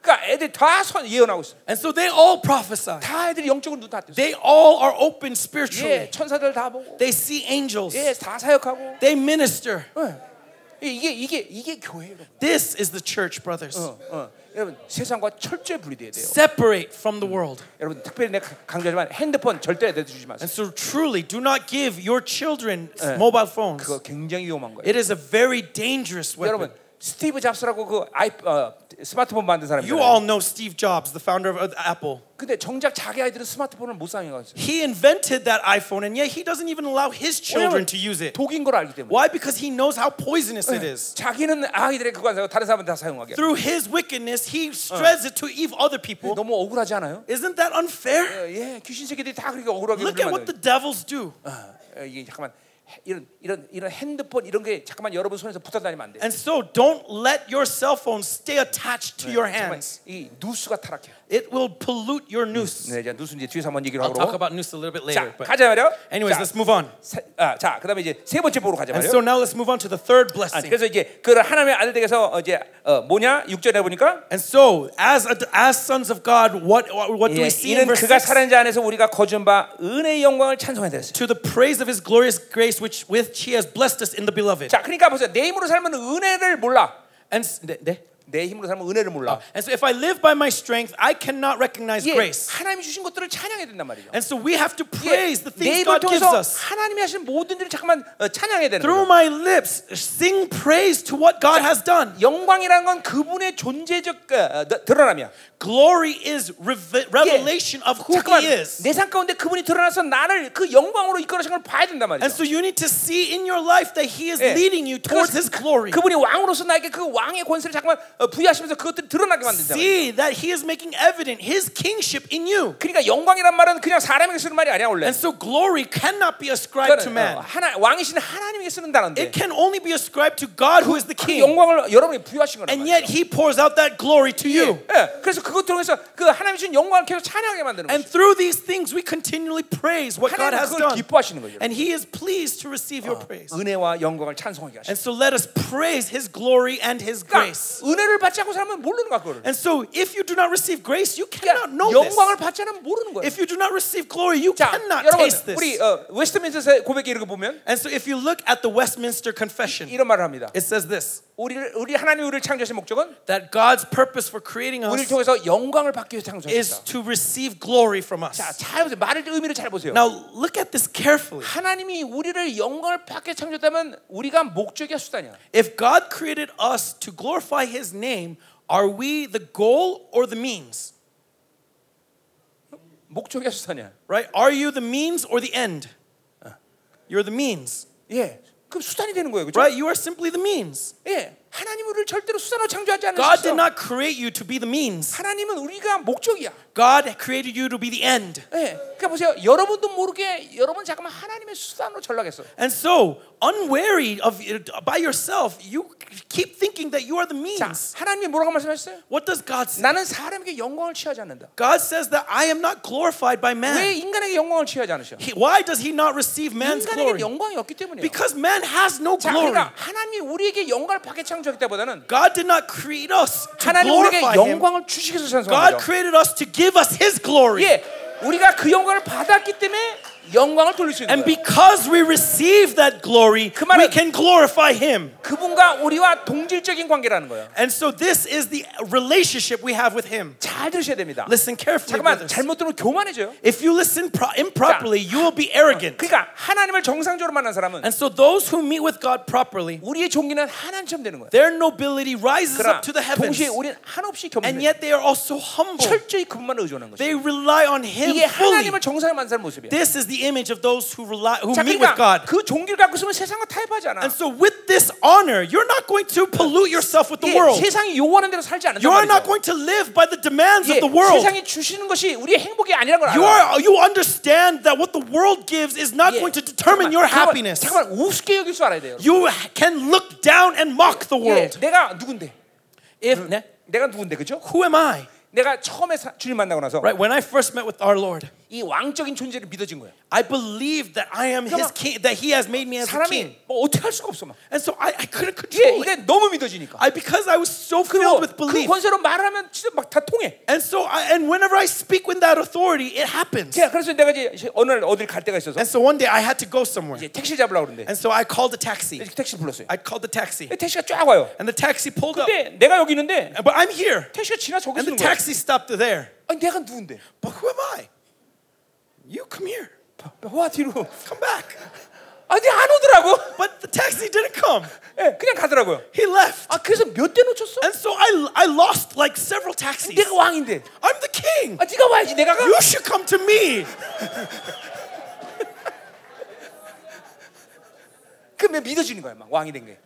그러니까 애들 다 선, 예언하고 있어. And so they all prophesy. 다 애들이 영적으로 눈다 뜨고. They all are open 예, spiritually. 천사들 다 보고. They see angels. 예, 다 사역하고. They minister. 예, 이게 이게 이게 교회예요. 여러분. This is the church, brothers. 어, 어. 여러분 세상과 철저히 분리돼야 돼요. Separate from the world. 여러분 특별히 내가 강조하지만 핸드폰 절대 애들 주지 마세요. And so truly do not give your children mobile phones. 그거 굉장히 위험한 거예요. It is a very dangerous weapon. 여러분 스티브 잡스라고 그 아이 어, 스마트폰 만든 You 사람이잖아요. all know Steve Jobs, the founder of Apple. 근데 정작 자기 아이들은 스마트폰을 못 사용하고 있어요. He invented that iPhone, and yet he doesn't even allow his children to use it. 독인 걸 알기 때문에. Why? Because he knows how poisonous it is. 자기는 아이들의 그거 안 사고 다른 사람은 다 사용하게. Through his wickedness, he spreads it to Eve other people. 너무 억울하지 않아요? Isn't that unfair? 어, 예, 귀신 새끼들이 다 그렇게 억울하게 Look at 만들어요. what the devils do. 어, 이게 잠깐만 해- 이런 이런 이런 핸드폰 이런 게 잠깐만 여러분 손에서 붙어 다니면 안 돼. And so don't let your cell phone stay attached to your 잠깐만 hands. 이 누수가 타락해. It will pollute your noose. 네, 이제 누수 이제 뒤에서 한번 얘기를 I'll 하고. talk about noose a little bit 자, later. But 가자 말이요. 아, 네. anyways, let's move on. 세, 아, 자, 그다음에 이제 세 번째 보로 가자 And 말이요. so 네. now let's move on to the 아, third blessing. 그래서 이제 그 하나님의 아들에게서 어, 이제 어, 뭐냐? 6절에 보니까 And so, as as sons of God, what what, what do 예, we see in 이는 verse 그가 6? 살아있는 자 안에서 우리가 거준 바 은혜의 영광을 찬송해야 되었어요. To the praise of His glorious grace, which with He has blessed us in the beloved. 자, 그러니까 보세요. 내 힘으로 살면 은혜를 몰라. And s- 네, 네. 내 힘으로 살면 은혜를 몰라. and so, if I live by my strength, I cannot recognize 예, grace. 하나님이 주신 것들을 찬양해야 된단 말이죠. And so, we have to 예, praise the 내 things 입을 God gives 통해서 us. 하나님이 하신 모든 일을 잠깐만 어, 찬양해야 되는 거예요. Through my lips, sing praise to what God has done. 영광이라는 건 그분의 존재적 어, 어, 드러남이야. Glory is reve- revelation of who 잠깐만 He is. 내 삶 가운데 그분이 드러나서 나를 그 영광으로 이끌어신 걸 봐야 된단 And 말이죠. so you need to see in your life that He is 예. leading you towards 그것- His glory. 그분이 왕으로서 나에게 그 왕의 권세를 잠깐만 어, 부여하시면서 그것들이 드러나게 만든다. See that He is making evident His kingship in you. 그러니까 영광이란 말은 그냥 사람에게 쓰는 말이 아니야 원래. And so glory cannot be ascribed to 그러니까 man. 어, 하나 왕이신 하나님에게 쓰는 단어인데 It can only be ascribed to God who is the 그 king. 영광을 여러분이 부여하신 거란 And 말이에요. yet He pours out that glory to you. 예, 그래서 그것 통해서 그 하나님 주신 영광을 계속 찬양하게 만드는 And 거죠. through these things we continually praise what God 하나님 has 그걸 done. 기뻐하시는 거죠. And He is pleased to receive your praise. 은혜와 영광을 찬송하게 하시는. And so let us praise His glory and His 그러니까 grace. 은혜를 받지 않고 사람은 모르는 거야 그거를. And so if you do not receive grace, you cannot 그러니까 know this. 영광을 받지 않으면 모르는 거야. If you do not receive glory, you 자, cannot 여러분 taste this. 우리 어, 웨스트민스의 고백에 이렇게 보면 And so if you look at the Westminster Confession, 이런 말을 합니다. it says this 우리를 우리 하나님 우리를 창조하신 목적은 that God's purpose for creating 우리를 us 통해서 영광을 받기 위해 is 창조하셨다. to receive glory from 자, us. 잘 보세요. 말을 의미를 잘 보세요. Now look at this carefully. 하나님이 우리를 영광을 받게 창조했다면 우리가 목적이야 수단이야. If God created us to glorify his name, are we the goal or the means? 목적이야 수단이야. Right? Are you the means or the end? Uh. You're the means. 예. 그럼 수단이 되는 거예요. 그렇죠? Right? You are simply the means. 예. 하나님 우리를 절대로 수단으로 창조하지 God did 않으셨어. not create you to be the means. 하나님은 우리가 목적이야. God created you to be the end. 예. 그러니까 보세요. 여러분도 모르게 여러분 잠깐만 하나님의 수단으로 전락했어. And so, unwary of by yourself, you keep thinking that you are the 자, means. 하나님이 뭐라고 말씀하셨어요? What does God say? 나는 사람에게 영광을 취하지 않는다. God says that I am not glorified by 왜 man. 인간에게 영광을 취하지 않으셔? He- why does he not receive man's 인간에게 glory? 영광이 없기 때문이에요. Because man has no 자, glory. 그러니까 하나님이 우리에게 영광을 받게 창조했다보다는 God did not create us to 하나님 우리에게 glorify him. 영광을 주시기 위해서 창조한 God 거죠. created us to give us his glory. 예, 우리가 그 영광을 받았기 때문에 영광을 돌릴 수 있는 And 거예요. because we receive that glory, 말은- we can glorify him. 그분과 우리와 동질적인 관계라는 거예요. And so this is the relationship we have with him. 잘 들으셔야 됩니다. Listen carefully, 잠깐만 brothers. 잘못 들으면 교만해져요. If you listen pro- improperly, you will be arrogant. 그러니까 하나님을 정상적으로 만난 사람은 And so those who meet with God properly, 우리의 종기는 하나님처럼 되는 거예요. their nobility rises 그러나 up to the heavens. 동시에 우리는 한없이 겸손해. And yet they are also humble. 철저히 그분만 의존한 거죠. They rely on him 이게 fully. 하나님을 정상에 만난 사람 모습이야. This is the image of those who rely who 자, meet with 그러니까 God. 그 종기를 갖고 있으면 세상과 타협하지 않아. And so with this honor, you're not going to pollute yourself with the 예, world. 세상이 요구하는 대로 살지 않는단 You are not 말이죠. going to live by the demands 예, of the world. 세상이 주시는 것이 우리의 행복이 아니라는 걸 You 알아. are you understand that what the world gives is not 예, going to determine your 잠깐만, happiness. 잠깐만 우습게 여길 줄 알아야 돼요. You can look down and mock the 예, world. 내가 누군데? If 네, 내가 누군데 그죠? who am I? 내가 처음에 사- 주님 만나고 나서 Right when I first met with our Lord, 이 왕적인 존재를 믿어진 거예요. I believed that I am His 잠깐만. king, that He has made me as a king, 사람이 뭐 어떻게 할 수가 없어 막. and so I, I 예, couldn't control 이게 it. 너무 믿어지니까. I because I was so 그리고 filled with 그 belief, 권세로 말하면 진짜 막 다 통해. and so I, and whenever I speak with that authority, it happens. 예, 그래서 내가 이제 어느 날 어딜 갈 데가 있어서 And so one day I had to go somewhere, 이제 택시 잡으려고 그러는데 and so I called a taxi. 택시 불렀어요. I called the taxi, 택시가 쫙 와요. and the taxi pulled up. 근데 내가 여기 있는데 But I'm here, 택시가 지나 저기 and the 있는 거야. taxi stopped there. 아니 내가 누군데? But who am I? You come here. 화 뒤로. Come back. 아니 안 오더라고. But the taxi didn't come. 예, 그냥 가더라고요. He left. 아 그래서 몇 대 놓쳤어? And so I, I lost like several taxis. 내가 왕인데. I'm the king. 아 네가 와야지 내가 가. You should come to me. 그러면 믿어지는 거야, 막 왕이 된 게.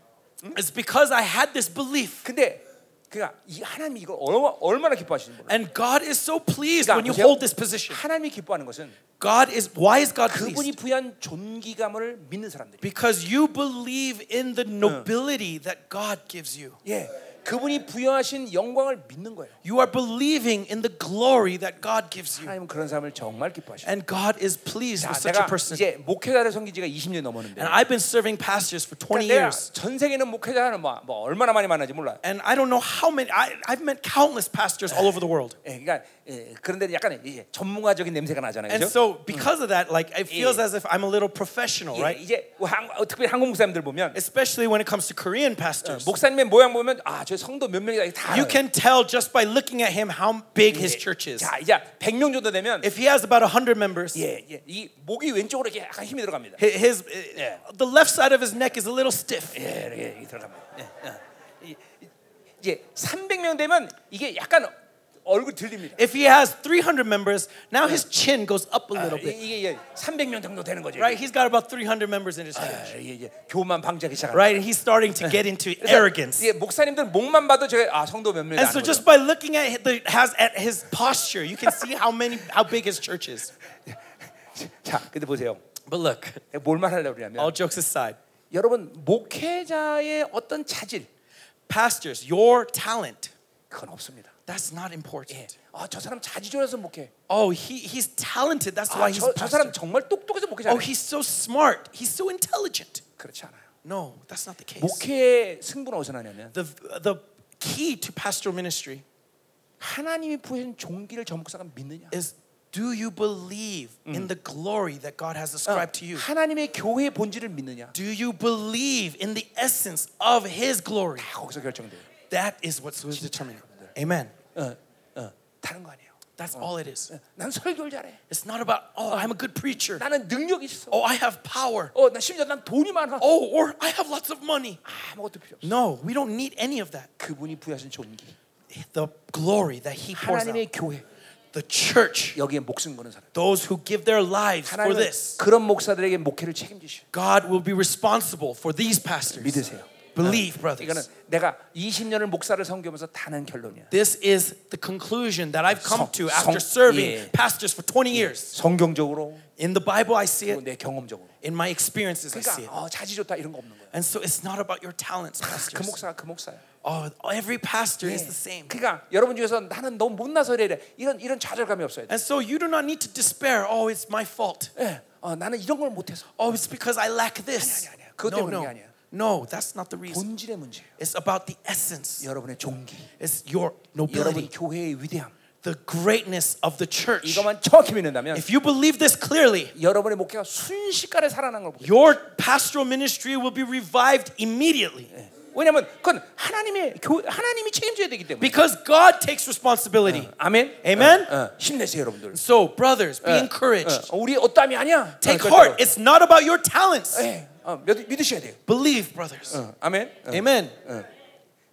It's because I had this belief. 근데 그러니까 이 하나님이 이걸 얼마, 얼마나 기뻐하시는지 몰라. And God is so pleased 그러니까 when you 보세요. hold this position. 하나님이 기뻐하는 것은 God is why is God 그분이 pleased? 부여한 존귀감을 믿는 사람들이. Because you believe in the nobility that God gives you. 예, 그분이 부여하신 영광을 믿는 거예요. You are believing in the glory that God gives you. 하나님은 그런 사람을 정말 기뻐하시죠. 예. And God is pleased 자, with such a 내가 person. 이제 목회자를 섬긴 지가 20년 넘었는데 And I've been serving pastors for 그러니까 20 내가 years. 전 세계는 목회자는 뭐, 뭐 얼마나 많이 만나지 몰라요. And I don't know how many I, I've met countless pastors all over the world. 예, 그러니까 예, 그런데 약간 이제 전문가적인 냄새가 나잖아요. And 그죠? so because of that, like it feels Yeah. as if I'm a little professional, 예, right? 이제 한, 어, 특별히 한국 목사님들 보면 Especially when it comes to Korean pastors. 목사님의 모양 보면 아, 저 성도 몇 명이다 이게 다 You 알아요. can tell just by looking at him how big his 예. church is. 자, 이제 100명 정도 되면 If he has about 100 members, 예, 예. 이 목이 왼쪽으로 이렇게 약간 힘이 들어갑니다. hi- his uh, the left side of his neck is a little stiff. 예, 이렇게, 이렇게 들어갑니다. 예, 예. 이- 이- 이제 300명 되면 이게 약간 얼굴 들립니다. If he has 300 members, now his chin goes up a 아, little 이- bit. 이게 예, 300명 정도 되는 거죠. Right? He's got about 300 members in his 아, church. 예, 예. 교만 방자기 시작합니다. Right? And he's starting to get into arrogance. 예, 목사님들 목만 봐도 제가 아, 성도 몇 명이다. And 아는 so 거죠. just by looking at hi- the has at his posture, you can see how many how big his church is. 자, 근데 보세요. But look, 뭘 말하려고 그러냐면 all jokes aside, 여러분 목회자의 어떤 자질 pastors, your talent, 그건 없습니다. that's not 예. important. 아, 저 사람 자지조라서 목회. Oh, he he's talented. That's 아, why he's 저, a 저 pastor. 사람 정말 똑똑해서 목회 잘해. Oh, he's so smart. He's so intelligent. 그렇지 않아요. No, that's not the case. 목회의 승부는 어디서 나냐면 The the key to pastoral ministry 하나님이 부여한 종기를 저 목사가 믿느냐. is do you believe in the glory that God has 어, ascribed to you? 하나님의 교회의 본질을 믿느냐. Do you believe in the essence of his glory? 다 거기서 결정돼요. That is what's determining. Oh. Amen. 어, 어, 다른 거 아니에요. That's all it is. 난 설교를 잘해. It's not about, oh, I'm a good preacher. 나는 능력이 있어. Oh, I have power. 어, 나 심지어 난 돈이 많아. 어, Oh, or I have lots of money. 아무것도 필요 없어. No, we don't need any of that. 그분이 부여하신 종기. The glory that he pours out. 하나님의 교회. The church, 여기에 목숨 거는 사람. those who give their lives for 하나님은 this. 그런 목사들에게 목회를 책임지셔. God will be responsible for these pastors. 믿으세요. Believe, 이거는 brothers. 내가 20년을 목사를 섬기면서 다는 결론이야. This is the conclusion that I've come 성- to after 성- serving 예. pastors for 20 years. 성경적으로 In the Bible, I see 그리고 it. 내 경험적으로. In my experiences, I 네. see it. 그러니까 어, 자지 좋다 이런 거 없는 거야. And so it's not about your talents, 그 pastors. 목사가 그 목사야. Oh, every pastor is the same. 그러니까 여러분 중에서 나는 너무 못나서 이래 이래. 이런 이런 좌절감이 없어야 돼. And so you do not need to despair. Oh, it's my fault. 예. 어, 나는 이런 걸 못해서 Oh, it's because I lack this. 아니야, 아니야. 그것 No, 때문에 그게 no. 아니야. No, that's not the reason. 본질의 문제예요. It's about the essence. 여러분의 종기, It's your 여러분 nobility, 교회의 위대함. the greatness of the church. 이것만 정확히 믿는다면 If you believe this clearly, 여러분의 목회가 순식간에 살아난 걸 보게. 돼요. your pastoral ministry will be revived immediately 왜냐면 그건 하나님의 교 하나님이 책임져야 되기 때문에. because God takes responsibility. 아멘. Amen? 어, 어. 힘내세요, 여러분들. So, brothers, be 어, encouraged. 어, 우리 어땀이 아니야. Take 어, heart. 절대로. It's not about your talents. 예, 어, 믿, 믿으셔야 돼요. Believe, brothers. 어, 아멘. 어. Amen.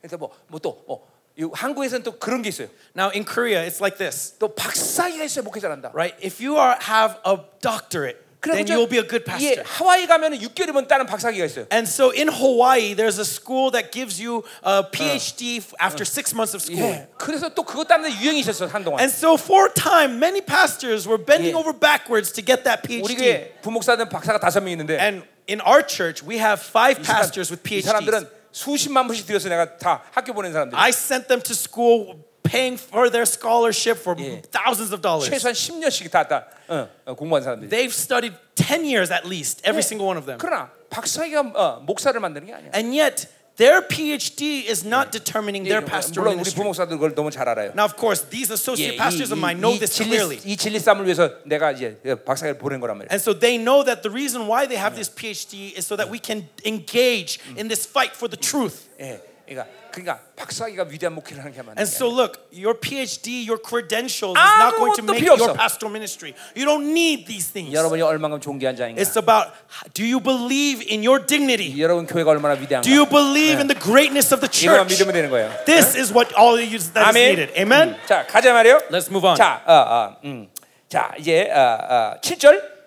그래서 뭐뭐또 어, 이 한국에서는 또 그런 게 있어요. Now, in Korea, it's like this. 또 박사가 있어야 목회 잘한다. right? If you are have a doctorate, then 그래서 you'll be a good pastor. 예, 하와이 가면은 6개월이면 따는 박사기가 있어요. And so in Hawaii, there's a school that gives you a PhD f- after six months of schooling. 예. 그래서 또 그것 따는 데 유행이 있었어 한동안. And so for a time, many pastors were bending Yeah. over backwards to get that PhD. 우리 교회 부목사는 박사가 다섯 명 있는데 And in our church, we have five 이 사람- pastors with 이 PhDs. 사람들은 수십만 불씩 들여서 내가 다 학교 보낸 사람들. I sent them to school paying for their scholarship for Yeah. thousands of dollars. 최소한 10년씩 다, 다 어, 어, 공부한 사람들이. They've studied 10 years at least, every single one of them. 그러나 박사기가 어, 목사를 만드는 게 아니야. And yet, their PhD is not determining 예, their pastoral 물론 우리 ministry. 부목사들 그걸 너무 잘 알아요. 예, Now, of course, these associate pastors of mine know 이 this 진리, clearly. 이 진리 싸움을 위해서 내가 이제 박사를 보낸 거란 말이야. And so they know that the Mm. reason why they have this PhD is so that we can engage in this fight for the truth. 예, 그러니까, 그러니까 박사기가 위대한 목회를 하는 게 맞는 게 And so look, your PhD, your credentials is Ah, not going to no, make 필요 your 없어. pastoral ministry. You don't need these things. 여러분이 얼만큼 존귀한 자인가 It's about do you believe in your dignity? 여러분 교회가 얼마나 위대한가 Do you believe in the greatness of the 이거만 church? 믿으면 되는 거예요 This is what all of you that is needed. Amen. Mm. 음. 자 가자 말이요 Let's move on. 자, 어, 어, 음. 자 이제 어, 어, 7절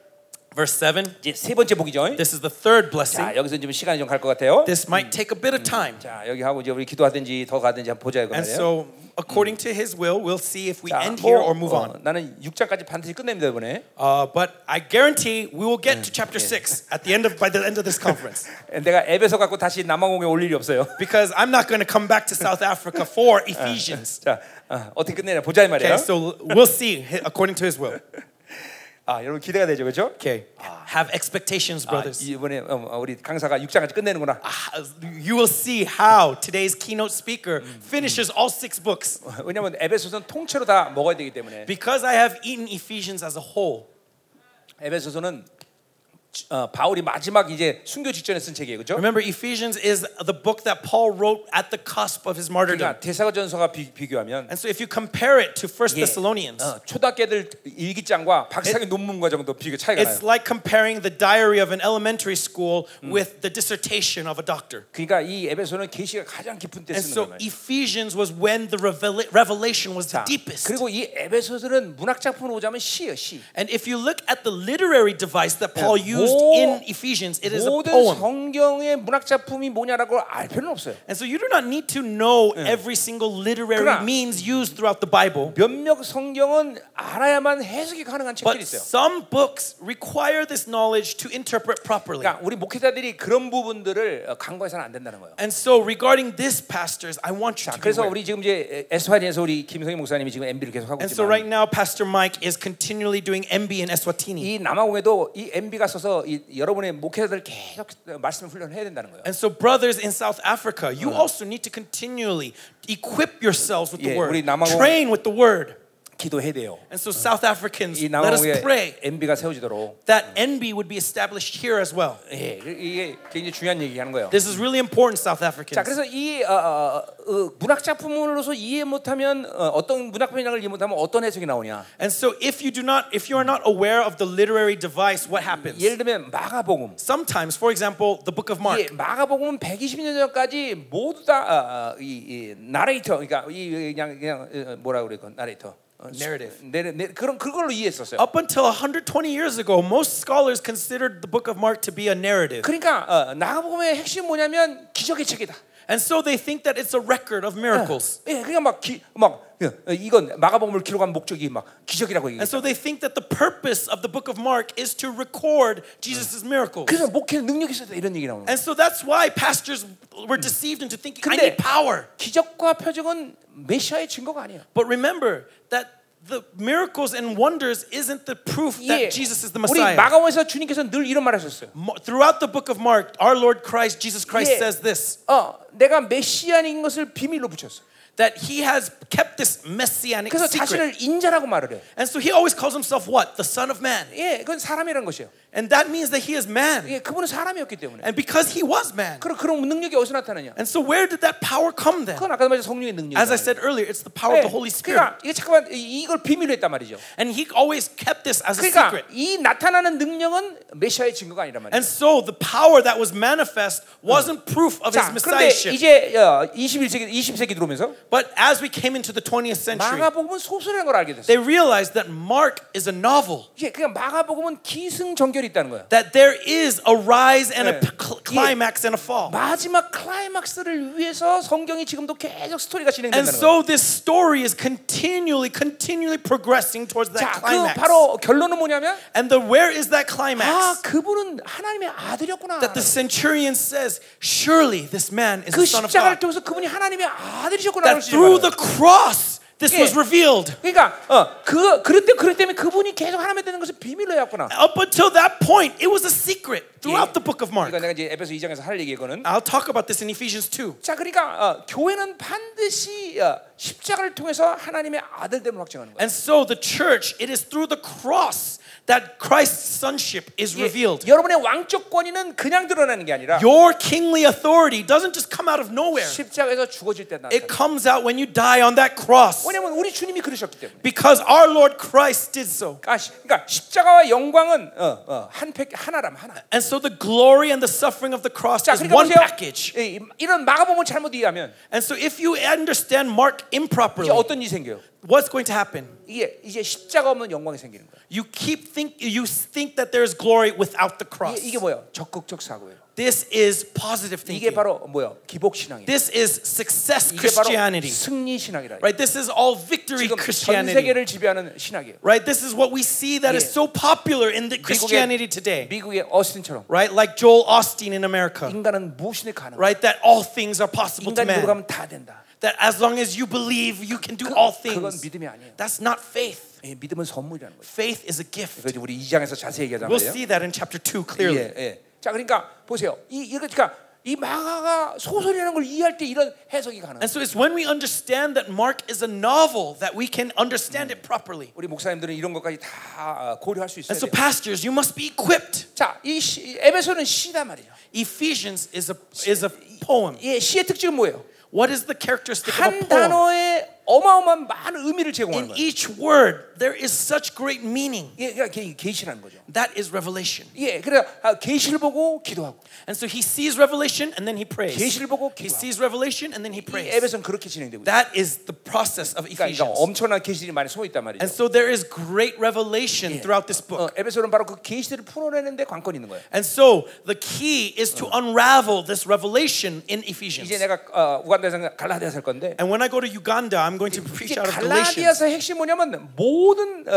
Verse 7. 이제 세 번째 복이죠 This is the third blessing. 자 여기서 좀 시간이 좀 갈 것 같아요 This might take a bit of time. 자 여기 하고 이제 우리 기도하든지 더 가든지 한번 보자 이거 And 말이에요 so according to his will, we'll see if we 자, end 뭐, here or move 어, Mm. on. 나는 6장까지 반드시 끝냅니다 이번에 Uh, but I guarantee we will get to chapter 6 at the end of by the end of this conference. 내가 앱에서 갖고 다시 남아공에 올 일이 없어요 because I'm not going to come back to South Africa for Ephesians. 자 어, 어떻게 끝내냐 보자 이 말이에요 Okay, so we'll see hi- according to his will. 아 여러분 기대가 되죠 그렇죠? Okay. Have expectations, 아, brothers. 이번에 어, 어, 우리 강사가 6장까지 끝내는구나 Ah, You will see how today's keynote speaker finishes all six books. 왜냐면 에베소서는 통째로 다 먹어야 되기 때문에 Because I have eaten Ephesians as a whole. 에베소서는 어, 바울이 마지막 이제 순교 직전에 쓴 책이에요, 그렇죠? Remember, Ephesians is the book that Paul wrote at the cusp of his martyrdom. 그러니까 대사전서가 비, 비교하면 And so if you compare it to First 이게, Thessalonians, 어, 초등학교들 일기장과 박사의 논문과 정도 비교 차이가 나요. it's like comparing the diary of an elementary school with the dissertation of a doctor. 그러니까 이 에베소는 계시가 가장 깊은 때 And 쓰는 so 거예요. Ephesians was when the revel- revelation was 자, the deepest. 그리고 이 에베소서는 문학 작품으로 보자면 시예요, 시. And if you look at the literary device that Paul Yeah. 모- used in Ephesians, it is a 모든 poem. 성경의 문학 작품이 뭐냐라고 알 필요는 없어요. And so you do not need to know every single literary 그러나- means used throughout the Bible. 몇몇 성경은 알아야만 해석이 가능한 책들이 But 있어요. some books require this knowledge to interpret properly. 그러니까 우리 목회자들이 그런 부분들을 어, 간과해서는 안 된다는 거예요. And so regarding this, pastors, I want you to be 그래서 aware. 우리 지금 이제 에스파니에서 우리 김성희 목사님이 지금 MB를 계속 하고 And so 있지만 right now, Pastor Mike is continually doing MB in Eswatini. 이 남아공에도 이 MB가 써서 이 여러분의 목회자들 계속 어, 말씀 훈련해야 된다는 거예요. And so, brothers in South Africa, you also need to continually equip yourselves with the Yeah, word, 우리 남아공- train with the word. 기도해야 돼요. And so, South Africans, 이 let us 남아공에 pray MB가 세워지도록 that envy would be established here as well. 예, 이게 굉장히 중요한 얘기하는 거예요. This is really important, South 자, Africans. 그래서 이 어, 어, 어, 문학 작품으로서 이해 못하면 어, 어떤 문학 편향을 이해 못하면 어떤 해석이 나오냐? And so, if you do not, if you are not aware of the literary device, what happens? 예를 들면 마가복음. Sometimes, for example, the Book of Mark. 예, 마가복음은 120년 전까지 모두 다 어, 어, 이, 이 나레이터, 그러니까 이 그냥 그냥 어, 뭐라 그래 그 나레이터. 어, Narrative. 네, 네, 그런 그걸로 이해했었어요. Up until 120 years ago, most scholars considered the Book of Mark to be a narrative, 그러니까 어, 나가복음의 핵심 이 뭐냐면 기적의 책이다. and so they think that it's a record of miracles. 예, 그러니까 막막 어, 이건 마가복음을 기록한 목적이 막 기적이라고 얘기해. And so they think that the purpose of the book of Mark is to record Jesus' miracles. 그래서 목회는 능력이 있어야 돼 이런 얘기 나오는 거예요. And so that's why pastors were deceived into thinking, I 근데- need power. 기적과 표적은 메시아의 증거가 아니에요. But remember that the miracles and wonders isn't the proof 예, that Jesus is the 우리 Messiah. 마가복음에서 주님께서 늘 이런 말 하셨어요. Mo- Throughout the book of Mark, our Lord Christ, Jesus Yeah. Christ says this 어, 내가 메시아인 것을 비밀로 붙였어. that he has kept this messianic 그래서 secret. 자신을 인자라고 말을 해요. And so he always calls himself what? The Son of Man. 예, 그건 사람이라는 것이에요. And that means that he is man. 예, 그분은 사람이었기 때문에. And because he was man. 그럼 그런 능력이 어디서 나타나냐? And so where did that power come then? 그건 아까도 말했 성령의 능력이. As I said earlier, it's the power of the Holy Spirit. 그러니까 이게 잠깐만 이- 이걸 비밀로 했단 말이죠. And he always kept this as a 그러니까 secret. 이 나타나는 능력은 메시아의 증거가 아니란 말이에요. And so the power that was manifest wasn't proof of his 자, 그런데 messiahship. 이제 어, 21세기 20세기 들어오면서 But as we came into the 20th century, 마가복음은 소설이라는 걸 알게 됐어요. they realized that Mark is a novel, 이게 그냥 마가복음은 기승전결이 있다는 거예요. that there is a rise and a Yeah. p- cl- climax and a fall. 마지막 클라이막스를 위해서 성경이 지금도 계속 스토리가 And 진행된다는 거예요. so this story is continually, continually progressing towards that 자, 그 climax. 바로 결론은 뭐냐면 And the where is that 아, climax? 그분은 하나님의 아들이었구나. That the centurion says, Surely this man is 그 the son of God. 십자가를 통해서 그분이 하나님의 아들이셨구나. that through the cross this Yeah. was revealed. 그러니까 어, 그 그럴 때 그럴 때문에 그분이 계속 하나님이 되는 것을 비밀로 해왔구나. Up until that point, it was a secret throughout Yeah. the book of Mark. 그러니까 내가 이제 에베소 2장에서 할 얘기 이거는 I'll talk about this in Ephesians 2. 자, 그러니까 어, 교회는 반드시 어, 십자가를 통해서 하나님의 아들됨을 확증하는 거예요. And so the church, it is through the cross that Christ's sonship is 예, revealed. 여러분의 왕적 권위는 그냥 드러나는 게 아니라 Your kingly authority doesn't just come out of nowhere. 십자가에서 죽어질 때 나타나. It comes out when you die on that cross 왜냐면 우리 주님이 그러셨기 때문에. because our Lord Christ did so. 아, 시- 그러니까 십자가와 영광은 어, 어, 한 팩, 하나람 하나. And so the glory and the suffering of the cross 자, is 그러니까 one 보세요. package. 이- 이- 이런 마가복음을 잘못 이해하면 And so if you understand Mark 이제 improperly, 어떤 일이 생겨요? what's going to happen? 이게 이제 십자가 없는 영광이 생기는 거예요. You keep think you think that there is glory without the cross. 이게, 이게 뭐예요? 적극적 사고예요. This is positive 이게 thinking. 바로 뭐예요? 기복 신앙이에요. This is success 이게 바로 Christianity. 승리 신앙이라. Right? This is all victory 지금 전 Christianity. 세계를 지배하는 신학이에요. Right? This is what we see that is Yeah. so popular in the Christianity 미국의, today. 미국의 어스틴처럼 Right? Like Joel Austin in America. 인간은 무엇이나 가능. Right? That all things are possible to 인간이 man. 노력하면 다 된다. That as long as you believe, you can do 그, all 그건 things. 믿음이 아니에요. That's not faith. 예, 믿음은 선물이라는 거죠. Faith is a gift. 그래서 우리 2장에서 자세히 얘기하잖아요. We'll see that in chapter 2 예, clearly. 예. 자, 그러니까 보세요. 이 이거 그러니까 이 마가가 소설이라는 걸 이해할 때 이런 해석이 가능. And so it's when we understand that Mark is a novel that we can understand it properly. 우리 목사님들은 이런 것까지 다 아, 고려할 수 있어요. And so, pastors, you must be equipped. 자, 이 시, 에베소는 시다 말이에요. Ephesians is a is a poem. 예, 시의 특징은 뭐예요? What is the characteristic of a 한 poem? 단어에 어마어마한 많은 의미를 제공하는 In 거예요. each word, there is such great meaning. 예, 그러니까 게- 계시라는 거죠. That is revelation. 예, 그래서 아, 계시를 보고 기도하고. And so he sees revelation and then he prays. 계시를 보고 He 기도하고. sees revelation and then he 이 prays. 에베소는 그렇게 진행되고 있어요. That is the process of 그러니까 이거 Ephesians. 엄청난 계시들이 많이 숨어 있단 말이죠. And so there is great revelation throughout this 어, book. 에베소는 바로 그 계시들을 풀어내는데 관건이 있는 거예요. And so the key is to unravel this revelation in Ephesians. 이제 내가 어, 우간다에서 갈라디아서 할 건데 And when I go to Uganda, I'm going to 이게 preach out of Galatians. 갈라디아서 핵심 이 뭐냐면 모든 어,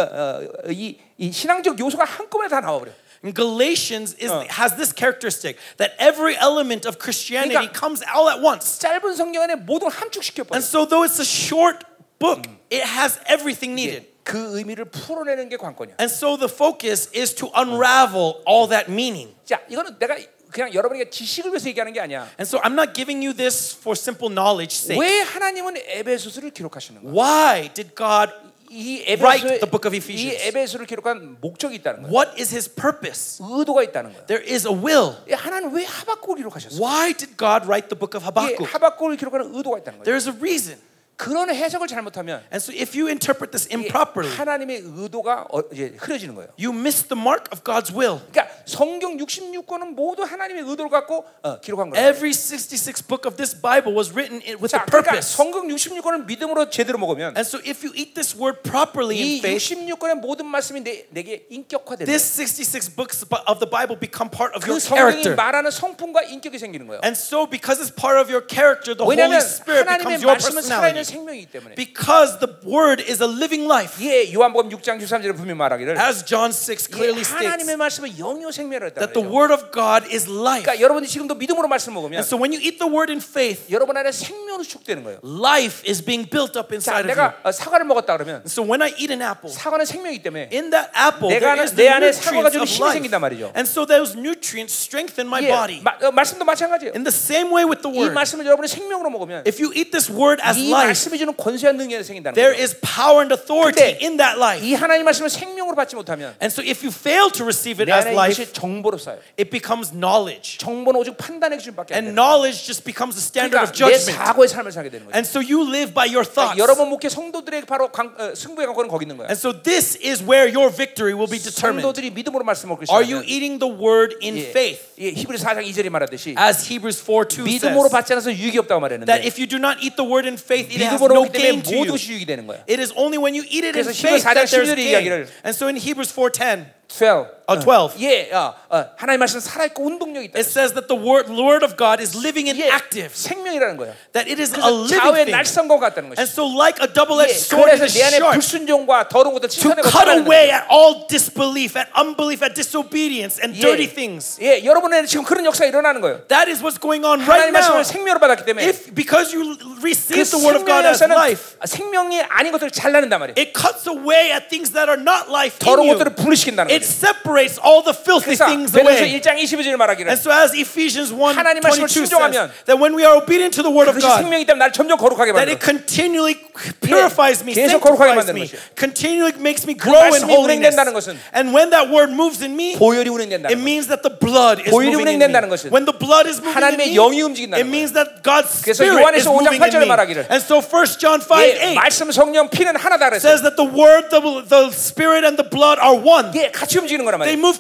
어, 이, 이 신앙적 요소가 한꺼번에 다 나와버려. And Galatians is, has this characteristic that every element of Christianity 그러니까- comes all at once. 짧은 성경 안에 모든 함축시켜 버려. And so, though it's a short book, it has everything needed. 그 의미를 풀어내는 게 관건이야. And so, the focus is to unravel all that meaning. 자, 이거는 내가 그냥 여러분에게 지식을 위해서 얘기하는 게 아니야. And so, I'm not giving you this for simple knowledge sake. 왜 하나님은 에베소서를 기록하시는 거야? Why did God? 이 Write the book of 에베소 이 Ephesians. 에베소를 기록한 목적이 있다는 거야. What is His purpose? 의도가 있다는 거야. There is a will. 예, 하나님 왜 하박국을 기록하셨어? Why did God write the book 이게 of Habakkuk? 하박국을 기록하는 의도가 있다는 거야. There is a reason. 그런 해석을 잘못하면 And so, if you interpret this 이게 improperly, 예, 하나님의 의도가 어, 이제 흐려지는 거예요. you miss the mark of God's will. 그러니까 성경 66권은 모두 하나님의 의도를 갖고 어, 기록한 거예요. Every 66 book of this Bible was written in- with a 자, 그러니까 purpose. 성경 66권을 믿음으로 제대로 먹으면 And so, if you eat this word properly 이 in faith, 66권의 모든 말씀이 내, 내게 인격화되는 this 거예요. 66 books bu- of the Bible become part of 그 your 성경이 character. 말하는 성품과 인격이 생기는 거예요. And so, because it's part of your character, the Holy 왜냐하면 Spirit 하나님의 becomes your 말씀은 살아있는 personality. 생명이기 때문에. Because the Word is a living life, 예, 요한복음 6장 13절에 분명히 말하기를 as John 6 예, clearly states, 하나님의 말씀은 영요 생명을 했다 that the 그래요. Word of God is life. 그러니까 여러분이 지금도 믿음으로 말씀 먹으면 And so, when you eat the Word in faith, 여러분 안에 생명으로 축되는 거예요. life is being built up 자, inside of you. 내가 And 어, 사과를 먹었다 그러면 so, when I eat an apple, 사과는 생명이기 때문에 in that apple, 내가 there 안에- is 내 the 안에 사과가 주는 nutrients 힘이 of life. 생긴단 말이죠. And so, those nutrients strengthen my 예, body. 마- 어, 말씀도 마찬가지예요. In the same way with the 이 word, 말씀을 여러분의 생명으로 먹으면 if you eat this word as 이 life, 말씀이 주는 권세와 능력이 생긴다는 there 거예요. is power and authority 근데 in that life. 이 하나님 말씀을 생명으로 받지 못하면 And so if you fail to receive it 내 as 안에 life, 이것이 정보로 쌓여. it becomes knowledge. 정보는 오직 판단의 기준밖에 안 돼. And knowledge just becomes the standard 그러니까 of 내 judgment. 사고의 삶을 살게 되는 거예요. And so you live by your 그러니까 thoughts. 여러분 목회 성도들의 바로 관- 어, 승부의 관건은 거기 있는 거예요. And so this is where your victory will be determined. 성도들이 믿음으로 말씀 먹기 Are you 시작하면 eating the word in 예, faith? 예, 히브리 4장 2절이 말하듯이 As Hebrews 4 2 믿음으로 says, 받지 않아서 유익이 없다고 that 말했는데 if you do not eat the word in faith, it has 믿음으로 no 먹기 때문에 gain to 모든 you. 것이 유익이 되는 거야. It is only when you eat it in 그래서 faith 히브리 4장 that there's 16 의 gain. 이야기를- And so in Hebrews 4:10, 12. 어, 12. 예, 어, 어, 하나님 말씀 살아 있고 운동력이 있다. It says that the word, Lord of God is living and 예, active. 생명이라는 거야. That it is a 그래서 자의 living thing. 날선과 같다는 And 것이. so, like a 예, double-edged sword, it 그래서 is 내 안에 sharp 불순종과 더러운 것들 to 칭찬하고 cut 떠나는 away at all disbelief, at unbelief, at disobedience, and dirty things. 예, 여러분의 지금 그런 역사 가 일어나는 거예요. That is what's going on right 하나님 now. 말씀을 생명으로 받았기 때문에 If because you 그 receive the word of 생명 God as 역사는 life, 생명이 아닌 것들을 잘라낸단 말이에요. it cuts away at things that are not life in 더러운 you. 것들을 분리시킨다는 It 거죠. separates all the filthy 그래서 things 베드로서 away. 1장 22절을 말하기를 And so as Ephesians 1 하나님 22 말씀을 says, 순종하면 that when we are obedient to the word of 그것이 God, 생명이 있다면 나를 점점 거룩하게 that 만들어 it continually purifies me, 계속 거룩하게 sanctifies 만드는 me, 것이에요. continually makes me grow in 말씀이 holiness. 운행된다는 것은 And when that word moves in me, 보혈이 it 운행된다는 거예요 means that the blood is 보혈이 moving in 운행된다는 me. 것은 When the blood is moving in 하나님의 me, 영이 움직인다는 it 거예요. means that God's 그래서 spirit 요한에서 is 5장 moving in 8절에 me. 말하기를 And so 1 John 5, 예, 8 말씀 성령 피는 하나다 그랬어요 says that the word, the, the spirit and the blood are one. 예, 같이 움직이는 거란 They 말이에요 move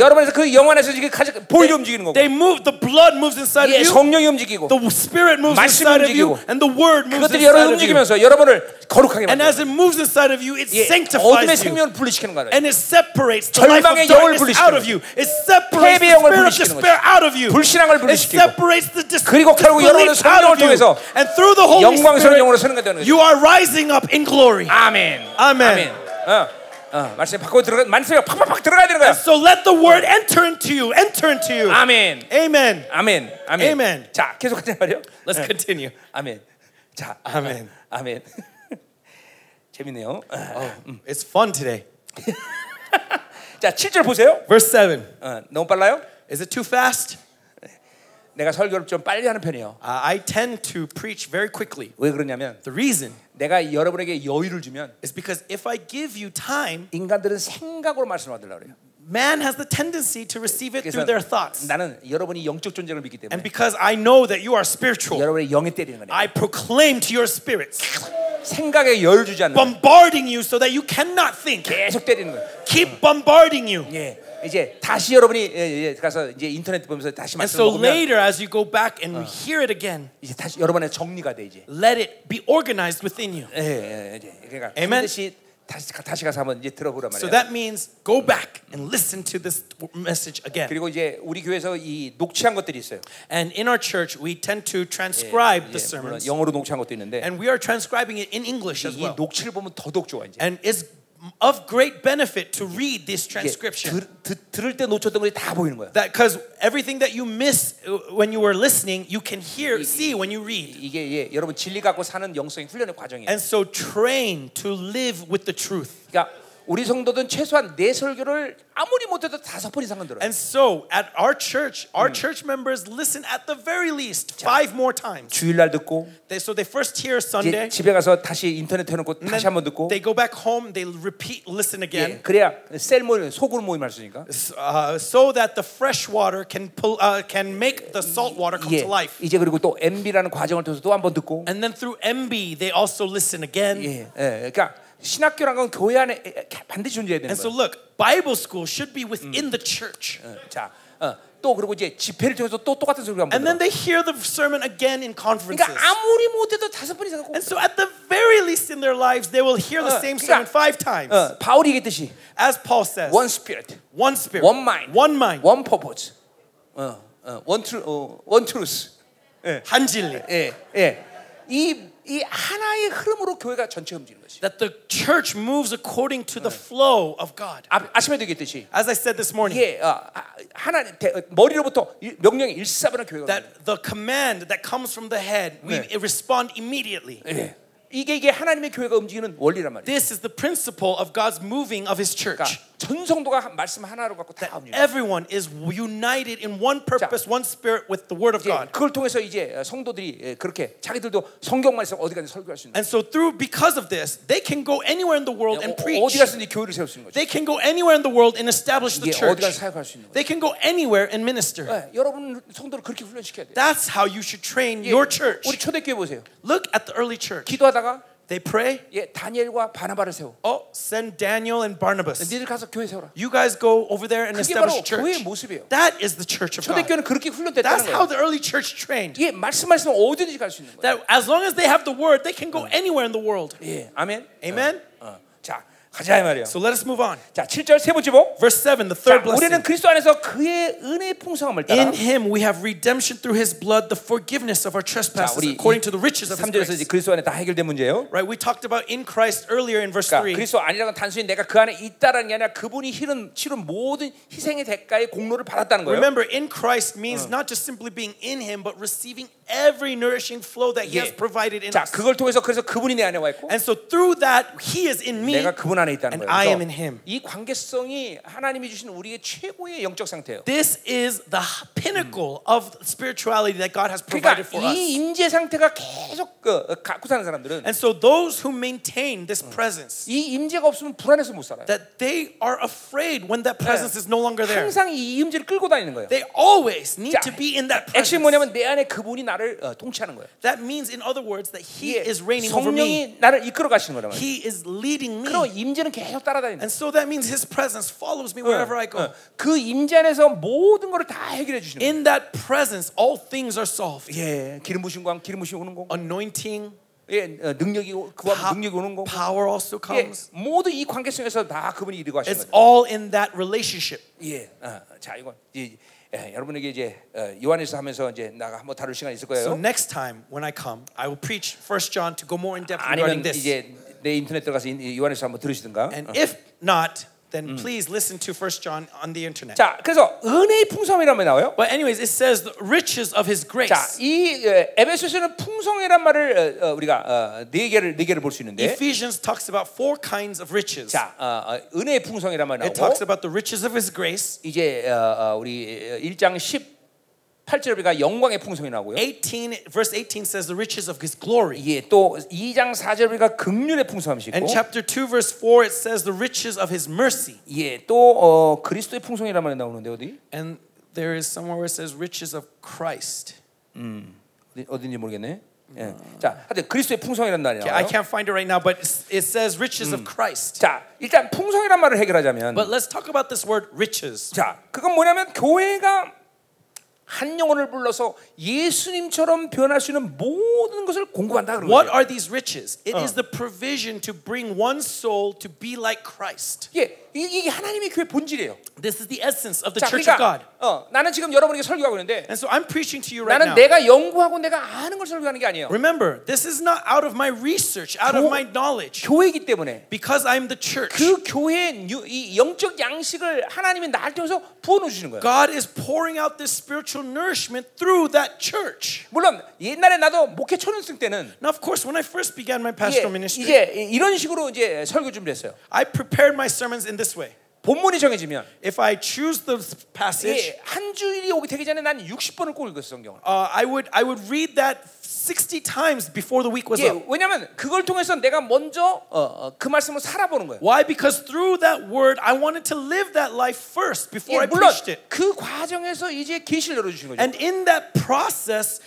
여러분에서 그 영안에서 지금 같이 보혈이 움직이는 거고 They move, the blood moves inside 예, of you. 성령이 움직이고 The spirit moves 말씀이 inside of you 움직이고. and the word moves 그것들이 여러분 inside of you. 움직이면서 여러분을 거룩하게 And 만들어 as it moves inside of you, it 예, 어둠의 sanctifies you. 생명을 분리시키는 거예요 And it separates the life 절망의 of 영을 darkness out 분리시키는 of you. It separates the 패배의 영을 spirit of 분리시키는 despair out of you. 불신앙을 It 분리시키고 separates the dis- 그리고 결국 여러분은 disbelief out 성령을 of you. 통해서 And through the Holy 영광스러운 영으로 Spirit, 서는 거 되는 거죠 you are rising up in glory. 아멘 아멘. 어, 어, 말씀 바꿔 들어가 말씀이 팍팍팍 들어가야 되는 거야 So let the word enter into you. Enter into you. 아멘 Amen. 아멘 아멘 Amen. 자 계속 하자 말이요 네. Let's continue. 아멘 자 아멘. 아, 아멘 재밌네요 어. It's fun today. 자 7절 보세요 Verse 7. 어, 너무 빨라요 Is it too fast? 내가 설교를 좀 빨리 하는 편이에요 Uh, I tend to preach very quickly. 왜 그러냐면 The reason 내가 여러분에게 여유를 주면 is because if I give you time, 인간들은 생각으로 말씀을 받으려고 그래요 man has the tendency to receive it through their thoughts. 나는 여러분이 영적 존재를 믿기 And 때문에 because I know that you are spiritual, 여러분의 영이 때리는 거예요 I proclaim to your spirits, 생각에 여유를 주지 않는 거예요 bombarding you so that you cannot think. 계속 때리는 거예요 Keep bombarding you. 예 이제 다시 여러분이 예, 예, 가서 이제 인터넷 보면서 다시 And 말씀을 so 보면 later, as you go back and hear it again, 이제 다시 여러분의 정리가 돼 이제 let it be organized within you. 예, 예, 예, 이제 그러니까 네. Amen. 반드시 다시 가- 다시 가서 한번 이제 들어보란 말이에요. So that means go back and listen to this message again. 그리고 이제 우리 교회에서 이 녹취한 것들이 있어요. And in our church, we tend to transcribe the 이제 예, 물론 sermons. 영어로 녹취한 것도 있는데 And we are transcribing it in English as 이 well. 녹취를 보면 더더욱 좋아 이제. And it's of great benefit to read this 이게 transcription. 들, 듣- 들을 때 놓쳤던 것이 다 보이는 거야. That because everything that you miss uh, when you were listening, you can hear, see when you read. 이게 예, 여러분 진리 갖고 사는 영성의 훈련의 과정이에요. And so train to live with the truth. 그러니까 우리 성도들은 최소한 내 설교를 아무리 못해도 다섯 번 이상은 들어요. And so at our church, our church members listen at the very least five more times. 주일날 듣고 They, so they first hear 이제 Sunday, 집에 가서 다시 인터넷 해놓고 and 다시 then 한번 듣고 they go back home, they repeat, listen 예, again. 그래야 셀 모임 속으로 모임할 수 있으니까. uh, so that the fresh water can pull, uh, can make the salt water come 예, to life. 이제 그리고 또 MB라는 과정을 통해서 또 한 번 듣고 And then through MB, they also listen again. 예, 예, 그러니까 신학교란 건 교회 안에 에, 에, 반드시 존재해야 되는 And so, 거예요. look, Bible school should be within Mm. the church. 어, 자, 어, 또 그리고 이제 집회를 통해서 또 똑같은 소리가 And 한번 then 들어. they hear the sermon again in conferences. 그러니까 아무리 못해도 다섯 번 이상 꼭. And so, at the very least in their lives, they will hear the 어, same 그러니까- sermon five times. 어, 바울이 얘기했듯이 As Paul says, Uh. one spirit, one spirit, one mind, 예. one mind, one purpose, 어, 어, one tru, 어, one truth. 한 진리. 예, 예. 이이 하나의 흐름으로 교회가 전체 움직이는 것이. That the church moves according to the flow of God. 아, 아침에도 얘기했듯이 As I said this morning, 이게 어, 아, 하나님 대- 어, 머리로부터 일- 명령이 일사분한 교회가. 되는 거예요. that the command that comes from the head, we 네. respond immediately. 예. 이게 이게 하나님의 교회가 움직이는 원리란 말이에요. This is the principle of God's moving of His church. 그러니까 전 성도가 한- 말씀 하나로 갖고 다 움직여요. Everyone is united in one purpose, one spirit with the Word of 이제 God. 그걸 통해서 이제 성도들이 예, 그렇게 자기들도 성경만 있으면 어디 가든 설교할 수 있는 And so through because of this, they can go anywhere in the world 거예요. and 어, 어디 preach. 가든지 교회를 세울 수 있는 거죠. They can go anywhere in the world and establish the 이게 어디 가서 church. 사역할 수 있는 거예요. They can go anywhere and minister. 예, 여러분 성도를 그렇게 훈련시켜야 돼요. 예, That's how you should train your church. 우리 초대교회 보세요. Look at the early church. 기도하다가 They pray, 예, 다니엘과 바나바를 세워. "Oh, send Daniel and Barnabas. 니들 가서 교회 세워라. You guys go over there and 그게 바로 establish a 교회의 church." 모습이에요. That is the church of God. 초대교회는 그렇게 훈련됐다는 That's how 거예요. the early church trained. 예, 말씀만 있으면 어디든지 갈 수 있는 거예요. That as long as they have the word, they can go anywhere in the world. 예, 아멘. Amen? 어, 어. 자, 가자 이 말이에요. So let us move on. 자, 7절 세 번째 복. Verse 7, the 자, third 우리는 blessing. 그리스도 안에서 그의 은혜의 풍성함을 따라 In him we have redemption through his blood, the forgiveness of our 자, trespasses, 우리 according to the riches of his 3절에서 이제 grace. 그리스도 안에 다 해결된 문제예요. Right? We talked about in Christ earlier in verse 그러니까 3. 그리스도 아니라는 건 단순히 내가 그 안에 있다라는 게 아니라 그분이 희른 치른 모든 희생의 대가의 공로를 받았다는 거예요. Remember, in Christ means not just simply being in him, but receiving every nourishing flow that He has 예. provided in 자, us. 그걸 통해서 그래서 그분이 내 안에 와 있고 And so through that, He is in me. 내가 그분 안에 있다는 and 거예요. I am 그래서 in him. 이 관계성이 하나님이 주신 우리의 최고의 영적 상태예요. This is the pinnacle of spirituality that God has provided for 그러니까 이 us. 임재 상태가 계속 그, 어, 갖고 사는 사람들은 And so those who maintain this presence, 이 임재가 없으면 불안해서 못 살아요. that they are afraid when that presence is no longer there. 항상 이 임재를 끌고 다니는 거예요. They always 자, need to be in that 액션이 presence. 뭐냐면 내 안에 그분이 나를 어, 통치하는 거예요. That means, in other words, that He 이게 is reigning over me. 성령이 나를 이끌어 가시는 거란 말이에요. He is leading 그럼 me. 임재는 계속 따라다니는 And so that means His presence Uh, follows me wherever I 거예요. go. 어, 그 임재 안에서 모든 걸 다 해결해 주시는 거예요. In that presence, all things are solved. 예, 기름 부신 광, 기름 부신 오는 거. Anointing, 예, 어, 능력이 오- 그와 po- 능력이 오는 거. power also 예, comes. 모두 이 관계 속에서 다 그분이 이루고 하시는 It's 거죠. all in that relationship. 예, 어, 자 이건 이제 예, 여러분에게 이제 어, 요한에서 하면서 이제 나가 한번 다룰 시간 있을 거예요. So next time when I come, I will preach First John to go more in depth 아니면 regarding this. 이제 내 인터넷 들어가서 인- 이 요한에서 한번 들으시든가. And 어. if not, then please listen to First John on the internet. 자, 그래서 은혜의 풍성함이라면 나와요. But anyways, it says the riches of His grace. 자, 이 예, 에, 에베소서는 풍성이란 말을 어, 어, 우리가 어, 네 개를 네 개를 볼 수 있는데, Ephesians talks about four kinds of riches. 자, 어, 어, 은혜의 풍성이란 말 It 나오고 talks about the riches of His grace. 이제 어, 어, 우리 1장 18절 우리가 영광의 풍성이 나오고요. 18 verse 18 says the riches of His glory. 예, 또 2장 4절 우리가 극률의 풍성함이 있고 And chapter 2 verse 4 it says the riches of His mercy. 예, 또 어, 그리스도의 풍성이란 말이 나오는데 어디? And there is somewhere where it says riches of Christ. 어디- 어딘지 모르겠네. 예. 자, 하여튼 그리스도의 풍성이란 말이 Okay, 음. I 나와요. can't find it right now, but it's- it says riches of Christ. 자, 일단 풍성이란 말을 해결하자면 But let's talk about this word riches. 자, 그건 뭐냐면 교회가 한 영혼을 불러서 예수님처럼 변할 수 있는 모든 것을 공급한다 그러는 What 거예요. are these riches? It is the provision to bring one soul to be like Christ. 예, 이- 이게 하나님의 교회 본질이에요. This is the essence of the 자, church of God. 그러니까 어, 나는 지금 여러분에게 설교하고 있는데 And so I'm preaching to you right 나는 now. 내가 연구하고 내가 아는 걸 설교하는 게 아니에요. Remember, this is not out of my research, out of 교- my knowledge, 교회이기 때문에 because I'm the church. 그 교회의 유- 이 영적 양식을 하나님이 나를 통해서 부어 주시는 거예요. 그러니까 God is pouring out this spiritual nourishment through that church. 물론 옛날에 나도 목회 초년생 때는 Now, of course, when I first began my 이게, pastoral ministry, 이제 이- 이런 식으로 이제 설교 준비했어요. I prepared my sermons in this way. 본문이 정해지면 If I choose the passage, 예, 한 주일이 오기 되기 전에 난 60번을 꼭 읽었어 성경을. uh, I would I would read that 60 times before the week was 예, up. 왜냐하면 그걸 통해서 내가 먼저 어, 어, 그 말씀을 살아보는 거예요. Why? Because through that word, I wanted to live that life first before 예, I 물론 preached it. 그 과정에서 이제 계시를 열어주시는 거죠. And in that process,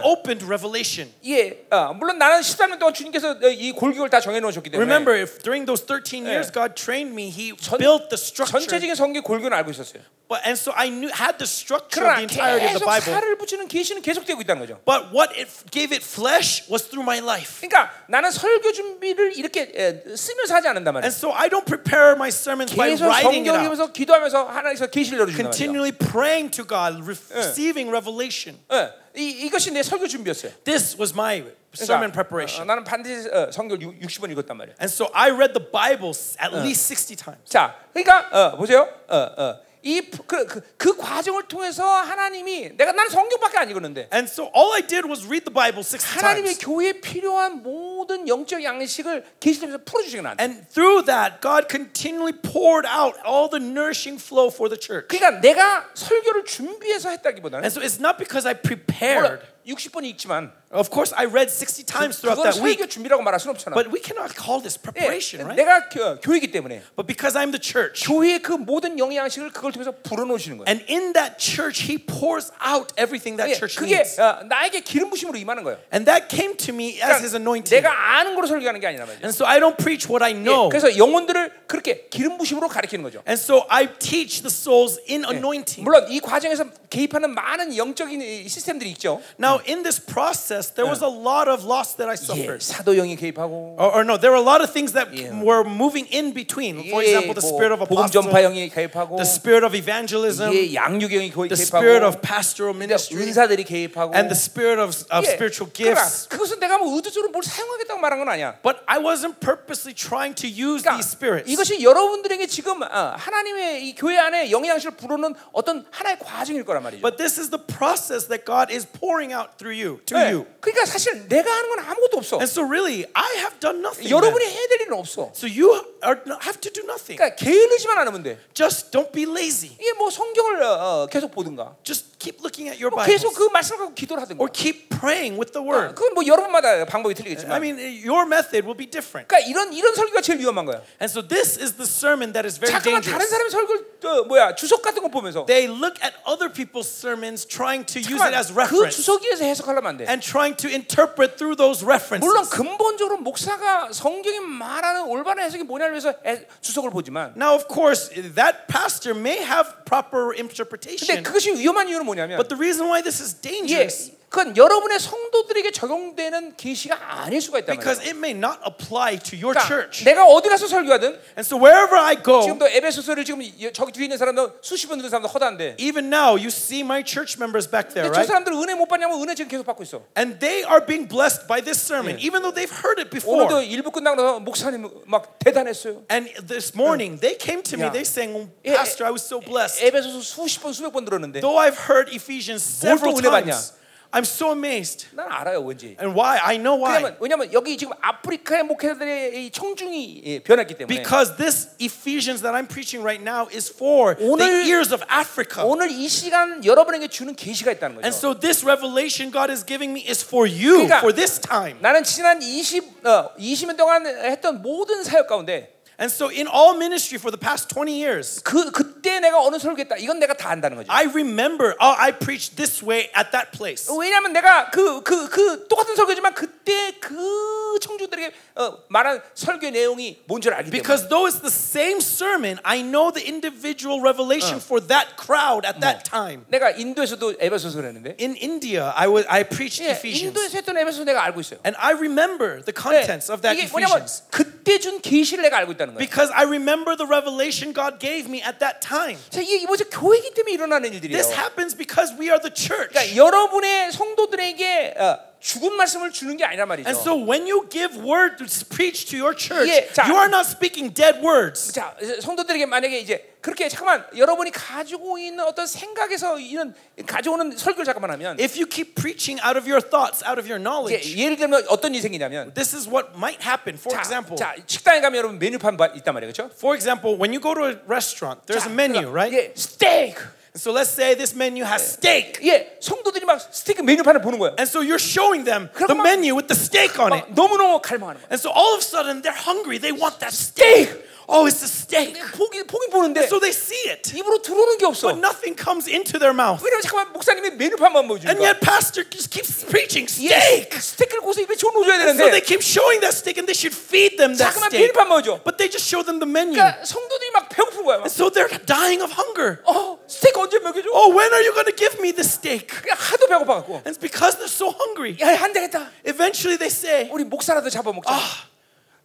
네. opened revelation. 예, 어, 물론 나는 13년 동안 주님께서 어, 이 골격을 다 정해놓으셨기 때문에 Remember, if during those 13 years 네. God trained me, He 전- built the structure. 전체적인 성경 골격은 알고 있었어요. But, and so I knew had the structure of 그러나 the entirety of the 계속 Bible. 살을 붙이는 계시는 계속되고 있다는 거죠. But what it gave it flesh was through my life. 그러니까 나는 설교 준비를 이렇게 에, 쓰면서 하지 않는단 말이에요. And so I don't prepare my sermons by 계속 writing it 성경 out. 읽으면서 기도하면서 하나님께서 계시를 열어주신단 말이에요. Continually praying to God, re- receiving revelation. 예, 이, 이것이 내 설교 준비였어요. 그러니까 This was my sermon preparation. 어, 나는 반드시 어, 성경 60번 읽었단 말이에요. And so I read the Bible s- at least 60 times. 자, 그러니까 어, 보세요. 어, 어, 이그 그, 그- 그 과정을 통해서 하나님이 내가 나는 성경밖에 안 읽었는데 And so all I did was read the Bible 60 하나님의 times. 교회에 필요한 모든 영적 양식을 계시면서 풀어주시긴 안 돼. And through that, God continually poured out all the nourishing flow for the church. 그러니까 내가 설교를 준비해서 했다기보다는 And so it's not because I 물론 prepared. 60번 읽지만 Of course, I read 60 times throughout 그건 that week. 설교 준비라고 말할 수는 없잖아. But we cannot call this 예, preparation, right? 내가 교, 교회이기 때문에 But because I'm the church. 교회의 그 모든 영의 양식을 그걸 통해서 불어넣으시는 거예요. And in that church, He pours out everything that 예, church 그게 needs. 어, 나에게 기름 부심으로 임하는 거예요. 그러니까 And that came to me as His anointing. 내가 아는 거로 설교하는 게 아니라 말이죠. And so I don't preach what I 예, know. 그래서 영혼들을 그렇게 기름 부심으로 가르치는 거죠. 예. And so I teach the souls in anointing. 물론 이 과정에서 개입하는 많은 영적인 이 시스템들이 있죠. Now, in this process, there was a lot of loss that I 예, suffered. 사도영이 개입하고 Or, or no, there were a lot of things that Yeah. were moving in between. For 예, example, the spirit of 뭐, 복음 apostle, 전파형이 개입하고 the spirit of evangelism, 예, 양육형이 거의 the spirit 개입하고 그러니까 of pastoral ministry, 은사들이 개입하고 and the spirit of, of 예, spiritual 그러나 gifts. 그것은 내가 뭐 의도적으로 뭘 사용하겠다고 말한 건 아니야. But I wasn't purposely trying to use 그러니까 these spirits. 이것이 여러분들에게 지금 어, 하나님의 이 교회 안에 영양실을 부르는 어떤 하나의 과정일 거란 말이죠. But this is the process that God is pouring out out through you, to 예, you. 그러니까 사실 내가 하는 건 아무것도 없어. And so really, I have done nothing. then. 여러분이 해야 될 일은 없어. So you are, have to do nothing. 그러니까 게으르지만 않으면 돼. Just don't be lazy. 이게 뭐 성경을 어, 어, 계속 보든가, Just keep looking at your 뭐 Bible. 계속 그 말씀을 갖고 기도를 하든가. Or keep praying with the Oh, word. 그건 뭐 여러분마다 방법이 틀리겠지만. I mean, your method will be different. 그러니까 이런 이런 설교가 제일 위험한 거야. And so this is the sermon that is very 잠깐만 다른 dangerous. 사람의 설교 어, 뭐야 주석 같은 거 보면서 They look at other people's sermons trying to use it as 잠깐만, 그 reference 주석에서 해석하려면 안 돼. and trying to interpret through those 물론 references. 근본적으로 목사가 성경이 말하는 올바른 해석이 뭐냐를 위해서 해- 주석을 보지만 Now, of course, that pastor may have proper 근데 interpretation, 그것이 위험한 이유는 뭐냐면 but the reason why this is 예, dangerous 그건 여러분의 성도들에게 적용되는 계시가 아닐 수가 있다 말이야. because it may not apply to your 그러니까 church. Oh. 내가 어디 가서 설교하든 And so, wherever I go, 지금도 에베소서를 지금 이- 저기 뒤에 있는 사람도 수십 번 듣는 사람도 허다한데 even now, you see my church members back there, 근데 저 right? 사람들은 은혜 못 받냐면 은혜 지금 계속 받고 있어. And they are being blessed by this sermon, even though they've heard it 오늘도 before. 일부 끝나고 나서 목사님 막 대단했어요. And this morning, they came to me, Yeah. they saying, "Oh, 예, 예, Pastor, I was so blessed. 에베소서 수십 번 수백 번 들었는데 Though I've heard Ephesians several 또 은혜 받냐? times, I'm so amazed. 난 알아요 왠지. And why? I know why. 왜냐면 왜냐면 여기 지금 아프리카의 목회자들의 이 청중이 예, 변했기 때문에 Because this Ephesians that I'm preaching right now is for the 오늘- ears of Africa. 오늘 이 시간 여러분에게 주는 계시가 있다는 거죠. 어. And so this revelation God is giving me is for you, 그러니까- for this time. 나는 지난 20 어, 20년 동안 했던 모든 사역 가운데 And so in all ministry for the past 20 years, 그 그때 내가 어느 설교했다 이건 내가 다 안다는 거죠. I remember, oh, I preached this way at that place. 왜냐하면 내가 그 그 그 똑같은 설교지만 그때 그 청중들에게 어, 말한 설교 내용이 뭔지를 알기 때문에. Because though it's the same sermon, I know the individual revelation for that crowd at that time. 내가 인도에서도 에베소서를 했는데 In India, I, was, I preached 예, Ephesians. 인도에서 했던 에베소서 내가 알고 있어요. And I remember the 네, contents of that 이게 뭐냐면 Ephesians 그때 준 계시를 내가 알고 있다는 거예요. because I remember the revelation God gave me at that time. 자, 이게 뭐죠? 교회이기 때문에 일어나는 일들이에요. This happens because we are the church. 그러니까 여러분의 성도들에게 어, 죽은 말씀을 주는 게 아니란 말이죠. And so when you give word to preach to your church, Yeah, 자- you are not speaking dead words. 자, 성도들에게 만약에 이제 그렇게 잠깐만 여러분이 가지고 있는 어떤 생각에서 이런 가져오는 설교를 잠깐만 하면 If you keep preaching out of your thoughts, out of your knowledge, 이제 예를 들면 어떤 일이 생기냐면 this is what might happen. For example, 자, 식당에 가면 여러분 메뉴판 봐- 있단 말이에요. 그렇죠? for example, when you go to a restaurant, there's a menu, right? 예, 스테이크. So let's say this menu has steak. 예, 성도들이 막 스테이크 메뉴판을 보는 거예요. And so you're showing them the 그럼 막- menu with the steak on it. 막 너무너무 갈망하는 거예요. And so all of a sudden they're hungry. They want that steak. Oh, it's a steak. 보기 보긴 보는데 So they see it. 입으로 들어오는 게 없어. But nothing comes into their mouth. 왜냐면 잠깐만 목사님이 메뉴판만 And 보여주니까 yet pastor just keeps preaching steak. 예, 스테이크를 고서 입에 줘놓아야 And so they 되는데 keep showing that steak and they should feed them that 잠깐만 steak. 메뉴판 보여줘. But they just show them the menu. 그러니까 성도들이 막 배고픈 거야. 막. And so they're dying of hunger. 어, 스테이크 언제 먹여줘? Oh, when are you going to give me the steak? 그냥 하도 배고파갖고 And it's because they're so hungry. 야, 안 되겠다. Eventually they say, 우리 목사라도 잡아먹자. "Ah,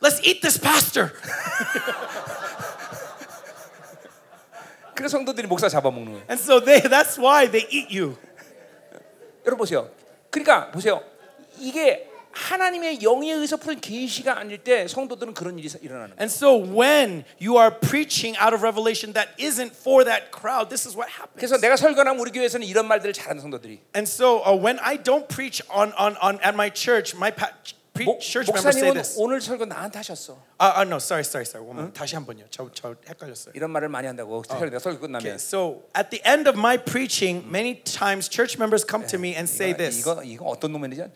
let's eat this pastor. 그래서 성도들이 목사 잡아먹는 거예요. And so they that's why they eat you. 여러분 보세요. 그러니까 보세요. 이게 하나님의 영에 의해서 푸는 계시가 아닐 때 성도들은 그런 일이 일어나는 거예요. And so when you are preaching out of revelation that isn't for that crowd, this is what happens. 그래서 내가 설교하면 우리 교회에서는 이런 말들을 잘하는 성도들이 And so uh, when I don't preach on, on, on at my church, my pa- pre- 목, church members say 목사님은 this. 오늘 설교 나한테 하셨어. Uh, uh, no, sorry, sorry, sorry. One more. 다시 한 번요. 저, 저 헷갈렸어요. 이런 말을 많이 한다고 특별히 내가 설교 끝나면 Okay, so at the end of my preaching, many times church members come to me and say 이거, this. 이거 이거 어떤 놈이냐?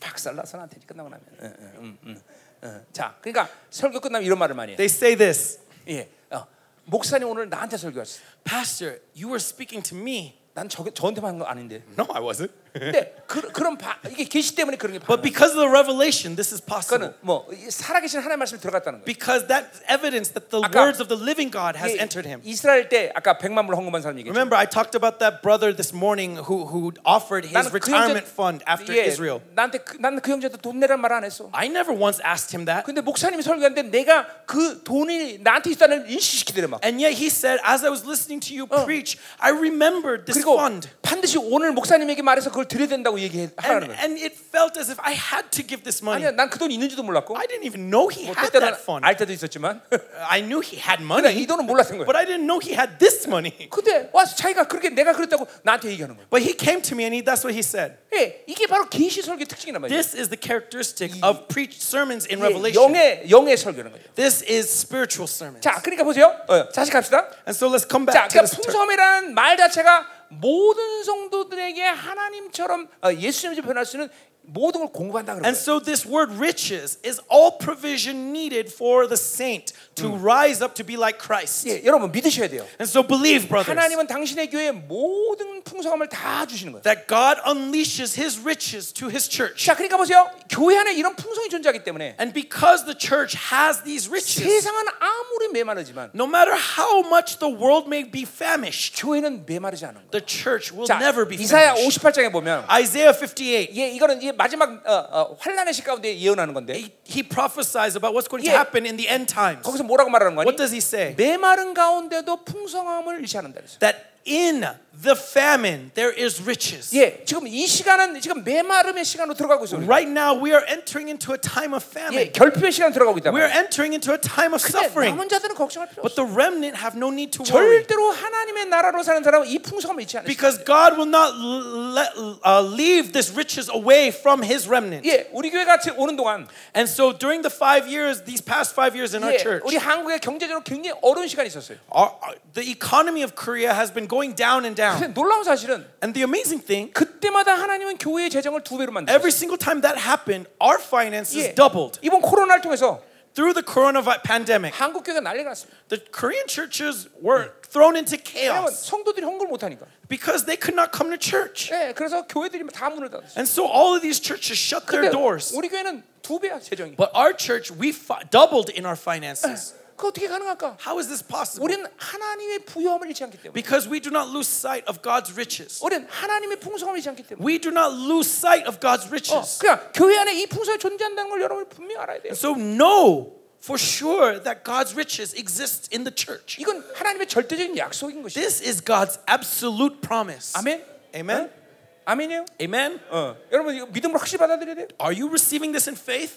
박살나서 나한테 끝나고 나면. 응, 응, 응, 응, 응. 자, 그러니까 설교 끝나면 이런 말을 많이 해. They say this, 예, 어, 목사님 오늘 나한테 설교하셨어. Pastor, you were speaking to me. 난 저, 저한테만 한 거 아닌데. No, I wasn't. 근데 그, 그런 바, 이게 계시 때문에 그런 게 바뀌는 But because of the revelation, this is possible. 거는 뭐 이 살아계신 하나님 의 말씀이 들어갔다는 거예요. Because that's evidence that the 아까- words of the living God has 이게 entered him. 이스라엘 때 아까 백만 불 헌금한 사람 얘기죠. Remember, I talked about that brother this morning who, who offered his retirement fund after 그 예, Israel. 나한테 그, 나는 그 형제한테 돈 내란 말 안 했어. I never once asked him that. 근데 목사님이 설교하는데 내가 그 돈이 나한테 있다는 걸 인식시키더래 막. And yet he said, as I was Oh. listening to you preach, I remembered this 그리고 fund. 반드시 오늘 목사님에게 말해서 그걸 드려야 된다고 달라고 And, 얘기하라는 거예요. and it felt as if I had to give this money. 아니야, 난 그 돈 있는지도 몰랐고. I didn't even know he 뭐 had 때때는 that fund. 알 때도 있었지만, I knew he had 그냥 이 money, 돈은 몰랐던 but 거예요. I didn't know he had this money. 근데 와서 자기가 그렇게 내가 그랬다고 나한테 얘기하는 거예요. But he came to me and he, that's what he said. 예, 이게 바로 계시 설교 특징이란 말이에요. This is the characteristic of preached sermons in 예, Revelation. 영의 영의 설교는 거죠. This is spiritual sermons. 자, 그러니까 보세요. 어, 다시 갑시다. And so let's come 자, back to 그러니까 this. ter- 풍성함이라는 말 자체가 모든 성도들에게 하나님처럼 어, 예수님처럼 변할 수 있는 모든 걸 공급한다 그런 And 거예요. so this word riches is all provision needed for the saint to rise up to be like Christ. 예, 여러분 믿으셔야 돼요. And so believe, brothers, 하나님은 당신의 교회에 모든 풍성함을 다 주시는 거예요. that God unleashes his riches to his church. 자, 그러니까 보세요. 교회 안에 이런 풍성이 존재하기 때문에 And because the church has these riches, 세상은 아무리 메마르지만 no matter how much the world may be famished, 교회는 메마르지 않은 거예요. the church will 자, never be 이사야 famished. 아. 58장에 보면 Isaiah 58, 예, 이거는 이제 마지막 어, 어, 환란의 시 가운데 예언하는 건데 he, he prophesies about what's going to Yeah. happen in the end times. 거기서 뭐라고 말하는 거니? What does he say? 메마른 가운데도 풍성함을 일치한다 그랬어요. That in the famine there is riches. 예, 지금 이 시간은 지금 메마름의 시간으로 들어가고 있어요. 우리가. Right now we are entering into a time of 예, famine. 결핍의 시간 들어가고 있단 We are 말이에요. entering into a time of 근데 suffering. 남은 자들은 걱정할 필요 But 없어. the remnant have no need to worry. 절대로 하나님의 나라로 사는 사람은 이 풍성함을 잃지 않아요. Because God will not le- uh, leave this riches away from His remnant. 예, 우리 교회 같이 오는 동안 And so during the five years, these past five years in our 예, church, 우리 한국의 경제적으로 굉장히 어려운 시간이 있었어요. our, our- the economy of Korea has been going down and down. 근데 어. 놀라운 사실은 And the amazing thing, 그때마다 하나님은 교회의 재정을 두 배로 만들었어요. every single time that happened, our finances 예, doubled. 이번 코로나를 통해서 Th로 the coronavirus pandemic, 한국 교회가 난리가 났습니다. the Korean churches were thrown into 왜냐면 chaos 성도들이 헌금을 못 하니까. because they could not come to church. 예, 그래서 교회들이 다 문을 닫았어요. And so all of these churches shut 근데 their doors. 우리 교회는 두 배야 재정이. But our church, we fi- doubled in our finances. 그 어떻게 가능할까? How is this possible? 우리는 하나님의 부여함을 잃지 않기 때문에 Because we do not lose sight of God's riches. 우리는 하나님의 풍성함을 잃지 않기 때문에 We do not lose sight of 어, God's riches. 그냥 교회 안에 이 풍성이 존재한다는 걸 여러분 분명히 알아야 돼요 So know for sure that God's riches exist in the church. 이건 하나님의 절대적인 약속인 것이에요 This is God's absolute promise. 아멘? Amen. 어? 아멘이에요? Amen. Uh, 어. 여러분 이거 믿음으로 확실히 받아들여야 돼요 Are you receiving this in faith?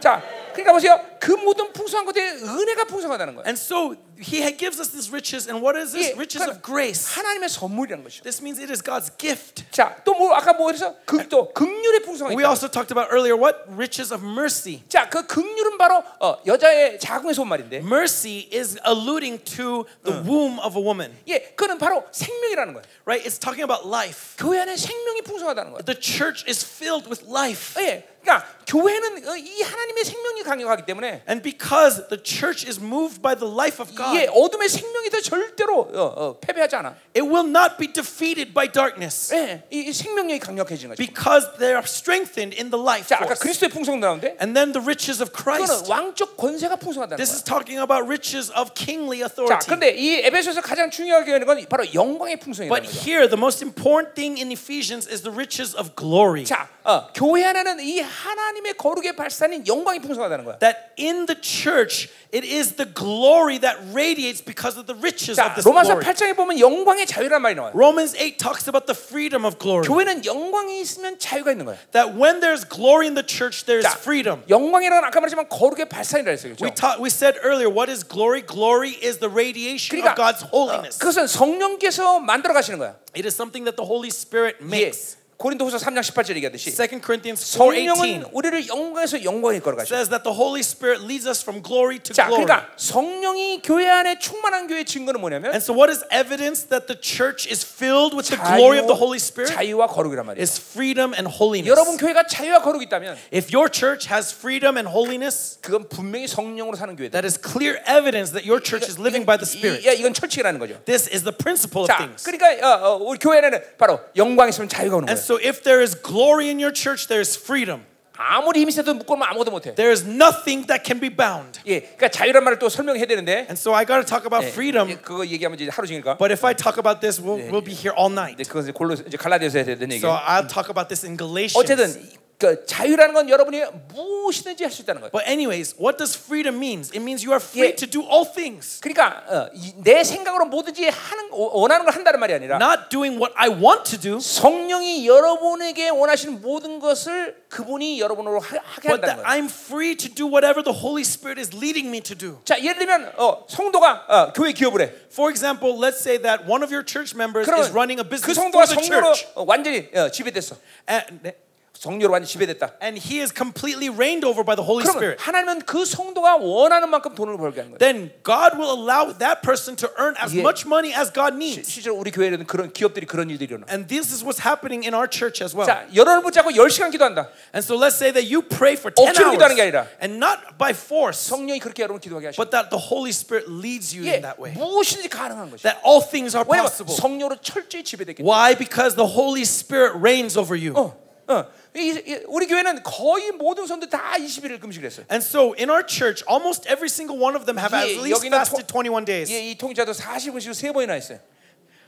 자 그러니까 보세요 그 모든 풍성한 것에 은혜가 풍성하다는 거예요 And so he had- gives us these riches, and what is this? Yeah, Riches kind of of- grace. 하나님의 선물이라는 것이죠 This means it is God's gift. 자또 뭐, 아까 뭐 그래서 극도 극률의 풍성함이 We also talked about earlier what riches of mercy. 자그 극률은 바로 어, 여자의 자궁의 손말인데 Mercy is alluding to the womb of a woman, 예, 그거는 바로 생명이라는 거예요 right? It's talking about life. 교회 안에 생명이 풍성하다는 거예요 The church is filled with life. 예, 그러니까 교회는 어, 이 하나님의 생명이 강력하기 때문에 And because the church is moved by the life of God, 이게 어둠의 생명이 더 절대로 어, 어, 패배하지 않아. it will not be defeated by darkness 예, 이, 이 생명력이 강력해지는 거죠. because they are strengthened in the life 자, 아까 force. 그리스도의 풍성 나오는데 And then the riches of 그거는 Christ. 왕적 권세가 풍성하다는 This 거야. is talking about riches of kingly 자, authority. 근데 이 에베소서 가장 중요하게 하는 건 바로 영광의 But 풍성이라는 거죠. here, the most important thing in Ephesians is the riches of glory. 자, 어, 교회 안에는 이 하나님의 거룩의 발산인 영광이 풍성하다는 거야. That in the church, it is the glory that radiates because of the riches 자, of this 로마서 glory. 8장에 보면 영광의 자유란 말이 나와요. Romans 8 talks about the freedom of glory. 교회는 영광이 있으면 자유가 있는 거야. That when there's glory in the church, there's 자, freedom. 영광이라는 건 아까 말했지만 거룩의 발산이라 했어요. We, 그렇죠? taught, we said earlier, what is glory? Glory is the radiation 그러니까 of God's 어, holiness. 그것은 성령께서 만들어 가시는 거야. it is something that the Holy Spirit 예. makes. 고린도후서 3장 18절 얘기하듯이 2 Corinthians 성령은 4.18 우리를 영광에서 영광에 걸어가시죠. says that the Holy Spirit leads us from glory to 자, glory. 그러니까 성령이 교회 안에 충만한 교회의 증거는 뭐냐면 And so what is evidence that the church is filled with the glory of the Holy Spirit? 자유와 거룩이란 말이에요. Is freedom and holiness. 여러분 교회가 자유와 거룩이 있다면 if your church has freedom and holiness, 그건 분명히 성령으로 사는 교회다. that is clear evidence that your church is living by the Spirit. 이, 이, 이건 철칙이라는 거죠. This is the principle of 자, things. 그러니까 어, 어, 우리 교회 안에는 바로 영광 있으면 자유가 오는 And 거예요. so if there is glory in your church, there is freedom. 아무리 힘이 세도 묶어놓으면 아무것도 못해. There is nothing that can be bound. 예, 그러니까 자유란 말을 또 설명해야 되는데 And so I got to talk about 예, freedom, 그거 얘기하면 이제 하루 종일 가. but if I talk about this, we'll, we'll be here all night. 근데 그건 이제 골로 이제 갈라디아서 해야 되는 얘기. So I'll talk about this in Galatians. 어쨌든 그 자유라는 건 여러분이 무엇이든지 할 수 있다는 거예요. But anyways, what does freedom means? It means you are free Yeah. to do all things. 그러니까 어, 이- 내 생각으로 뭐든지 하는 오- 원하는 걸 한다는 말이 아니라 Not doing what I want to do, 성령이 여러분에게 원하시는 모든 것을 그분이 여러분으로 하, 하게 but 한다는 that 거예요. I'm free to do whatever the Holy Spirit is leading me to do. 자, 예를 들면 어, 성도가 어, 교회 기업을 해. For example, let's say that one of your church members is running a 그러면 그 business for 성도가 the 성령으로 church, 어, 완전히 어, 지배됐어. and, 성령으로 완전히 지배됐다. and he is completely reigned over by the Holy 그러면 Spirit. 하나님은 그 성도가 원하는 만큼 돈을 벌게 하는 거예요. Then God will allow that person to earn as Yeah. much money as God needs. 실제로 우리 교회에는 그런 기업들이 그런 일들이 일어나. And this is what's happening in our church as well. 자, 여러분 자고 10시간 기도한다. And so let's say that you pray for 10 억지로 기도하는 게 hours 아니라. and not by force, 성령이 그렇게 여러분 기도하게 하시고. but that the Holy Spirit leads you 예, in that way. 무엇인지 가능한 것이야. That all things are 왜냐면 possible. 성령으로 철저히 지배됐기 때문에. Why? Because the Holy Spirit reigns over you. 어, 어. 이- 이- 우리 교회는 거의 모든 선도 다 20일을 금식을 했어요. And so in our church, almost every single one of them have Yeah, at least 여기는 fasted 21 days. 예, 이 통치자도 40분씩 세 번이나 했어요.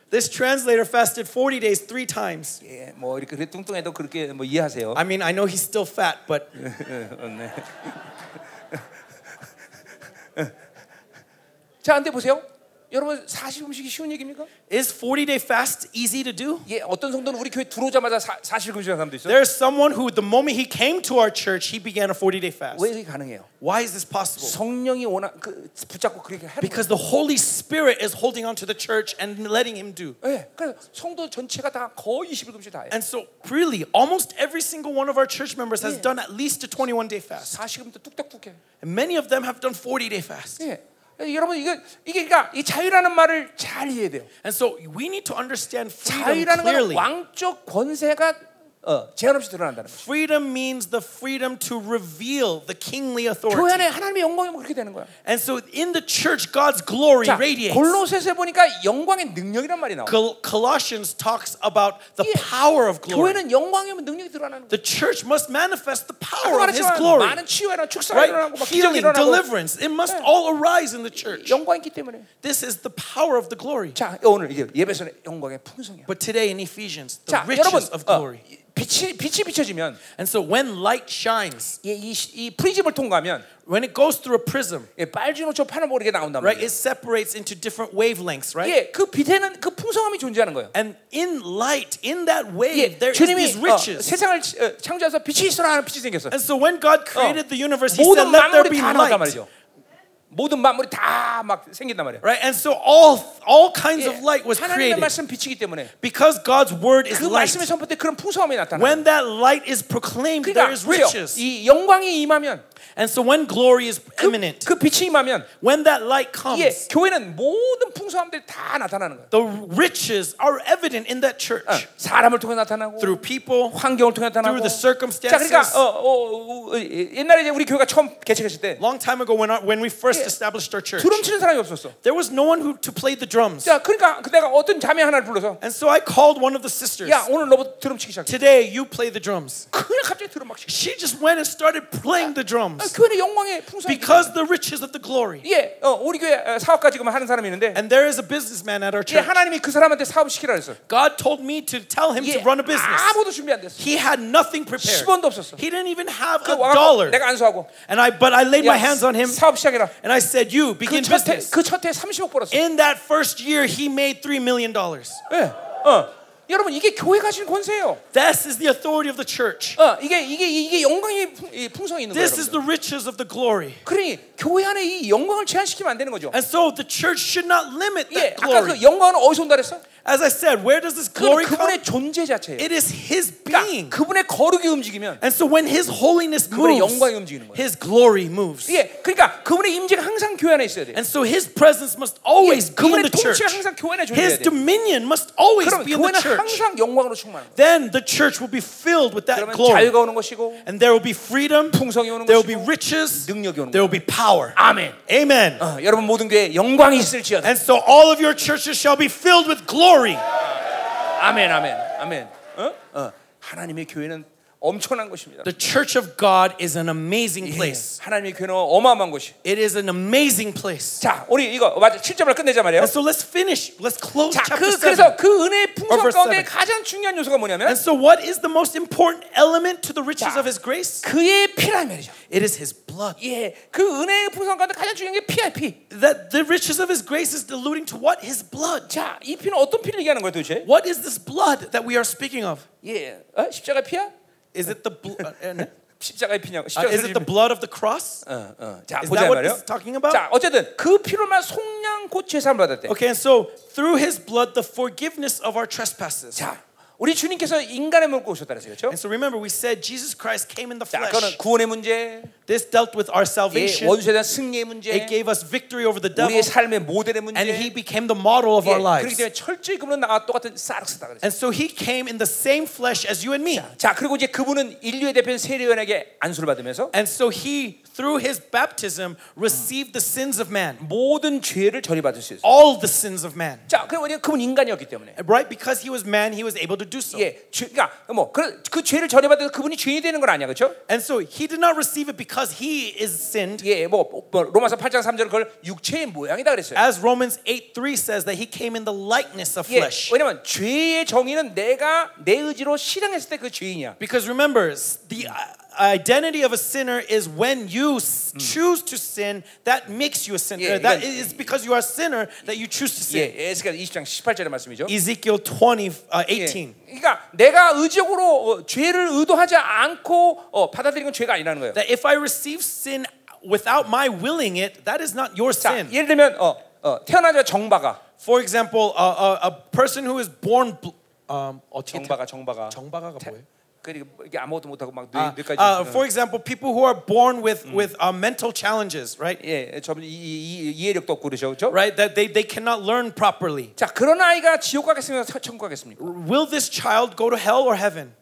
This translator fasted 40 days three times. 예, 뭐 이렇게 그래 뚱뚱해도 그렇게 뭐 이해하세요. I mean, I know he's still fat, but 어, 네. 자, 근데 보세요. 여러분 40음식이 쉬운 얘기입니까? is 40 day fast easy to do? 예, 어떤 성도는 우리 교회 들어오자마자 사, 사실 금식한 사람도 있어요. There's someone who, the moment he came to our church, he began a 40 day fast. 네, 왜 이게 가능해요? Why is this possible? 성령이 워낙 그 붙잡고 그렇게 하는 거예요. Because the Holy Spirit is holding on to the church and letting him do. 예, 그래서 성도 전체가 다 거의 20일 금식 다 해요. And so, really, almost every single one of our church members has done at least a 21 day fast. 40금도 뚝딱뚝 해. And many of them have done 40 day fast. 예. 여러분 이거 이게 그러니까 이 자유라는 말을 잘 이해해야 돼요. And so, we need to understand freedom 자유라는 건 clearly. 왕적 권세가 어, 제한 없이 드러난다는 거예요. Freedom means the freedom to reveal the kingly 교회 authority. 안에 하나님의 영광이 뭐 그렇게 되는 거야. And so, in the church, God's glory 자, radiates. 골로새서 보니까 영광의 능력이란 말이 나와. 요 Col- Colossians talks about the Yeah. power of glory. 교회는 영광이면 능력이 드러나는 거야. The church must manifest the 아까 power of His 말했지만 glory. 많은 치유가 일어나고 축사가 Right? 일어나고 막 기적이 Healing, 일어나고 deliverance. It must all arise in the church. 영광이 있기 때문에. This is the power of the glory. 자, 오늘 이제 예배소는 영광의 풍성이야. But today in Ephesians, the 자, riches 여러분 of 어, glory. 빛이 빛이 비춰지면 And so when light shines, 이, 이, 이 프리즘을 통과하면 when it goes through a prism, 예, 빨주노 저 파란 모르게 나온단 right, 말이에요. it separates into different wavelengths, right? 예, 그 빛에는 그 풍성함이 존재하는 거예요. And in light, in that wave, 예, there is 주님이 these 어, riches. 세상을 어, 창조해서 빛이 있어라 하는 빛이 생겼어. and so when God created the universe, He said, 모든 "Let there 만물이 be 다 나온단 light." 말이죠. 모든 만물이 다 막 생긴단 말이에요. Right? And so all all kinds 예, of light was 하나님의 created 말씀 빛이기 때문에 because God's word is 그 light. 말씀의 선포 때 그런 풍성함이 나타나. When that light is proclaimed, 그러니까 there is 왜요? riches. 이 영광이 임하면 and so when glory is 그, imminent, 그 빛이 임하면 when that light comes, 예, 교회는 모든 풍성함들이 다 나타나는 거예요. the riches are evident in that church 어, 사람을 통해 나타나고 through people, 환경을 통해 나타나고 through the 자 circumstances. 그러니까 어, 어, 어, 옛날에 이제 우리 교회가 처음 개척했을 때 Long time ago, when, our, when we first Yeah. established our church, 드럼 치는 사람이 없었어. there was no one who to play the drums. 자 그러니까 그 내가 어떤 자매 하나를 불러서 And so I called one of the sisters. 야 오늘 너부터 드럼 치기 시작해. Today, you play the drums. 그냥 갑자기 드럼 막 치기. She just went and started playing 아, the drums 교회는 영광의 풍성함. because the riches of the glory. 예, 어, 우리 교회 어, 사업가 지금 하는 사람이 있는데 And there is a businessman at our 예, church. 하나님이 그 사람한테 사업 시키라 그랬어. God told me to tell him 예, to run a business. 아무도 준비 안 됐어. He had nothing prepared. 10원도 없었어. He didn't even have 그 a 와갖고 dollar. 내가 안수하고 And I, but I laid 야, my hands on him 사업 시작해라. and I said, "You begin 그첫해 business." 그 첫해 30억 벌었어. In that first year, he made three million dollars. 예, 어. 여러분 이게 교회가 가진 권세예요. This is the authority of the church. 어, 이게 이게 이게 영광의 풍- 이 풍성이 있는 거예요. This is 여러분들. the riches of the glory. 그러니 교회 안에 이 영광을 제한시키면 안 되는 거죠. And so the church should not limit 예, that 아까 그 glory. 영광은 어디서 온다 그랬어? As I said, where does this 그건 glory come? 그분의 존재 자체예요. It is His 그러니까 being. 그분의 거룩이 움직이면 And so when His holiness 그분의 moves, 영광이 움직이는 거예요. His glory moves. 예, 그러니까 그분의 임재가 항상 교회 안에 있어야 돼. And so His presence must 예, always be in 그분의 the church. 통치가 항상 교회 안에 존재해야 His 돼. dominion must always 그럼 be in the 교회는 church. 항상 영광으로 충만한 거예요. Then the church will be filled with that 그러면 glory. 자유가 오는 것이고 And there will be freedom. 풍성이 오는 There will be 것이고, riches. 능력이 오는 There will be power. 아멘. Amen. 어, 여러분 모든 교회 영광이 있을지어다. And so all of your churches shall be filled with glory. 아멘, 아멘, 아멘. 어? 어. 하나님의 교회는 엄청난 것입니다. The church of God is an 예, amazing place. 하나님의 교회는 어마어마한 것이. It is an amazing place. 자, 우리 이거 맞아 7점을 끝내자 말이에요. And so let's finish. Let's close 자, chapter 그 7. 그래서 그 은혜의 풍성 Verse 가운데 seven. 가장 중요한 요소가 뭐냐면 And so what is the most important element to the riches 자. of his grace? 그의 피라는 말이죠. It is his blood. 예, 그 은혜의 풍성 가운데 가장 중요한 게 피야 피. That the riches of his grace is diluting to what? His blood. 자, 이 피는 어떤 피를 얘기하는 거예요 도대체? What is this blood that we are speaking of? 예, 어? 십자가 피야? Is it the bl- uh, uh, 십자가의 피냐고? uh, 십자가 is it the blood of the cross? 어, 어. 자, Is 보자 that what 말이요. this is talking about? 자, 어쨌든 그 피로만 속량 곧 죄사함 받았대. Okay, and so through his blood, the forgiveness of our trespasses. 자, 우리 주님께서 인간의 몸을 오셨다 그랬어요. 그렇죠? And so remember, we said Jesus Christ came in the 자, flesh. 그거는 구원의 문제, This dealt with our 예, salvation. 원수에 대한 승리의 문제, It gave us victory over the devil, 우리의 삶의 모델의 문제. and he became the model of 예, our 그렇기 lives. 때문에 철저히 그분은 나와 똑같은 사르스다 그랬어요. And so he came in the same flesh as you and me. 자, 그리고 이제 그분은 인류의 대표인 세례원에게 안수를 받으면서 And so he, through his baptism, received the sins of man, 모든 죄를 처리받을 수 있어요. all the sins of man. 자, 그리고 이제 그분 인간이었기 때문에. Right? Because he was man, he was able to do so. 예, 죄, 그러니까 뭐그 그 죄를 처리받아서 그분이 죄인이 되는 건 아니야, 그렇죠? And so he did not receive it because he is sinned. 예, 뭐, 뭐 로마서 8장 3절은 그걸 육체의 모양이다 그랬어요. As Romans 8 3 says, that he came in the likeness of 예, flesh. 왜냐면 죄의 정의는 내가 내 의지로 실행했을 때 그 죄인이야. Because remember, s- the i- identity of a sinner is when you s choose to sin, that makes you a sinner. Yeah, that 이건- is because you are a sinner that you choose to sin. 예, 에스겔 20장 18절의 말씀이죠. Ezekiel 20, uh, 예, 18. 그러니까 내가 의적으로 어, 죄를 의도하지 않고 어, 받아들이는 건 죄가 아니라는 거예요. That if I receive sin without my willing it, that is not your 자, sin. 예를 들면 어, 어, 태어나자 정바가, For example, a, a, a person who is born. Bl- um, 어떻게 정바가, 정바가. 정바가가 뭐예요? 그리고 이게 아무것도 못하고 막 뇌, 아, 뇌까지. uh, for example, people who are born with with uh, mental challenges, right? 예, 저분 이, 이, 이- 이해력도 없고 그러죠, 그렇죠? Right, that they, they cannot learn properly. 자, 그런 아이가 지옥 가겠습니까? 사- 천국 가겠습니까? Will this child go to hell or heaven?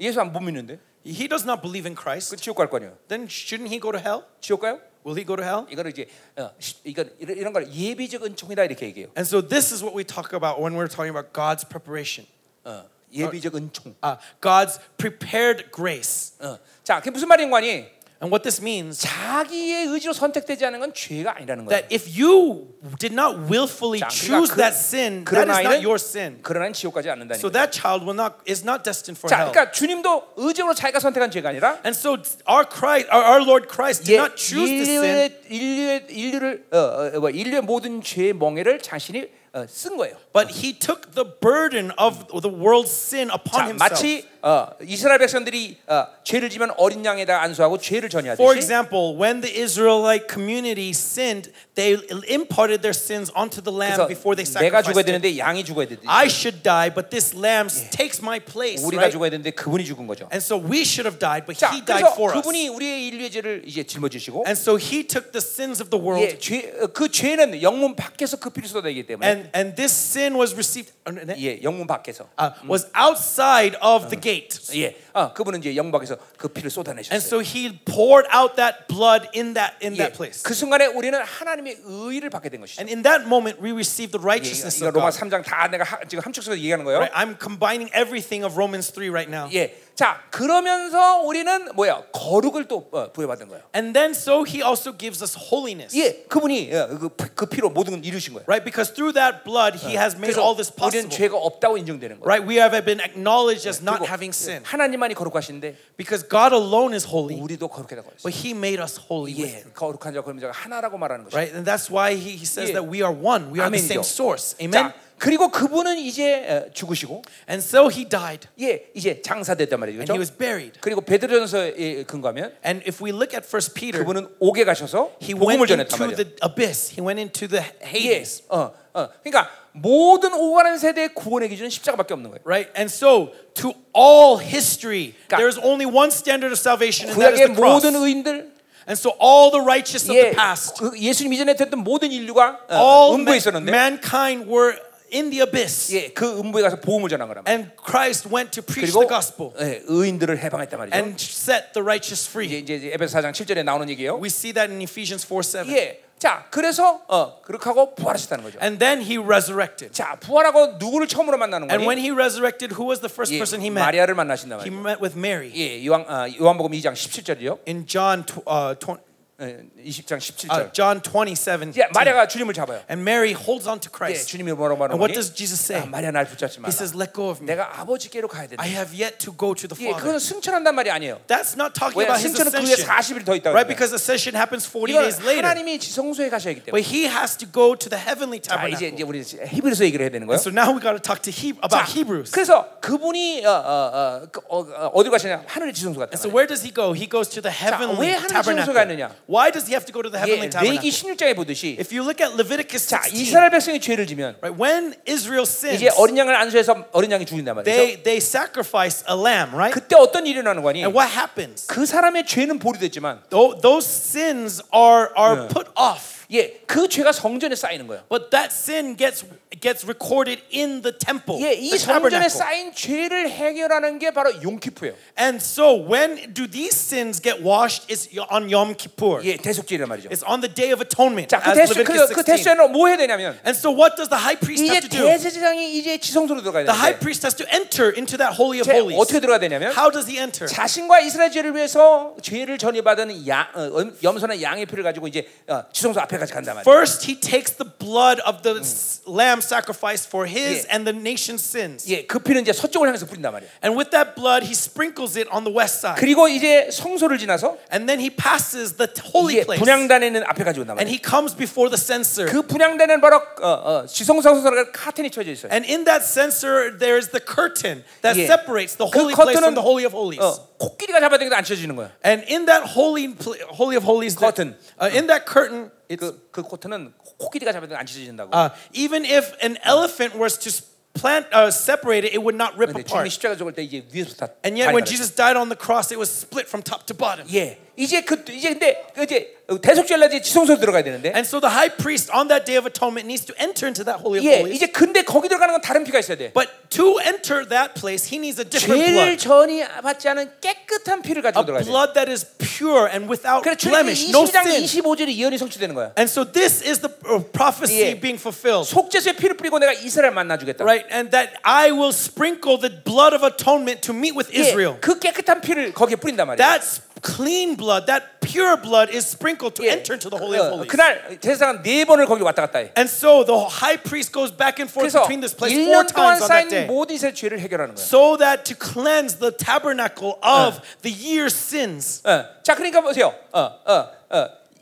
예수 안 못 믿는데 He does not believe in 그 Christ. 지옥 갈 거 아니에요? Then shouldn't he go to hell? 지옥 가요? Will he go to hell? 이거를 이제 어, 시- 이건 이런, 이런 걸 예비적 은총이다 이렇게 얘기해요. And so this is what we talk about when we're talking about God's preparation, 어, 예비적 은총. uh, God's prepared grace. 어. 자, 그게 무슨 말인 거니? And what this means 자기의 의지로 선택되지 않은 건 죄가 아니라는 거예요. that if you did not willfully 자, choose 그러니까 그- that sin, that 그런 is 아이는 not your sin. 그러나 지옥 가지 않는다니. So that child will not is not destined for 자, hell. 그러니까 주님도 의지로 자기가 선택한 죄가 아니라 And so our Christ, our, our Lord Christ, did 예, not choose this sin. 인류의 인류의 인류를 어, 어, 뭐, 인류의 모든 죄의 멍에를 자신이 어, 쓴 거예요. But he took the burden of the world's sin upon 자, himself. 마치 어, 이스라엘 백성들이 어, 죄를 지면 어린 양에다 안수하고 죄를 For 전이하듯이 example, when the Israelite community sinned, they imparted their sins onto the lamb before they 그래서 내가 죽어야 sacrificed it. 되는데 양이 죽어야 되듯이 I should die, but this lamb takes my place. 우리가 right? 죽어야 되는데 그분이 죽은 거죠. And so we should have died, but 자, he died 그래서 for us. 그분이 우리의 인류의 죄를 이제 짊어지시고 And so he took the sins of the world, 예, 죄, 어, 그 죄는 영문 밖에서 그 피를 쏟아내기 때문에 and, and this sin was received, 예, 영문 밖에서 uh, was outside of the gate. 예, 어, 그분은 이제 영문 밖에서 그 피를 쏟아내셨어요. And so he poured out that blood in that, in 예, that place. 그 순간에 우리는 하나님의 의를 받게 된 것이죠. And in that moment, we received the 예, 이거 righteousness of 로마 God. 3장 다 내가 하, 지금 함축해서 얘기하는 거예요. Right? I'm combining everything of Romans 3 right now. 예, 자 그러면서 우리는 뭐야 거룩을 또 어, 부여받은 거예요. And then so he also gives us holiness. 예, 그분이 어, 그, 피- 그 피로 모든 걸 이루신 거예요. Right? Because through that blood he has made 그래서 all this 우리는 possible. 죄가 없다고 인정되는 거예요. Right? We have been acknowledged as 그리고 not having sin. 하나님만이 거룩하신데 Because God alone is holy, 우리도 거룩하다고 했어요. but he made us holy with 예, him. 거룩한 자와 거룩한 자가 하나라고 말하는 것이죠. Right? And that's why he, he says Yeah. that we are one. We are the 아멘이죠. same source. Amen. 자, 그리고 그분은 이제 어, 죽으시고 And so he died 예, 이제 장사됐단 말이죠. and 그렇죠? he was buried. 그리고 베드로전서에 예, 근거하면 And if we look at First Peter, 그분은 옥에 가셔서 he 복음을 went 전했단 into 말이에요. the abyss. He went into the 예, Hades. 어, 어. 그러니까 모든 오가는 세대의 구원의 기준은 십자가밖에 없는 거예요. Right? And so, to all history, 그러니까 there is only one standard of salvation, and that 구약의 is the cross. 모든 의인들, And so, all the righteous of 예, the past, 그 예수님 이전에 됐던 모든 인류가 어, all 음부에 ma- 있었는데 mankind were in the abyss. 예, 그 음부에 가서 보험을 전한 거란 말이에요. And Christ went to preach 그리고 the gospel 예, 의인들을 해방했단 말이죠. and set the righteous free. 이제 이제 이제 에베소 4장 7절에 나오는 얘기예요. We see that in Ephesians 4 7. 예. 자, 그래서 어, 그렇게 하고 부활하셨다는 거죠. And then he resurrected. 자, 부활하고 누구를 처음으로 만나는 And when 거니? he resurrected, who was the first 예, person he met? 마리아를 만나신단 He 말이에요. met with Mary 예, 요한 아, 요한복음 2장 17절이요. in John tw- uh, tw- 예, 20장 uh, 17절. John 27. 예, 마리아가 주님을 잡아요. 네. And Mary holds on 예, to Christ. 주님이 뭐라고 하는 And what 거니? does Jesus 아, say? 마리아 날 붙잡지 마. He says, "Let go of me. 내가 아버지께로 가야 된다. I have yet to go to the 예, Father." 그건 승천한단 말이 아니에요. That's not talking 왜 about his 승천은 그 위에 ascension, 40일 더 있다고. right? 그래요. Because ascension happens 40 이건 days later. 하나님이 지성소에 가셔야 하기 때문에. But he has to go to the heavenly 자, 이제 이제 tabernacle. 우리 히브리서 얘기를 해야 되는 거예요. So now we got to talk to Heb- 자, about Hebrews. 그래서 그분이 어, 어, 어, 그, 어, 어, 어디로 가시냐? 하늘의 지성소 And so 같다. where does he go? He goes to the heavenly 왜 하늘 지성소에 tabernacle. 가느냐? Why does he have to go to the 이게 heavenly 레기 tabernacle? 16장에 보듯이 If you look at Leviticus 자 16, 이스라엘 백성이 죄를 지면 right, when Israel sins, 이제 어린 양을 안수해서 어린 양이 죽인단 말이죠. they they sacrifice a lamb, right? 그때 어떤 일이 일어나는 거니? And what happens? 그 사람의 죄는 보류됐지만 Tho- Those sins are are put off, 예, 그 죄가 성전에 쌓이는 거예요. but that sin gets gets recorded in the temple, 예, 이 the 성전에 tabernacle. 쌓인 죄를 해결하는 게 바로 용키프예요. And so when do these sins get washed? It's on Yom Kippur. 예, 대속죄란 말이죠. It's on the Day of Atonement. 자, 그 as 대수 Leviticus 그, 그 16. 대수에는 뭐 해야 되냐면 And so what does the high priest 이제 have to do? 대제사장이 이제 지성소로 들어가야 The high 되는데 priest has to enter into that holy of 제- holies. 어떻게 들어가야 되냐면 How does he enter? 자신과 이스라엘 죄를 위해서 죄를 전이받은 양, 어, 염- 염소나 양의 피를 가지고 이제 어, 지성소 앞에까지 간단 말이에요. First, he takes the blood of the s- lamb sacrificed for his Yeah. and the nation's sins. 예, 그 피는 이제 서쪽을 향해서 뿌린단 말이에요. And with that blood, he sprinkles it on the west side. 그리고 이제 성소를 지나서 And then he passes the t- holy 이제 place. 분양단에 있는 앞에까지 온단 And 말이에요. he comes before the censer. 그 분양단은 바로 어, 어, 지성소 성소가 카텐이 쳐져 있어요. And in that censer, there is the curtain that Yeah. separates the 그 holy place curtain은 Oh. from the holy of holies. 어, 코끼리가 잡아야 되는데 안 쳐지는 거야. And in that holy, pl- holy of holies, that- Curtain. uh, in that curtain, 그, 그 코트는 코끼리가 잡아야 되는데 안 쳐진다고. uh, even if an elephant was to s- plant, uh, separate it, it would not rip 근데 그 주님이 apart. 십자가 죽을 때 이제 위에서 다. And yet, when 발이 Jesus died on the cross, it was split from top to bottom. 나갔어요. 예, 이제 그 이제 근데 그 이제 대속죄를 이제 지성소로 들어가야 되는데. And so the high priest on that day of atonement needs to enter into that holy of 예, holies. 이제 근데 거기 들어가는 건 다른 피가 있어야 돼. But to enter that place, he needs a different 죄를 blood, 전이 받지 않은 깨끗한 피를 가지고 a 들어가야 돼. blood that is pure and without 그래서 blemish, 주님이 no 20장에 sin. 25절에 예언이 성취되는 거야. And so this is the uh, prophecy Yeah. being fulfilled, 속죄수의 피를 뿌리고 내가 이스라엘 만나주겠다. right? And that I will sprinkle the blood of atonement to meet with 예, Israel. 그 깨끗한 피를 거기에 뿌린단 말이야. That s- clean blood, that pure blood is sprinkled to 예. enter into the Holy 어, of Holies. 그날 대사는 네 번을 거기 왔다 갔다 해. And so the high priest goes back and forth 그래서 between this place four 1년 동안 times on that 쌓인 day. 모든 이스라엘 죄를 해결하는 거야. So that to cleanse the tabernacle of the year's sins. 어, 자, 그러니까 보세요. 어, 어, 어,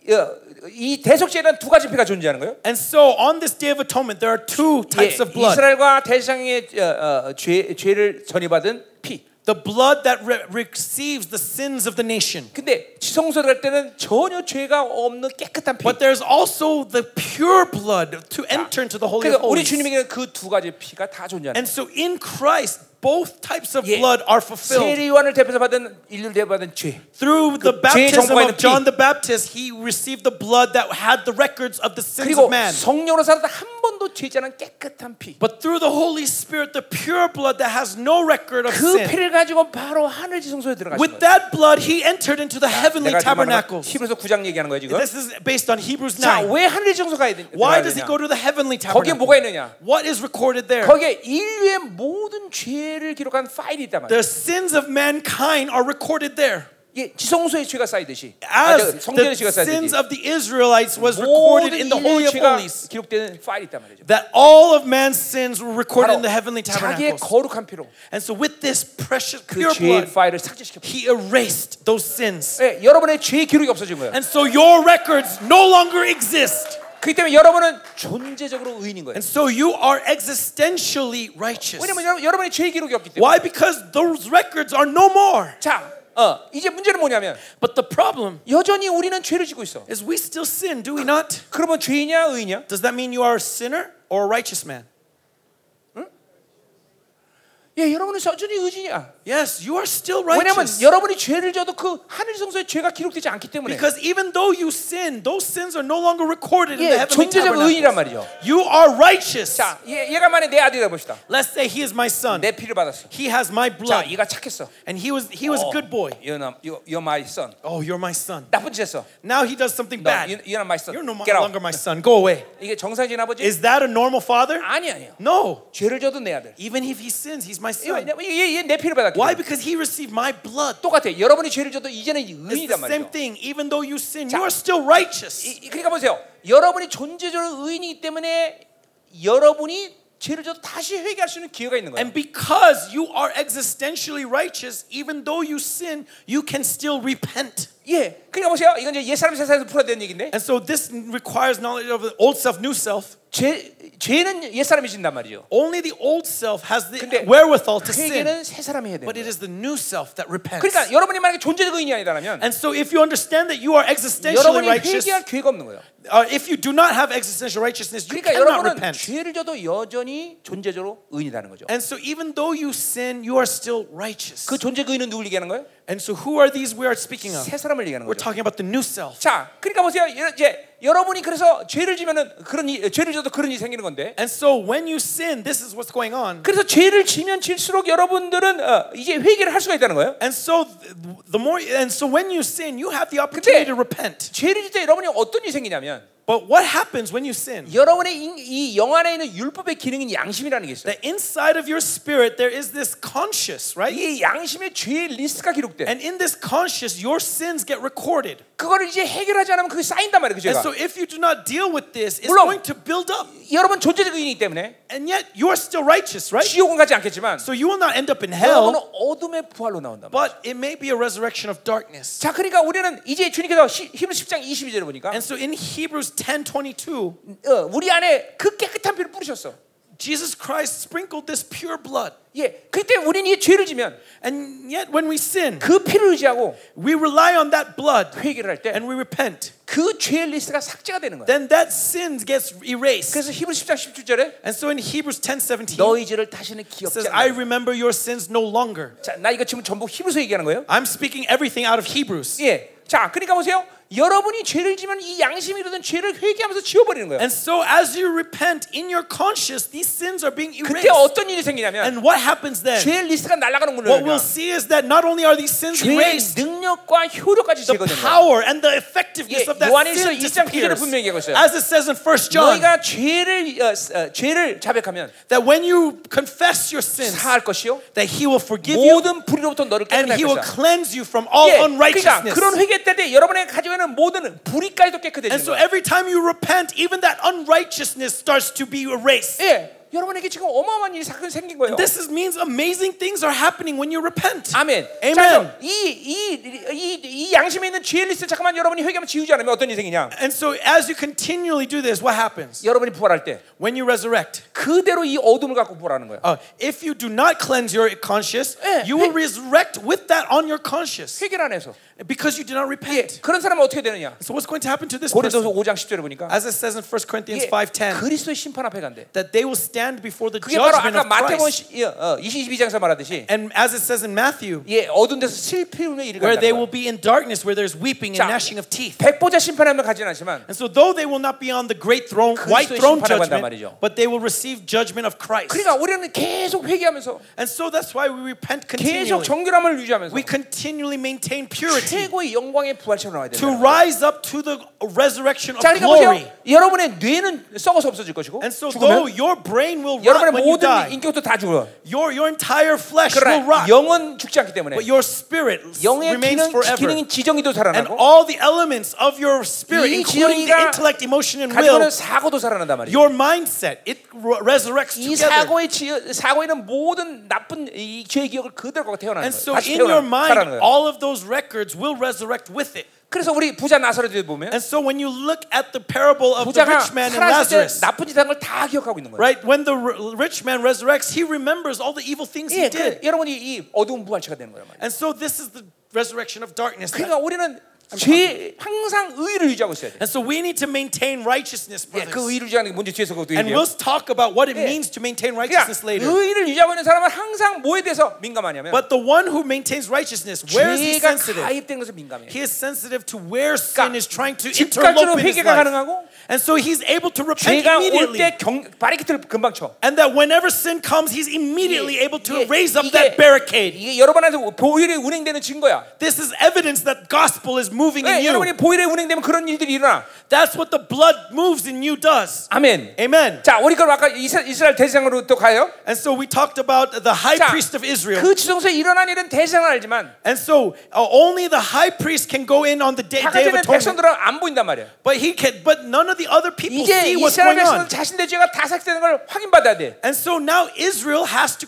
어, 이 대속죄는 두 가지 피가 존재하는 거예요. And so on this day of atonement, there are two 예, types of blood. 이스라엘과 대상의 어, 어, 죄, 죄를 전이받은 피. The blood that re- receives the sins of the nation. 근데 지성소 들어갈 때는 전혀 죄가 없는 깨끗한 피. But there's also the pure blood to enter into the Holy of 그러니까 우리 Holies. 주님에게는 그 두 가지 피가 다 존재하는 And so in Christ, both types of 예. blood are 거예요. fulfilled. 세례 요한을 대표해서 받은 인류를 대표받은 죄. Through the 죄의 baptism 정보에는 of John 피. the Baptist, he received the blood that had the records of the sins 그리고 of man. 성령으로 살아서 한 번도 죄지 않은 깨끗한 피. But through the Holy Spirit, the pure blood that has no record of 그 sin, 피를 가지고 바로 하늘 지성소에 들어가신 with 거예요. that blood, he entered into the heavenly 내가 지금 말하는 건 tabernacles. 히브리서 9장 얘기하는 거예요 지금. This is based on Hebrews 9. 자왜 하늘 지성소 가야 되- 들어가야 Why does he 되냐? go to the heavenly 거기에 뭐가 tabernacle? 있느냐? What is recorded there? 거기에 인류의 모든 죄를 기록한 파일이 있단 말이에요. The sins of mankind are recorded there. 이게 지성소의 죄가 쌓이듯이, 아, 저, As 성전의 the 죄가 쌓이듯이 sins of the Israelites was recorded 모든 in the 인류의 Holy of 죄가 Holies. 기록되는 파일이 있단 말이죠. That all of man's sins were recorded in the heavenly 자기의 tabernacles. 거룩한 피로 And so with this precious 그 pure 죄의 blood, 파일을 삭제시켜. he erased those sins. 예, 여러분의 죄의 기록이 없어진 거예요. And so your records no longer exist. 그렇기 때문에 여러분은 존재적으로 의인인 거예요. And so you are existentially righteous. 왜냐면 여러분, 여러분의 죄의 기록이 없기 때문에. Why? Because those records are no more. 자, 어, 이제 문제는 뭐냐면 But the problem 여전히 우리는 죄를 짓고 있어. is we still sin, do we not? 그러면 죄이냐 의이냐? Does that mean you are a sinner or a righteous man? 예, 여러분은 여전히 의지냐? Yes, you are still 왜냐하면 righteous. 여러분이 죄를 져도 그 하늘 성소에 죄가 기록되지 않기 때문에 Because even though you sin, those sins are no longer recorded in 예, the heavenly 존재적 의인이란 tabernacles. 말이죠. You are righteous. 자, 얘, 얘가 만에 내 아들이라 봅시다. Let's say he is my son. 내 피를 받았어. He has my 자, blood. 얘가 착했어. And he was he was a good boy. You're, not, you're, you're my son. Oh, you're my son. 나쁜 짓 했어. Now he does something No, bad. you- you're not my son. You're no mo- Get out. longer my son. Go away. 이게 정상적인 아버지? Is that a normal father? 아니 아니요. No. 죄를 져도 내 아들. Even if he sins, he's my 이거 son. 왜냐면 얘, 얘, 내 피를 받았기 Why? 때문에. Because he received my blood. 똑같아. 여러분이 죄를 져도 이제는 It's 의인이란 the same 말이죠. thing. Even though you sin, 자. you are still righteous. 이- 이- 그러니까 보세요. 여러분이 존재적으로 의인이기 때문에 여러분이 죄를 져도 다시 회개할 수 있는 기회가 있는 거예요. And because you are existentially righteous, even though you sin, you can still repent. 예. 그러니까 보세요. 이건 이제 옛사람 세상에서 풀어야 되는 얘기인데 And so this requires knowledge of the old self, new self. 죄 죄는 옛사람이 진단 말이죠. Only the old self has the 근데 wherewithal to sin, 회개는 새 사람이 해야 돼요. but it is the new self that repents. 그러니까 여러분이 만약에 존재적 의인이 아니다라면 And so if you understand that you are existentially 여러분이 righteous, 회개할 기회가 없는 거예요. uh, if you do not have existential righteousness, you 그러니까 cannot 여러분은 repent. 죄를 져도 여전히 존재적으로 의인이라는 거죠. And so even though you sin, you are still righteous. 그 존재 그 의인은 누굴 얘기하는 거예요? And so who are these we are speaking of? 새 사람을 얘기하는 We're 거죠. talking about the new self. 자, 그러니까 보세요. 여- 이제 여러분이 그래서 죄를 지면은 그런 일, 죄를 져도 그런 일이 생기는 건데. And so when you sin, this is what's going on. 그래서 죄를 지면 질수록 여러분들은 어, 이제 회개를 할 수가 있다는 거예요. And so th- the more and so when you sin, you have the opportunity 근데- to repent. 죄를 질 때 여러분이 어떤 일이 생기냐면 But what happens when you sin? 여러분의 인- 이 영안에 있는 율법의 기능인 양심이라는 게 있어요. That inside of your spirit there is this conscious, right? 이 양심의 죄의 리스트가 기록돼. And in this conscious, your sins get recorded. 그거를 이제 해결하지 않으면 그게 쌓인단 말이에요. 그 And 죄가. so if you do not deal with this, it's 물론- going to build up. 여러분 존재적 의인이기 때문에 And yet you are still righteous, right? 지옥은 가지 않겠지만 So you will not end up in 여러분은 hell, 어둠의 부활로 나온다. 말이에요. but it may be a resurrection of darkness. 자, 그러니까 우리는 이제 주님께서 시- 히브리서 10장 22절에 보니까 And so in Hebrews 10:22, 어, 우리 안에 그 깨끗한 피를 뿌리셨어. Jesus Christ sprinkled this pure blood. 예, 그때 우리는 이 죄를 지면 And yet when we sin, 그 피를 의지하고 we rely on that blood 회개를 할 때 and 그 we repent. 죄의 리스트가 삭제가 되는 거야. Then that sin gets erased. 그래서 히브리 10장 17절에 And so in Hebrews 10:17 너희 죄를 다시는 it says, 기억지 "I 않아. remember your sins no longer." 자, 나 이거 지금 전부 히브리서 얘기하는 거예요. I'm speaking everything out of Hebrews. 예. 자, 그러니까 보세요. 여러분이 죄를 지면 이 양심이라든 죄를 회개하면서 지워버리는 거예요. And so as you repent in your conscience, these sins are being 그때 erased. 어떤 일이 생기냐면 And what happens then? 죄의 리스트가 날아가는 What we'll 거예요. see is that not only are these sins 죄의 erased, 능력과 효력까지 the 제거되는 거예요. power and the effectiveness 예, of that 요한일서 2장 sin 9절에 disappears. 분명히 얘기하고 있어요. As it says in 1 John, 너희가 죄를 어, 어, 죄를 자백하면 that when you confess your sins, 사할 것이요 that He will forgive you 모든 불의로부터 너를 깨끗할 and He will 것이다. cleanse you from all 예, 그러니까 unrighteousness. 그런 회개 때문에 여러분의 가지고 있는 모든 불의까지도 And 깨끗해지는 so 거예요. every time you repent, even that unrighteousness starts to be erased. 예, 여러분에게 지금 어마어마한 일이 사건 생긴 거예요. This is, means amazing things are happening when you repent. 아멘. Amen. 자, 이이이 양심에 있는 죄의 리스트 잠깐만 여러분이 회개하면 지우지 않으면 어떤 일이 생기냐? And so as you continually do this, what happens? 여러분이 부활할 때 When you resurrect, 그대로 이 어둠을 갖고 부활하는 거예요. uh, if you do not cleanse your conscience, 예, you will resurrect with that on your conscience 회개를 안 해서 예, because you do not repent. 그런 사람은 어떻게 되느냐? So what's going to happen to this person? 고린도서 5장 10절에 보니까 As it 사ys in 1 Corinthians 예, 5:10, 그리스도의 심판 앞에 간대. that they will stand before the 그게 바로 judgment 아까 of 마태복음 Christ. 22장에서 말하듯이 And as it says in Matthew, 예, 어두운 데서 슬피우며 where they will 일간다. be in darkness, where there's weeping 자, and gnashing of teeth. 백보자 심판하면 가진 않지만 And so, though they will not be on the great throne, white 그리스도의 throne 심판을 받는단 judgment, 말이죠. but they will receive judgment of Christ. 그러니까 우리는 계속 회개하면서 And so that's why we repent 계속 continually. 정결함을 유지하면서 We continually maintain purity 최고의 영광의 부활처럼 나와야 to 된다. rise up to the resurrection of 자, 그러니까 glory. 보세요. 여러분의 뇌는 썩어서 없어질 것이고 And so, though 죽으면 your brain will rot 여러분의 when you 모든 die, 인격도 다 죽어. your, your entire flesh will 그러나 rot, 영은 죽지 않기 때문에 but your spirit 영의 remains 기능, forever. 기능인 지정이도 And 살아나고 all the elements of your spirit, 이 including the 지정이가 intellect, emotion, and 가지고는 will, 사고도 살아난단 말이에요. your mindset, it re- resurrects 이 together. 사고의 지, 사고에 있는 모든 나쁜 이 죄의 기억을 그대로 갖고 태어나는 And 거예요. so 다시 in your 태어나는 mind, 거예요. all of those records will resurrect with it. 그래서 우리 부자 나사로에 보면 And so when you look at the parable of the 부자가 rich man and 살았을 때 Lazarus, 나쁜 짓 한 걸 다 기억하고 있는 거예요. right? When the r- rich man resurrects, he remembers all the evil things he 예, 그, did. 여러분이 이 어두운 부활체가 되는 거란 말이에요. And so this is the resurrection of darkness. 그러니까 우리는 죄 항상 의를 유지하고 있어야 돼. And so we need to maintain righteousness, 예, 그 brothers. 의를 유지하는 게 뭔지 뒤에서 그것도 And 얘기해요. we'll talk about what it Yeah. means to maintain 그러니까 righteousness later. 의를 유지하고 있는 사람은 항상 뭐에 대해서 민감하냐면 But the one who maintains righteousness, where is he 죄가 sensitive? 가입된 것에 민감해. He is sensitive to where sin is trying to 집까지로 interlope in his 회개가 life. 가능하고 And so he's able to repent 죄가 올 immediately. 때 바리케트를 금방 쳐. And that whenever sin comes, he's immediately able to 이게- raise up 이게- that barricade. 이게 여러분한테 보일이 운행되는 증거야. This is evidence that gospel is moving in 왜 you. 여러분이 보일에 운행되면 그런 일들이 일어나. That's what the blood moves in you does. 아멘. Amen. 자, 우리 그럼 아까 이스라- 이스라엘 대장으로 또 가요. And so we talked about the high 자, priest of Israel. 그 지성소에 일어난 일은 대장은 알지만 And so uh, only the high priest can go in on the day, day of 바깥에는 atonement. 백성들은 안 보인단 말이야. But he can but none of the other people 이제 see 어, what's 이스라엘 going 백성은 on. 자신의 죄가 다 삭제되는 걸 확인받아야 돼. And so now Israel has to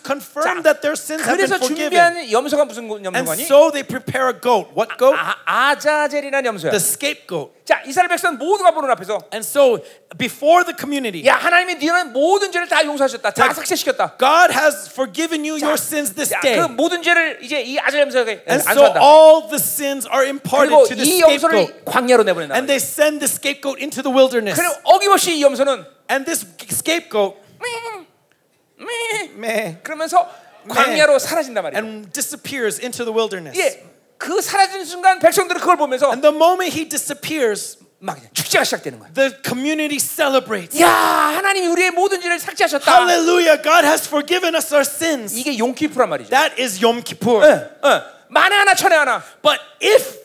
자, confirm that their sins have 그래서 been forgiven. 준비한 염소가 무슨 And 염소가니? so they prepare a goat. What goat? 아, 아자젤이라는 염소야. The scapegoat. 자, 이스라엘 백성은 모두가 보는 앞에서 And so before the community, 야, 하나님이 너의 모든 죄를 다 용서하셨다. 다 자, 삭제시켰다. God has forgiven you your sins this 야, 그 day. 모든 죄를 이제 이 아자젤 염소에게 And so 안수한다. all the sins are 그리고 imparted to the 이 scapegoat. 염소를 광야로 내보낸다. And they send the scapegoat into the wilderness. 그리고 어김없이 이 염소는 And this scapegoat 미- meh, 그러면서 광야로 사라진단 말이야. and disappears into the wilderness. 예, 그 사라진 순간 백성들은 그걸 보면서 And the moment he disappears, 막 그냥 축제가 시작되는 거야. the community celebrates. 야, 하나님이 우리의 모든 죄를 삭제하셨다. Hallelujah! God has forgiven us our sins. 이게 용키프란 말이죠. That is Yom Kippur. 어, 만에 하나 천에 하나 But if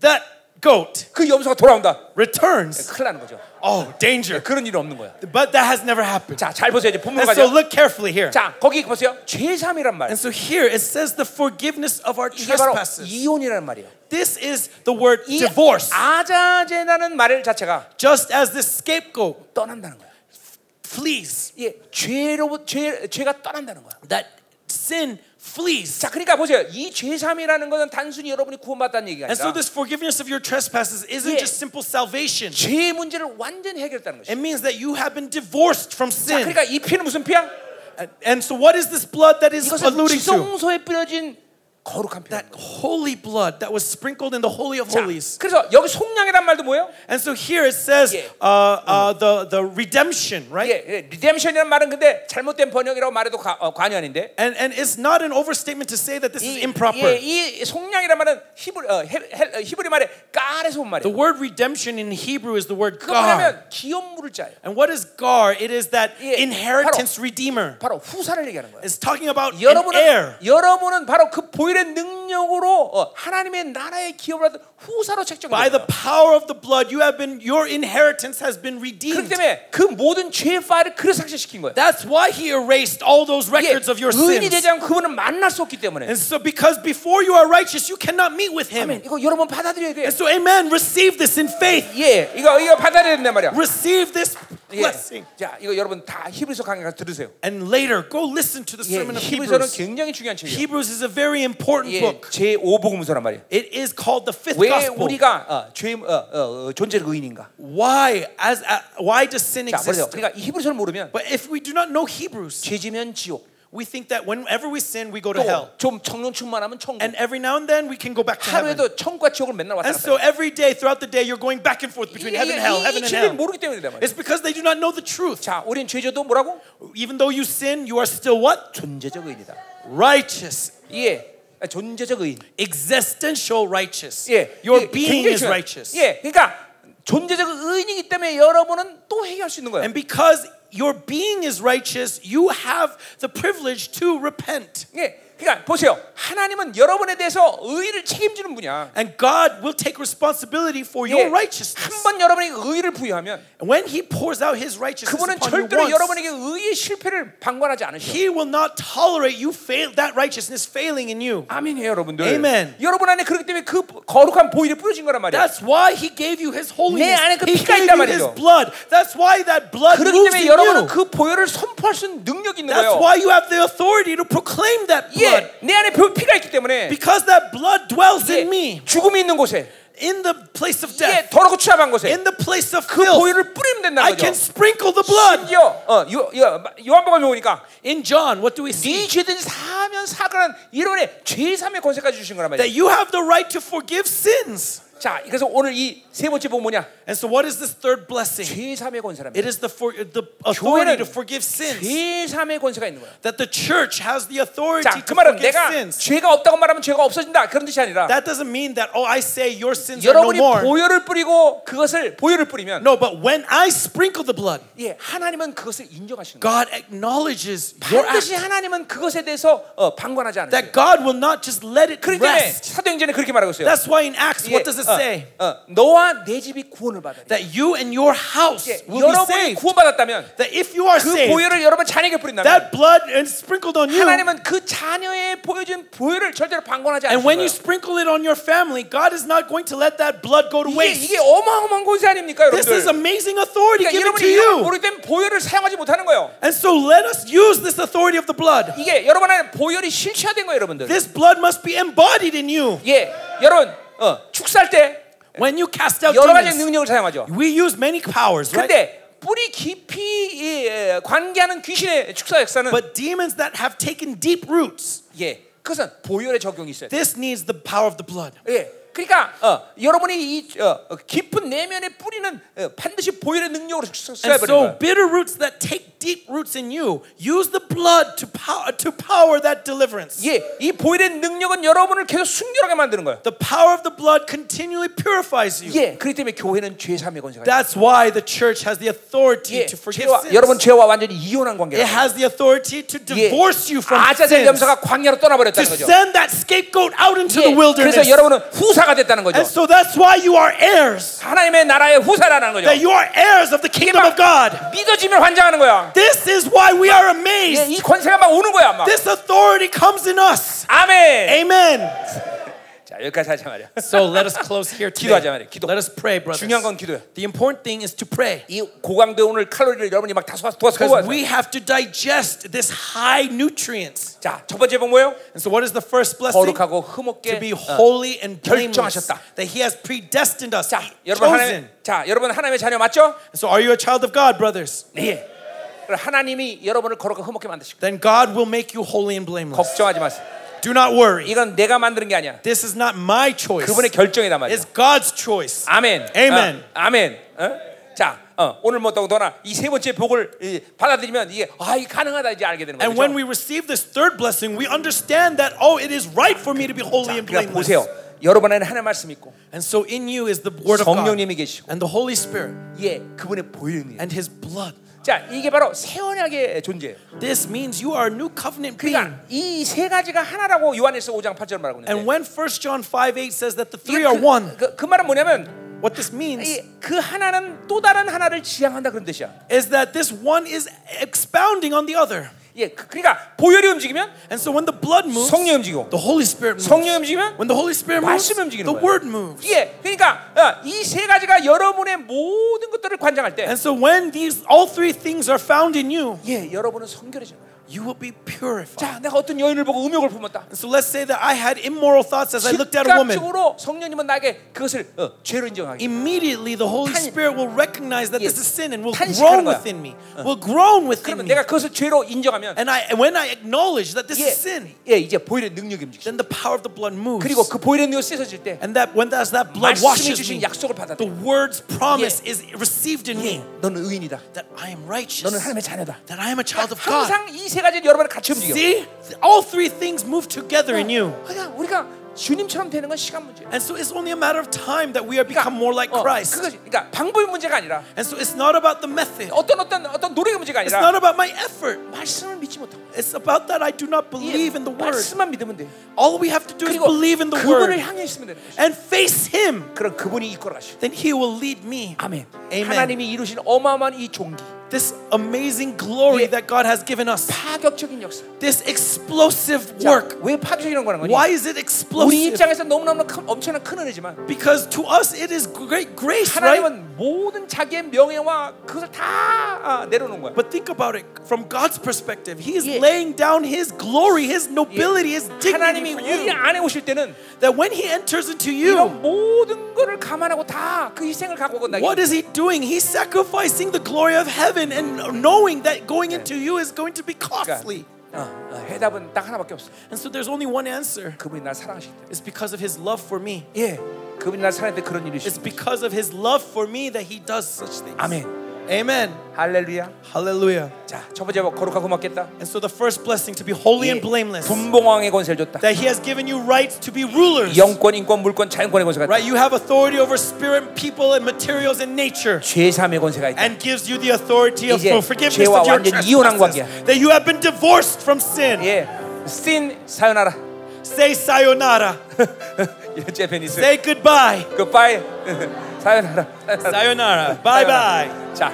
that goat 그 염소가 돌아온다. returns, 큰일 나는 거죠. oh, danger. 그런 일은 없는 거야. But that has never happened. 자, 잘 보세요. 이제 본문 And so 가죠. look carefully here. 자, 거기 보세요. 죄삼이란 말. And so here it says the forgiveness of our 이게 바로 trespasses. 이혼이라는 말이에요. This is the word 이 divorce. 아자제라는 말 자체가 Just as this scapegoat 떠난다는 거야. flees, 예, 죄로 죄 죄가 떠난다는 거야. that sin flees. 자, 그러니까 보세요. 이 죄삼이라는 것은 단순히 여러분이 구원받다는 얘기가 And 아니라 so this forgiveness of your trespasses isn't Yeah. just simple salvation. 죄의 문제를 완전히 해결했다는 것이. It means that you have been divorced from 자, sin. 그러니까 이 피는 무슨 피야? And- And so what is this blood that is 이것은 alluding to? 지성소에 뿌려진 거룩한 피. that holy blood that was sprinkled in the holy of 자, holies. 그래서 여기 속량이란 말도 뭐예요? And so here it says Yeah. uh, uh, the the redemption, right? 예, 예, 리뎀션이란 말은 근데 잘못된 번역이라고 말해도 가, 어, 관여 아닌데. And and it's not an overstatement to say that this is 이, improper. 예, 이 속량이란 말은 히브리 어, 헬- 헬- 어, 히브리 말에 까에서 온 The 말이에요. word redemption in Hebrew is the word 그거 gar. 뭐냐면 기업물을 짜요. And what is gar? It is that Yeah, inheritance redeemer. 바로 후사를 얘기하는 거예요. It's talking about an heir. 여러분은 여러분은 바로 그 보일의 능력으로 어, 하나님의 나라의 기업을 하던 후사로 By the 책정돼요. power of the blood, you have been your inheritance has been 그렇기 redeemed. 때문에 그 모든 죄의 파일을 그래서 삭제시킨 거예요. That's why he erased all those 이게 records of your 의인이 sins. 되지 않고 그분은 만날 수 없기 때문에. And so, because before you are righteous, you cannot meet with him. 아멘. 이거 여러분 받아들여야 돼. And so, amen, receive this in faith. 예, 이거 이거 받아들여야 된단 말이야. Receive this 예. blessing. 자, 이거 여러분 다 히브리서 강의 가서 들으세요. And later, go listen to the 예, sermon of 히브리서는 Hebrews. 굉장히 중요한 책이에요. Hebrews is a very important 예, book. 제 5복음서란 말이에요. It is called the fifth 왜 gospel. 우리가 어, 죄 어, 어, 어, 존재의 의인인가? Why, as, uh, why does sin 자, 보세요. exist? 그러니까 이 히브리서를 모르면 But if we do not know Hebrews, 죄지면 지옥, we think that whenever we sin, we go to hell. 또좀 청년충만 하면 천국. And every now and then, we can go back to heaven. 하루에도 천국과 지옥을 맨날 왔다 And 갔다. so every day, throughout the day, you're going back and forth between heaven and hell, heaven and 진리를 hell. 모르기 때문이다 말이야. It's because they do not know the truth. 자, 우린 죄져도 뭐라고? Even though you sin, you are still what? 존재적 의인이다. Righteous. 예. 존재적 의인. existential righteous. 예. Your 이게 being 굉장히 is 중요해요. righteous. 예. 그러니까 존재적 의인이기 때문에 여러분은 또 회개할 수 있는 거예요. And because your being is righteous, you have the privilege to repent. 예. 그러니까 보세요. 하나님은 여러분에 대해서 의를 책임지는 분이야. 예, And God will take responsibility for your righteousness. 한번 여러분에게 의를 부여하면 And when He pours out His righteousness 그분은 upon you 절대로 once, 여러분에게 의의 실패를 방관하지 않으셔. He will not tolerate you fail that righteousness failing in you. 아멘이에요, 여러분들. Amen. 여러분 안에 그렇기 때문에 그 거룩한 보일이 뿌려진 거란 말이야. That's why He gave you His holiness. 안에 그 He 피가 gave 있단 you His 말이죠. blood. That's why that blood 그렇기 moves 때문에 in 여러분은 you. 그 보혈을 선포할 수 있는 능력이 있는 That's 거예요. why you have the authority to proclaim that blood. 예, 내 안에 보- 피가 있기 때문에 Because that blood dwells 예, in me. 죽음이 있는 곳에 in the place of 예, death, 더럽고 추잡한 곳에 in the place of 그 filth, 보혈을 뿌리면 I 된다는 can 거죠. sprinkle the blood. 심지어 어, 요, 요, 요한복음 보니까 In John, what do we 네 see? 죄든 사면 사거란 이론에 죄삼의 권세까지 주신 거란 말이에요. That you have the right to forgive sins. 자, 그래서 오늘 이 세 번째 복 뭐냐? And so, what is this third blessing? 제3의 권세랍니다. It is the, for, the authority 교회는 to forgive sins. 제3의 권세가 있는 거야. That the church has the authority 자, to 그 말은 forgive 내가 sins. 죄가 없다고 말하면 죄가 없어진다. 그런 뜻이 아니라 That doesn't mean that, oh, I say your sins are no 여러분이 more. 보혈을 뿌리고 그것을 보혈을 뿌리면 No, but when I sprinkle the blood, 예, 하나님은 그것을 인정하시는 거예요. God acknowledges your act. 반드시 하나님은 그것에 대해서 어, 방관하지 않으세요. That God will not just let it 그렇기 때문에 rest. 사도행전에 그렇게 말하고 있어요. That's why in Acts, 예, what does it 어, say? 어, 너와 내 집이 구원을 받아. That you and your house 예, will be 여러분이 saved. 구원받았다면 That if you are 그 saved, 보혈을 여러분 자녀에게 뿌린다면 that blood is sprinkled on you. 하나님은 그 자녀의 보여준 보혈을 절대로 방관하지 않으실 And when 거예요. you sprinkle it on your family, God is not going to let that blood go to 이게, waste. 이게 어마어마한 권세 아닙니까, This 여러분들? is amazing authority 그러니까 given 여러분이 to 이걸 you. 모르기 때문에 보혈을 사용하지 못하는 거예요. And so let us use this authority of the blood. 이게 여러분 안에 보혈이 실체화된 거예요, 여러분들. This blood must be embodied in you. 예, 여러분 어, 축사할 때 When you cast out 여러 가지 demons, 능력을 사용하죠. we use many powers, right? 근데 뿌리 깊이 예, 관계하는 귀신의 축사 역사는 But demons that have taken deep roots, 예, 그것은 보혈의 적용이 있어요. this needs the power of the blood. 예, 그러니까 어, 여러분이 이 어, 어, 깊은 내면의 뿌리는 어, 반드시 보혈의 능력으로 And 축사해 버리는 so 거예요. bitter roots that take deep roots in you, use the blood to power to power that deliverance. 예, 이 보혈의 능력은 여러분을 계속 순결하게 만드는 거예요. The power of the blood continually purifies you. 예, 그렇기 때문에 교회는 죄 사함의 권세가 있어요. That's why the church has the authority 예, to forgive 죄와, sins. 여러분 죄와 완전히 이혼한 관계예요. It has the authority to divorce you from 아자젤 sins. 염소가 광야로 To 떠나버렸다는 거죠. send that scapegoat out into 예, the wilderness. 그래서 여러분은 후사가 됐다는 거죠. And so that's why you are heirs. 하나님의 나라의 후사라는 거죠. That you are heirs of the kingdom of God. 믿어지면 환장하는 거야. This is why we are 예, amazed. 이 권세가 막 오는 거야, 막. This authority comes in us. 아멘. Amen. 자, 여기까지 하자 말이야. So let us close here 기도하자 말이야. 기도. Let us pray, brothers. 중요한 건 기도야. The important thing is to pray. 이 고강도 오늘 칼로리를 여러분이 막 다 소화서 도와서 Because 소화서. we have to digest this high nutrients. 자, 첫 번째 본 뭐예요? And so what is the first blessing? 거룩하고 To be 흐뭇게. 어. holy and blameless. 결정하셨다. That he has predestined us. 자, 여러분 chosen. 하나님, 자, 여러분 하나님의 자녀 맞죠? So are you a child of God, brothers? 네. 그럼 하나님이 여러분을 거룩하고 흐뭇게 만드시고 Then God will make you holy and blameless. 걱정하지 마세요. Do not worry. 이건 내가 만드는 게 아니야. This is not my choice. 그분의 결정이다 말이야. It's God's choice. 아멘. Amen. 어, 아멘. 어? 자, 어, 오늘 뭐 더고 더나 이 세 번째 복을 이, 받아들이면 이게 아, 이 가능하다 이제 알게 되는 And 거죠. when we receive this third blessing, we understand that oh, it is right for me to be holy and 그러니까 blameless. 보세요. 여러분 안에 하나님 말씀 있고 And so in you is the word of God 성령님이 계시고 and the Holy Spirit 예, 그분의 보혈이. and his blood. 자, 이게 바로 새 언약의 존재예요. This means you are a new covenant being. 그러니까 이 세 가지가 하나라고 요한일서 5장 8절 말하고 And 있는데. when 1 John 5 8 says that the 이게 three are 그- one, 그, 그 말은 뭐냐면 what this means 이, 그 하나는 또 다른 하나를 지향한다 그런 뜻이야. is that this one is expounding on the other. 예, 그, 그러니까 보혈이 움직이면 And so when the blood moves, 성령이 움직이고 the Holy Spirit moves. 성령이 움직이면 When the Holy Spirit moves, 말씀이 움직이는 거예요. the word moves. 예, 그러니까 이 세 가지가 여러분의 모든 것들을 관장할 때, And so when these all three things are found in you, 예, 여러분은 성결해져요. you will be purified. 자, 내가 어떤 여인을 보고 음욕을 품었다. And so let's say that I had immoral thoughts as I looked at a woman. 즉각적으로 성령님은 나에게 그것을 어, 죄로 인정하기. Immediately the Holy 탄- Spirit will recognize that 예, this is sin and will 탄식하는 groan 거야. within me. Will groan within 그러면 me. 내가 그것을 죄로 인정하면, And I and when I acknowledge that this 예, is sin, 예, 이제 보혈의 능력이 움직이. then the power of the blood moves. 그리고 그 보혈의 능력 씻어질 때, And that when that's that blood 말씀해 washes 주신 me, 약속을 the 받아들여. word's promise is received in 예, me 너는 의인이다. that I am 너는 righteous, 하나님의 자녀다. that I am a child of God. 항상 이 세 가지는 여러분을 같이 움직여. See, all three things move together in you. 그냥 우리가 주님처럼 되는 건 시간 문제야. And so it's only a matter of time that we are become more like 어, Christ. 그것이- 그러니까 방법의 문제가 아니라 And so it's not about the method. 어떤 어떤 어떤 노력의 문제가 It's 아니라 not about my effort. 말씀을 믿지 못하고 It's about that I do not believe in the word. 말씀만 믿으면 돼. All we have to do is 그리고 believe in the 그분을 word 향해 있으면 되는 거죠. and face him. 그럼 그분이 이끌어 가시오. Then he will lead me. 아멘. Amen. 하나님이 이루신 어마어마한 이 종기, This amazing glory 예. that God has given us. 파격적인 역사. This explosive 자, work. 왜 파격적이라는 거라는 Why 거니? is it 우리 explosive? 입장에서 너무너무 큰, 엄청난 큰 은혜지만 Because to us it is great grace, right? 하나님은 모든 자기의 명예와 그것을 다 아, 내려놓은 거야. But think about it from God's perspective. He is 예. laying down his glory, his 예. nobility, his dignity 하나님이 for 우리 you. 안에 오실 때는 That when he enters into you, 이런 모든 거를 감안하고 다 그 희생을 갖고 온다. What is he doing? He's sacrificing the glory of heaven and knowing that going into you is going to be costly. 그러니까, 어, 어, 해답은 딱 하나밖에 없어. And so there's only one answer. 그분이 날 사랑하시기 때문에. It's because of his love for me. 예, 그분이 날 사랑할 때 그런 일이 It's 있어. because of his love for me that he does such things. 아멘. Amen. 할렐루야. Hallelujah. 자, 첫 번째 복, 거룩하고 맞겠다. 예. And so the first blessing to be holy and blameless. 분봉왕의 권세를 줬다. That he has given you rights to be rulers. 영권, 인권, 물권, 자연권의 권세가 있다. Right? You have authority over spirit, people, and materials and nature. 죄삼의 권세가 있다. And gives you the authority of 이제 for forgiveness 죄와 of your 완전히 이혼한 trespasses. 관계야. That you have been divorced from sin. 예, sin 사요나라. Say sayonara. 예, 제페니스. Say goodbye. goodbye. 사요나라. Sayonara. Bye bye. 자,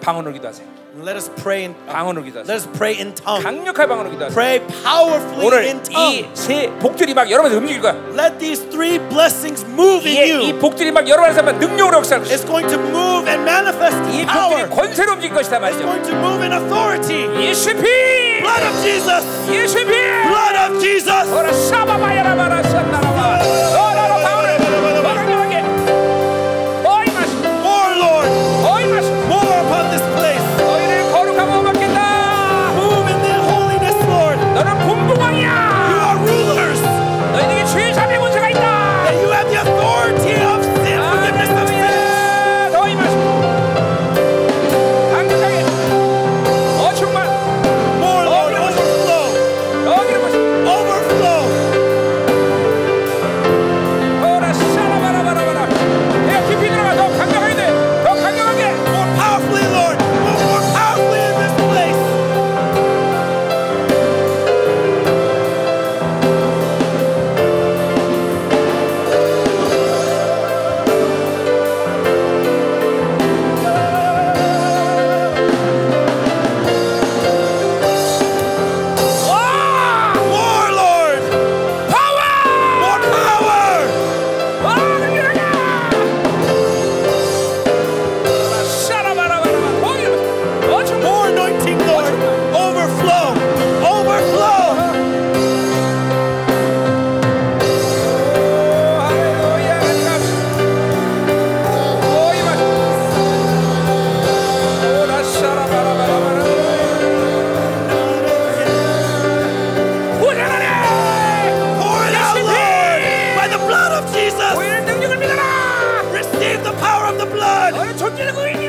방언으로 기도하세요. Let us pray in 방언으로 기도하세요. let us pray in tongues. 강력한 방언으로 기도하세요. Pray powerfully 오늘 in tongues. 이 세 복들이 막 여러분을 움직일 거야. Let these three blessings move in 이, 이 you. 복들이 막 여러분을 삶에 능력으로 역사할 것이다. It's going to move and manifest 이 in 복들이 power. 권세로 움직일 것이다 It's 말이죠. going to move in authority. 예수피! Blood of Jesus. 예수피! Blood of Jesus. 오라 샤바바야라바라 샤나라바. 너라로 방언을 방언하게. 어이 마시. More, Lord. 어이 마시. More upon this place. 너희를 거룩하고 맡겠다. Move in their holiness, Lord. 너는 You 분봉왕이야. are rulers. 너희에게 주의 자비 권세가 있다. That you have the authority of sin, forgiveness of sin. 할렐루야. 더 임하시고. 강력하게. 더 충만. More, Lord. Overflow. 더 기름부심. Overflow. 더라 샤라바라바라바라. 내가 깊이 들어가. 더 강력하게 돼. 더 강력하게. More powerfully, Lord. Move more powerfully in this place. 와! More, Lord. 파워! More power. 와, 능력이야! 더라 샤라바라바라바라. 더 기름부심. 더 충만. More anointing, Lord. Overflow. Overflow. 할렐루야. 감사합니다. 더 임하시고. 더라 샤라바라바라바라. 보좌하네 Pour it out, Lord. By the blood of Jesus. 우리는 능력을 믿어라 Receive the power of the blood. 너의 존재는 의인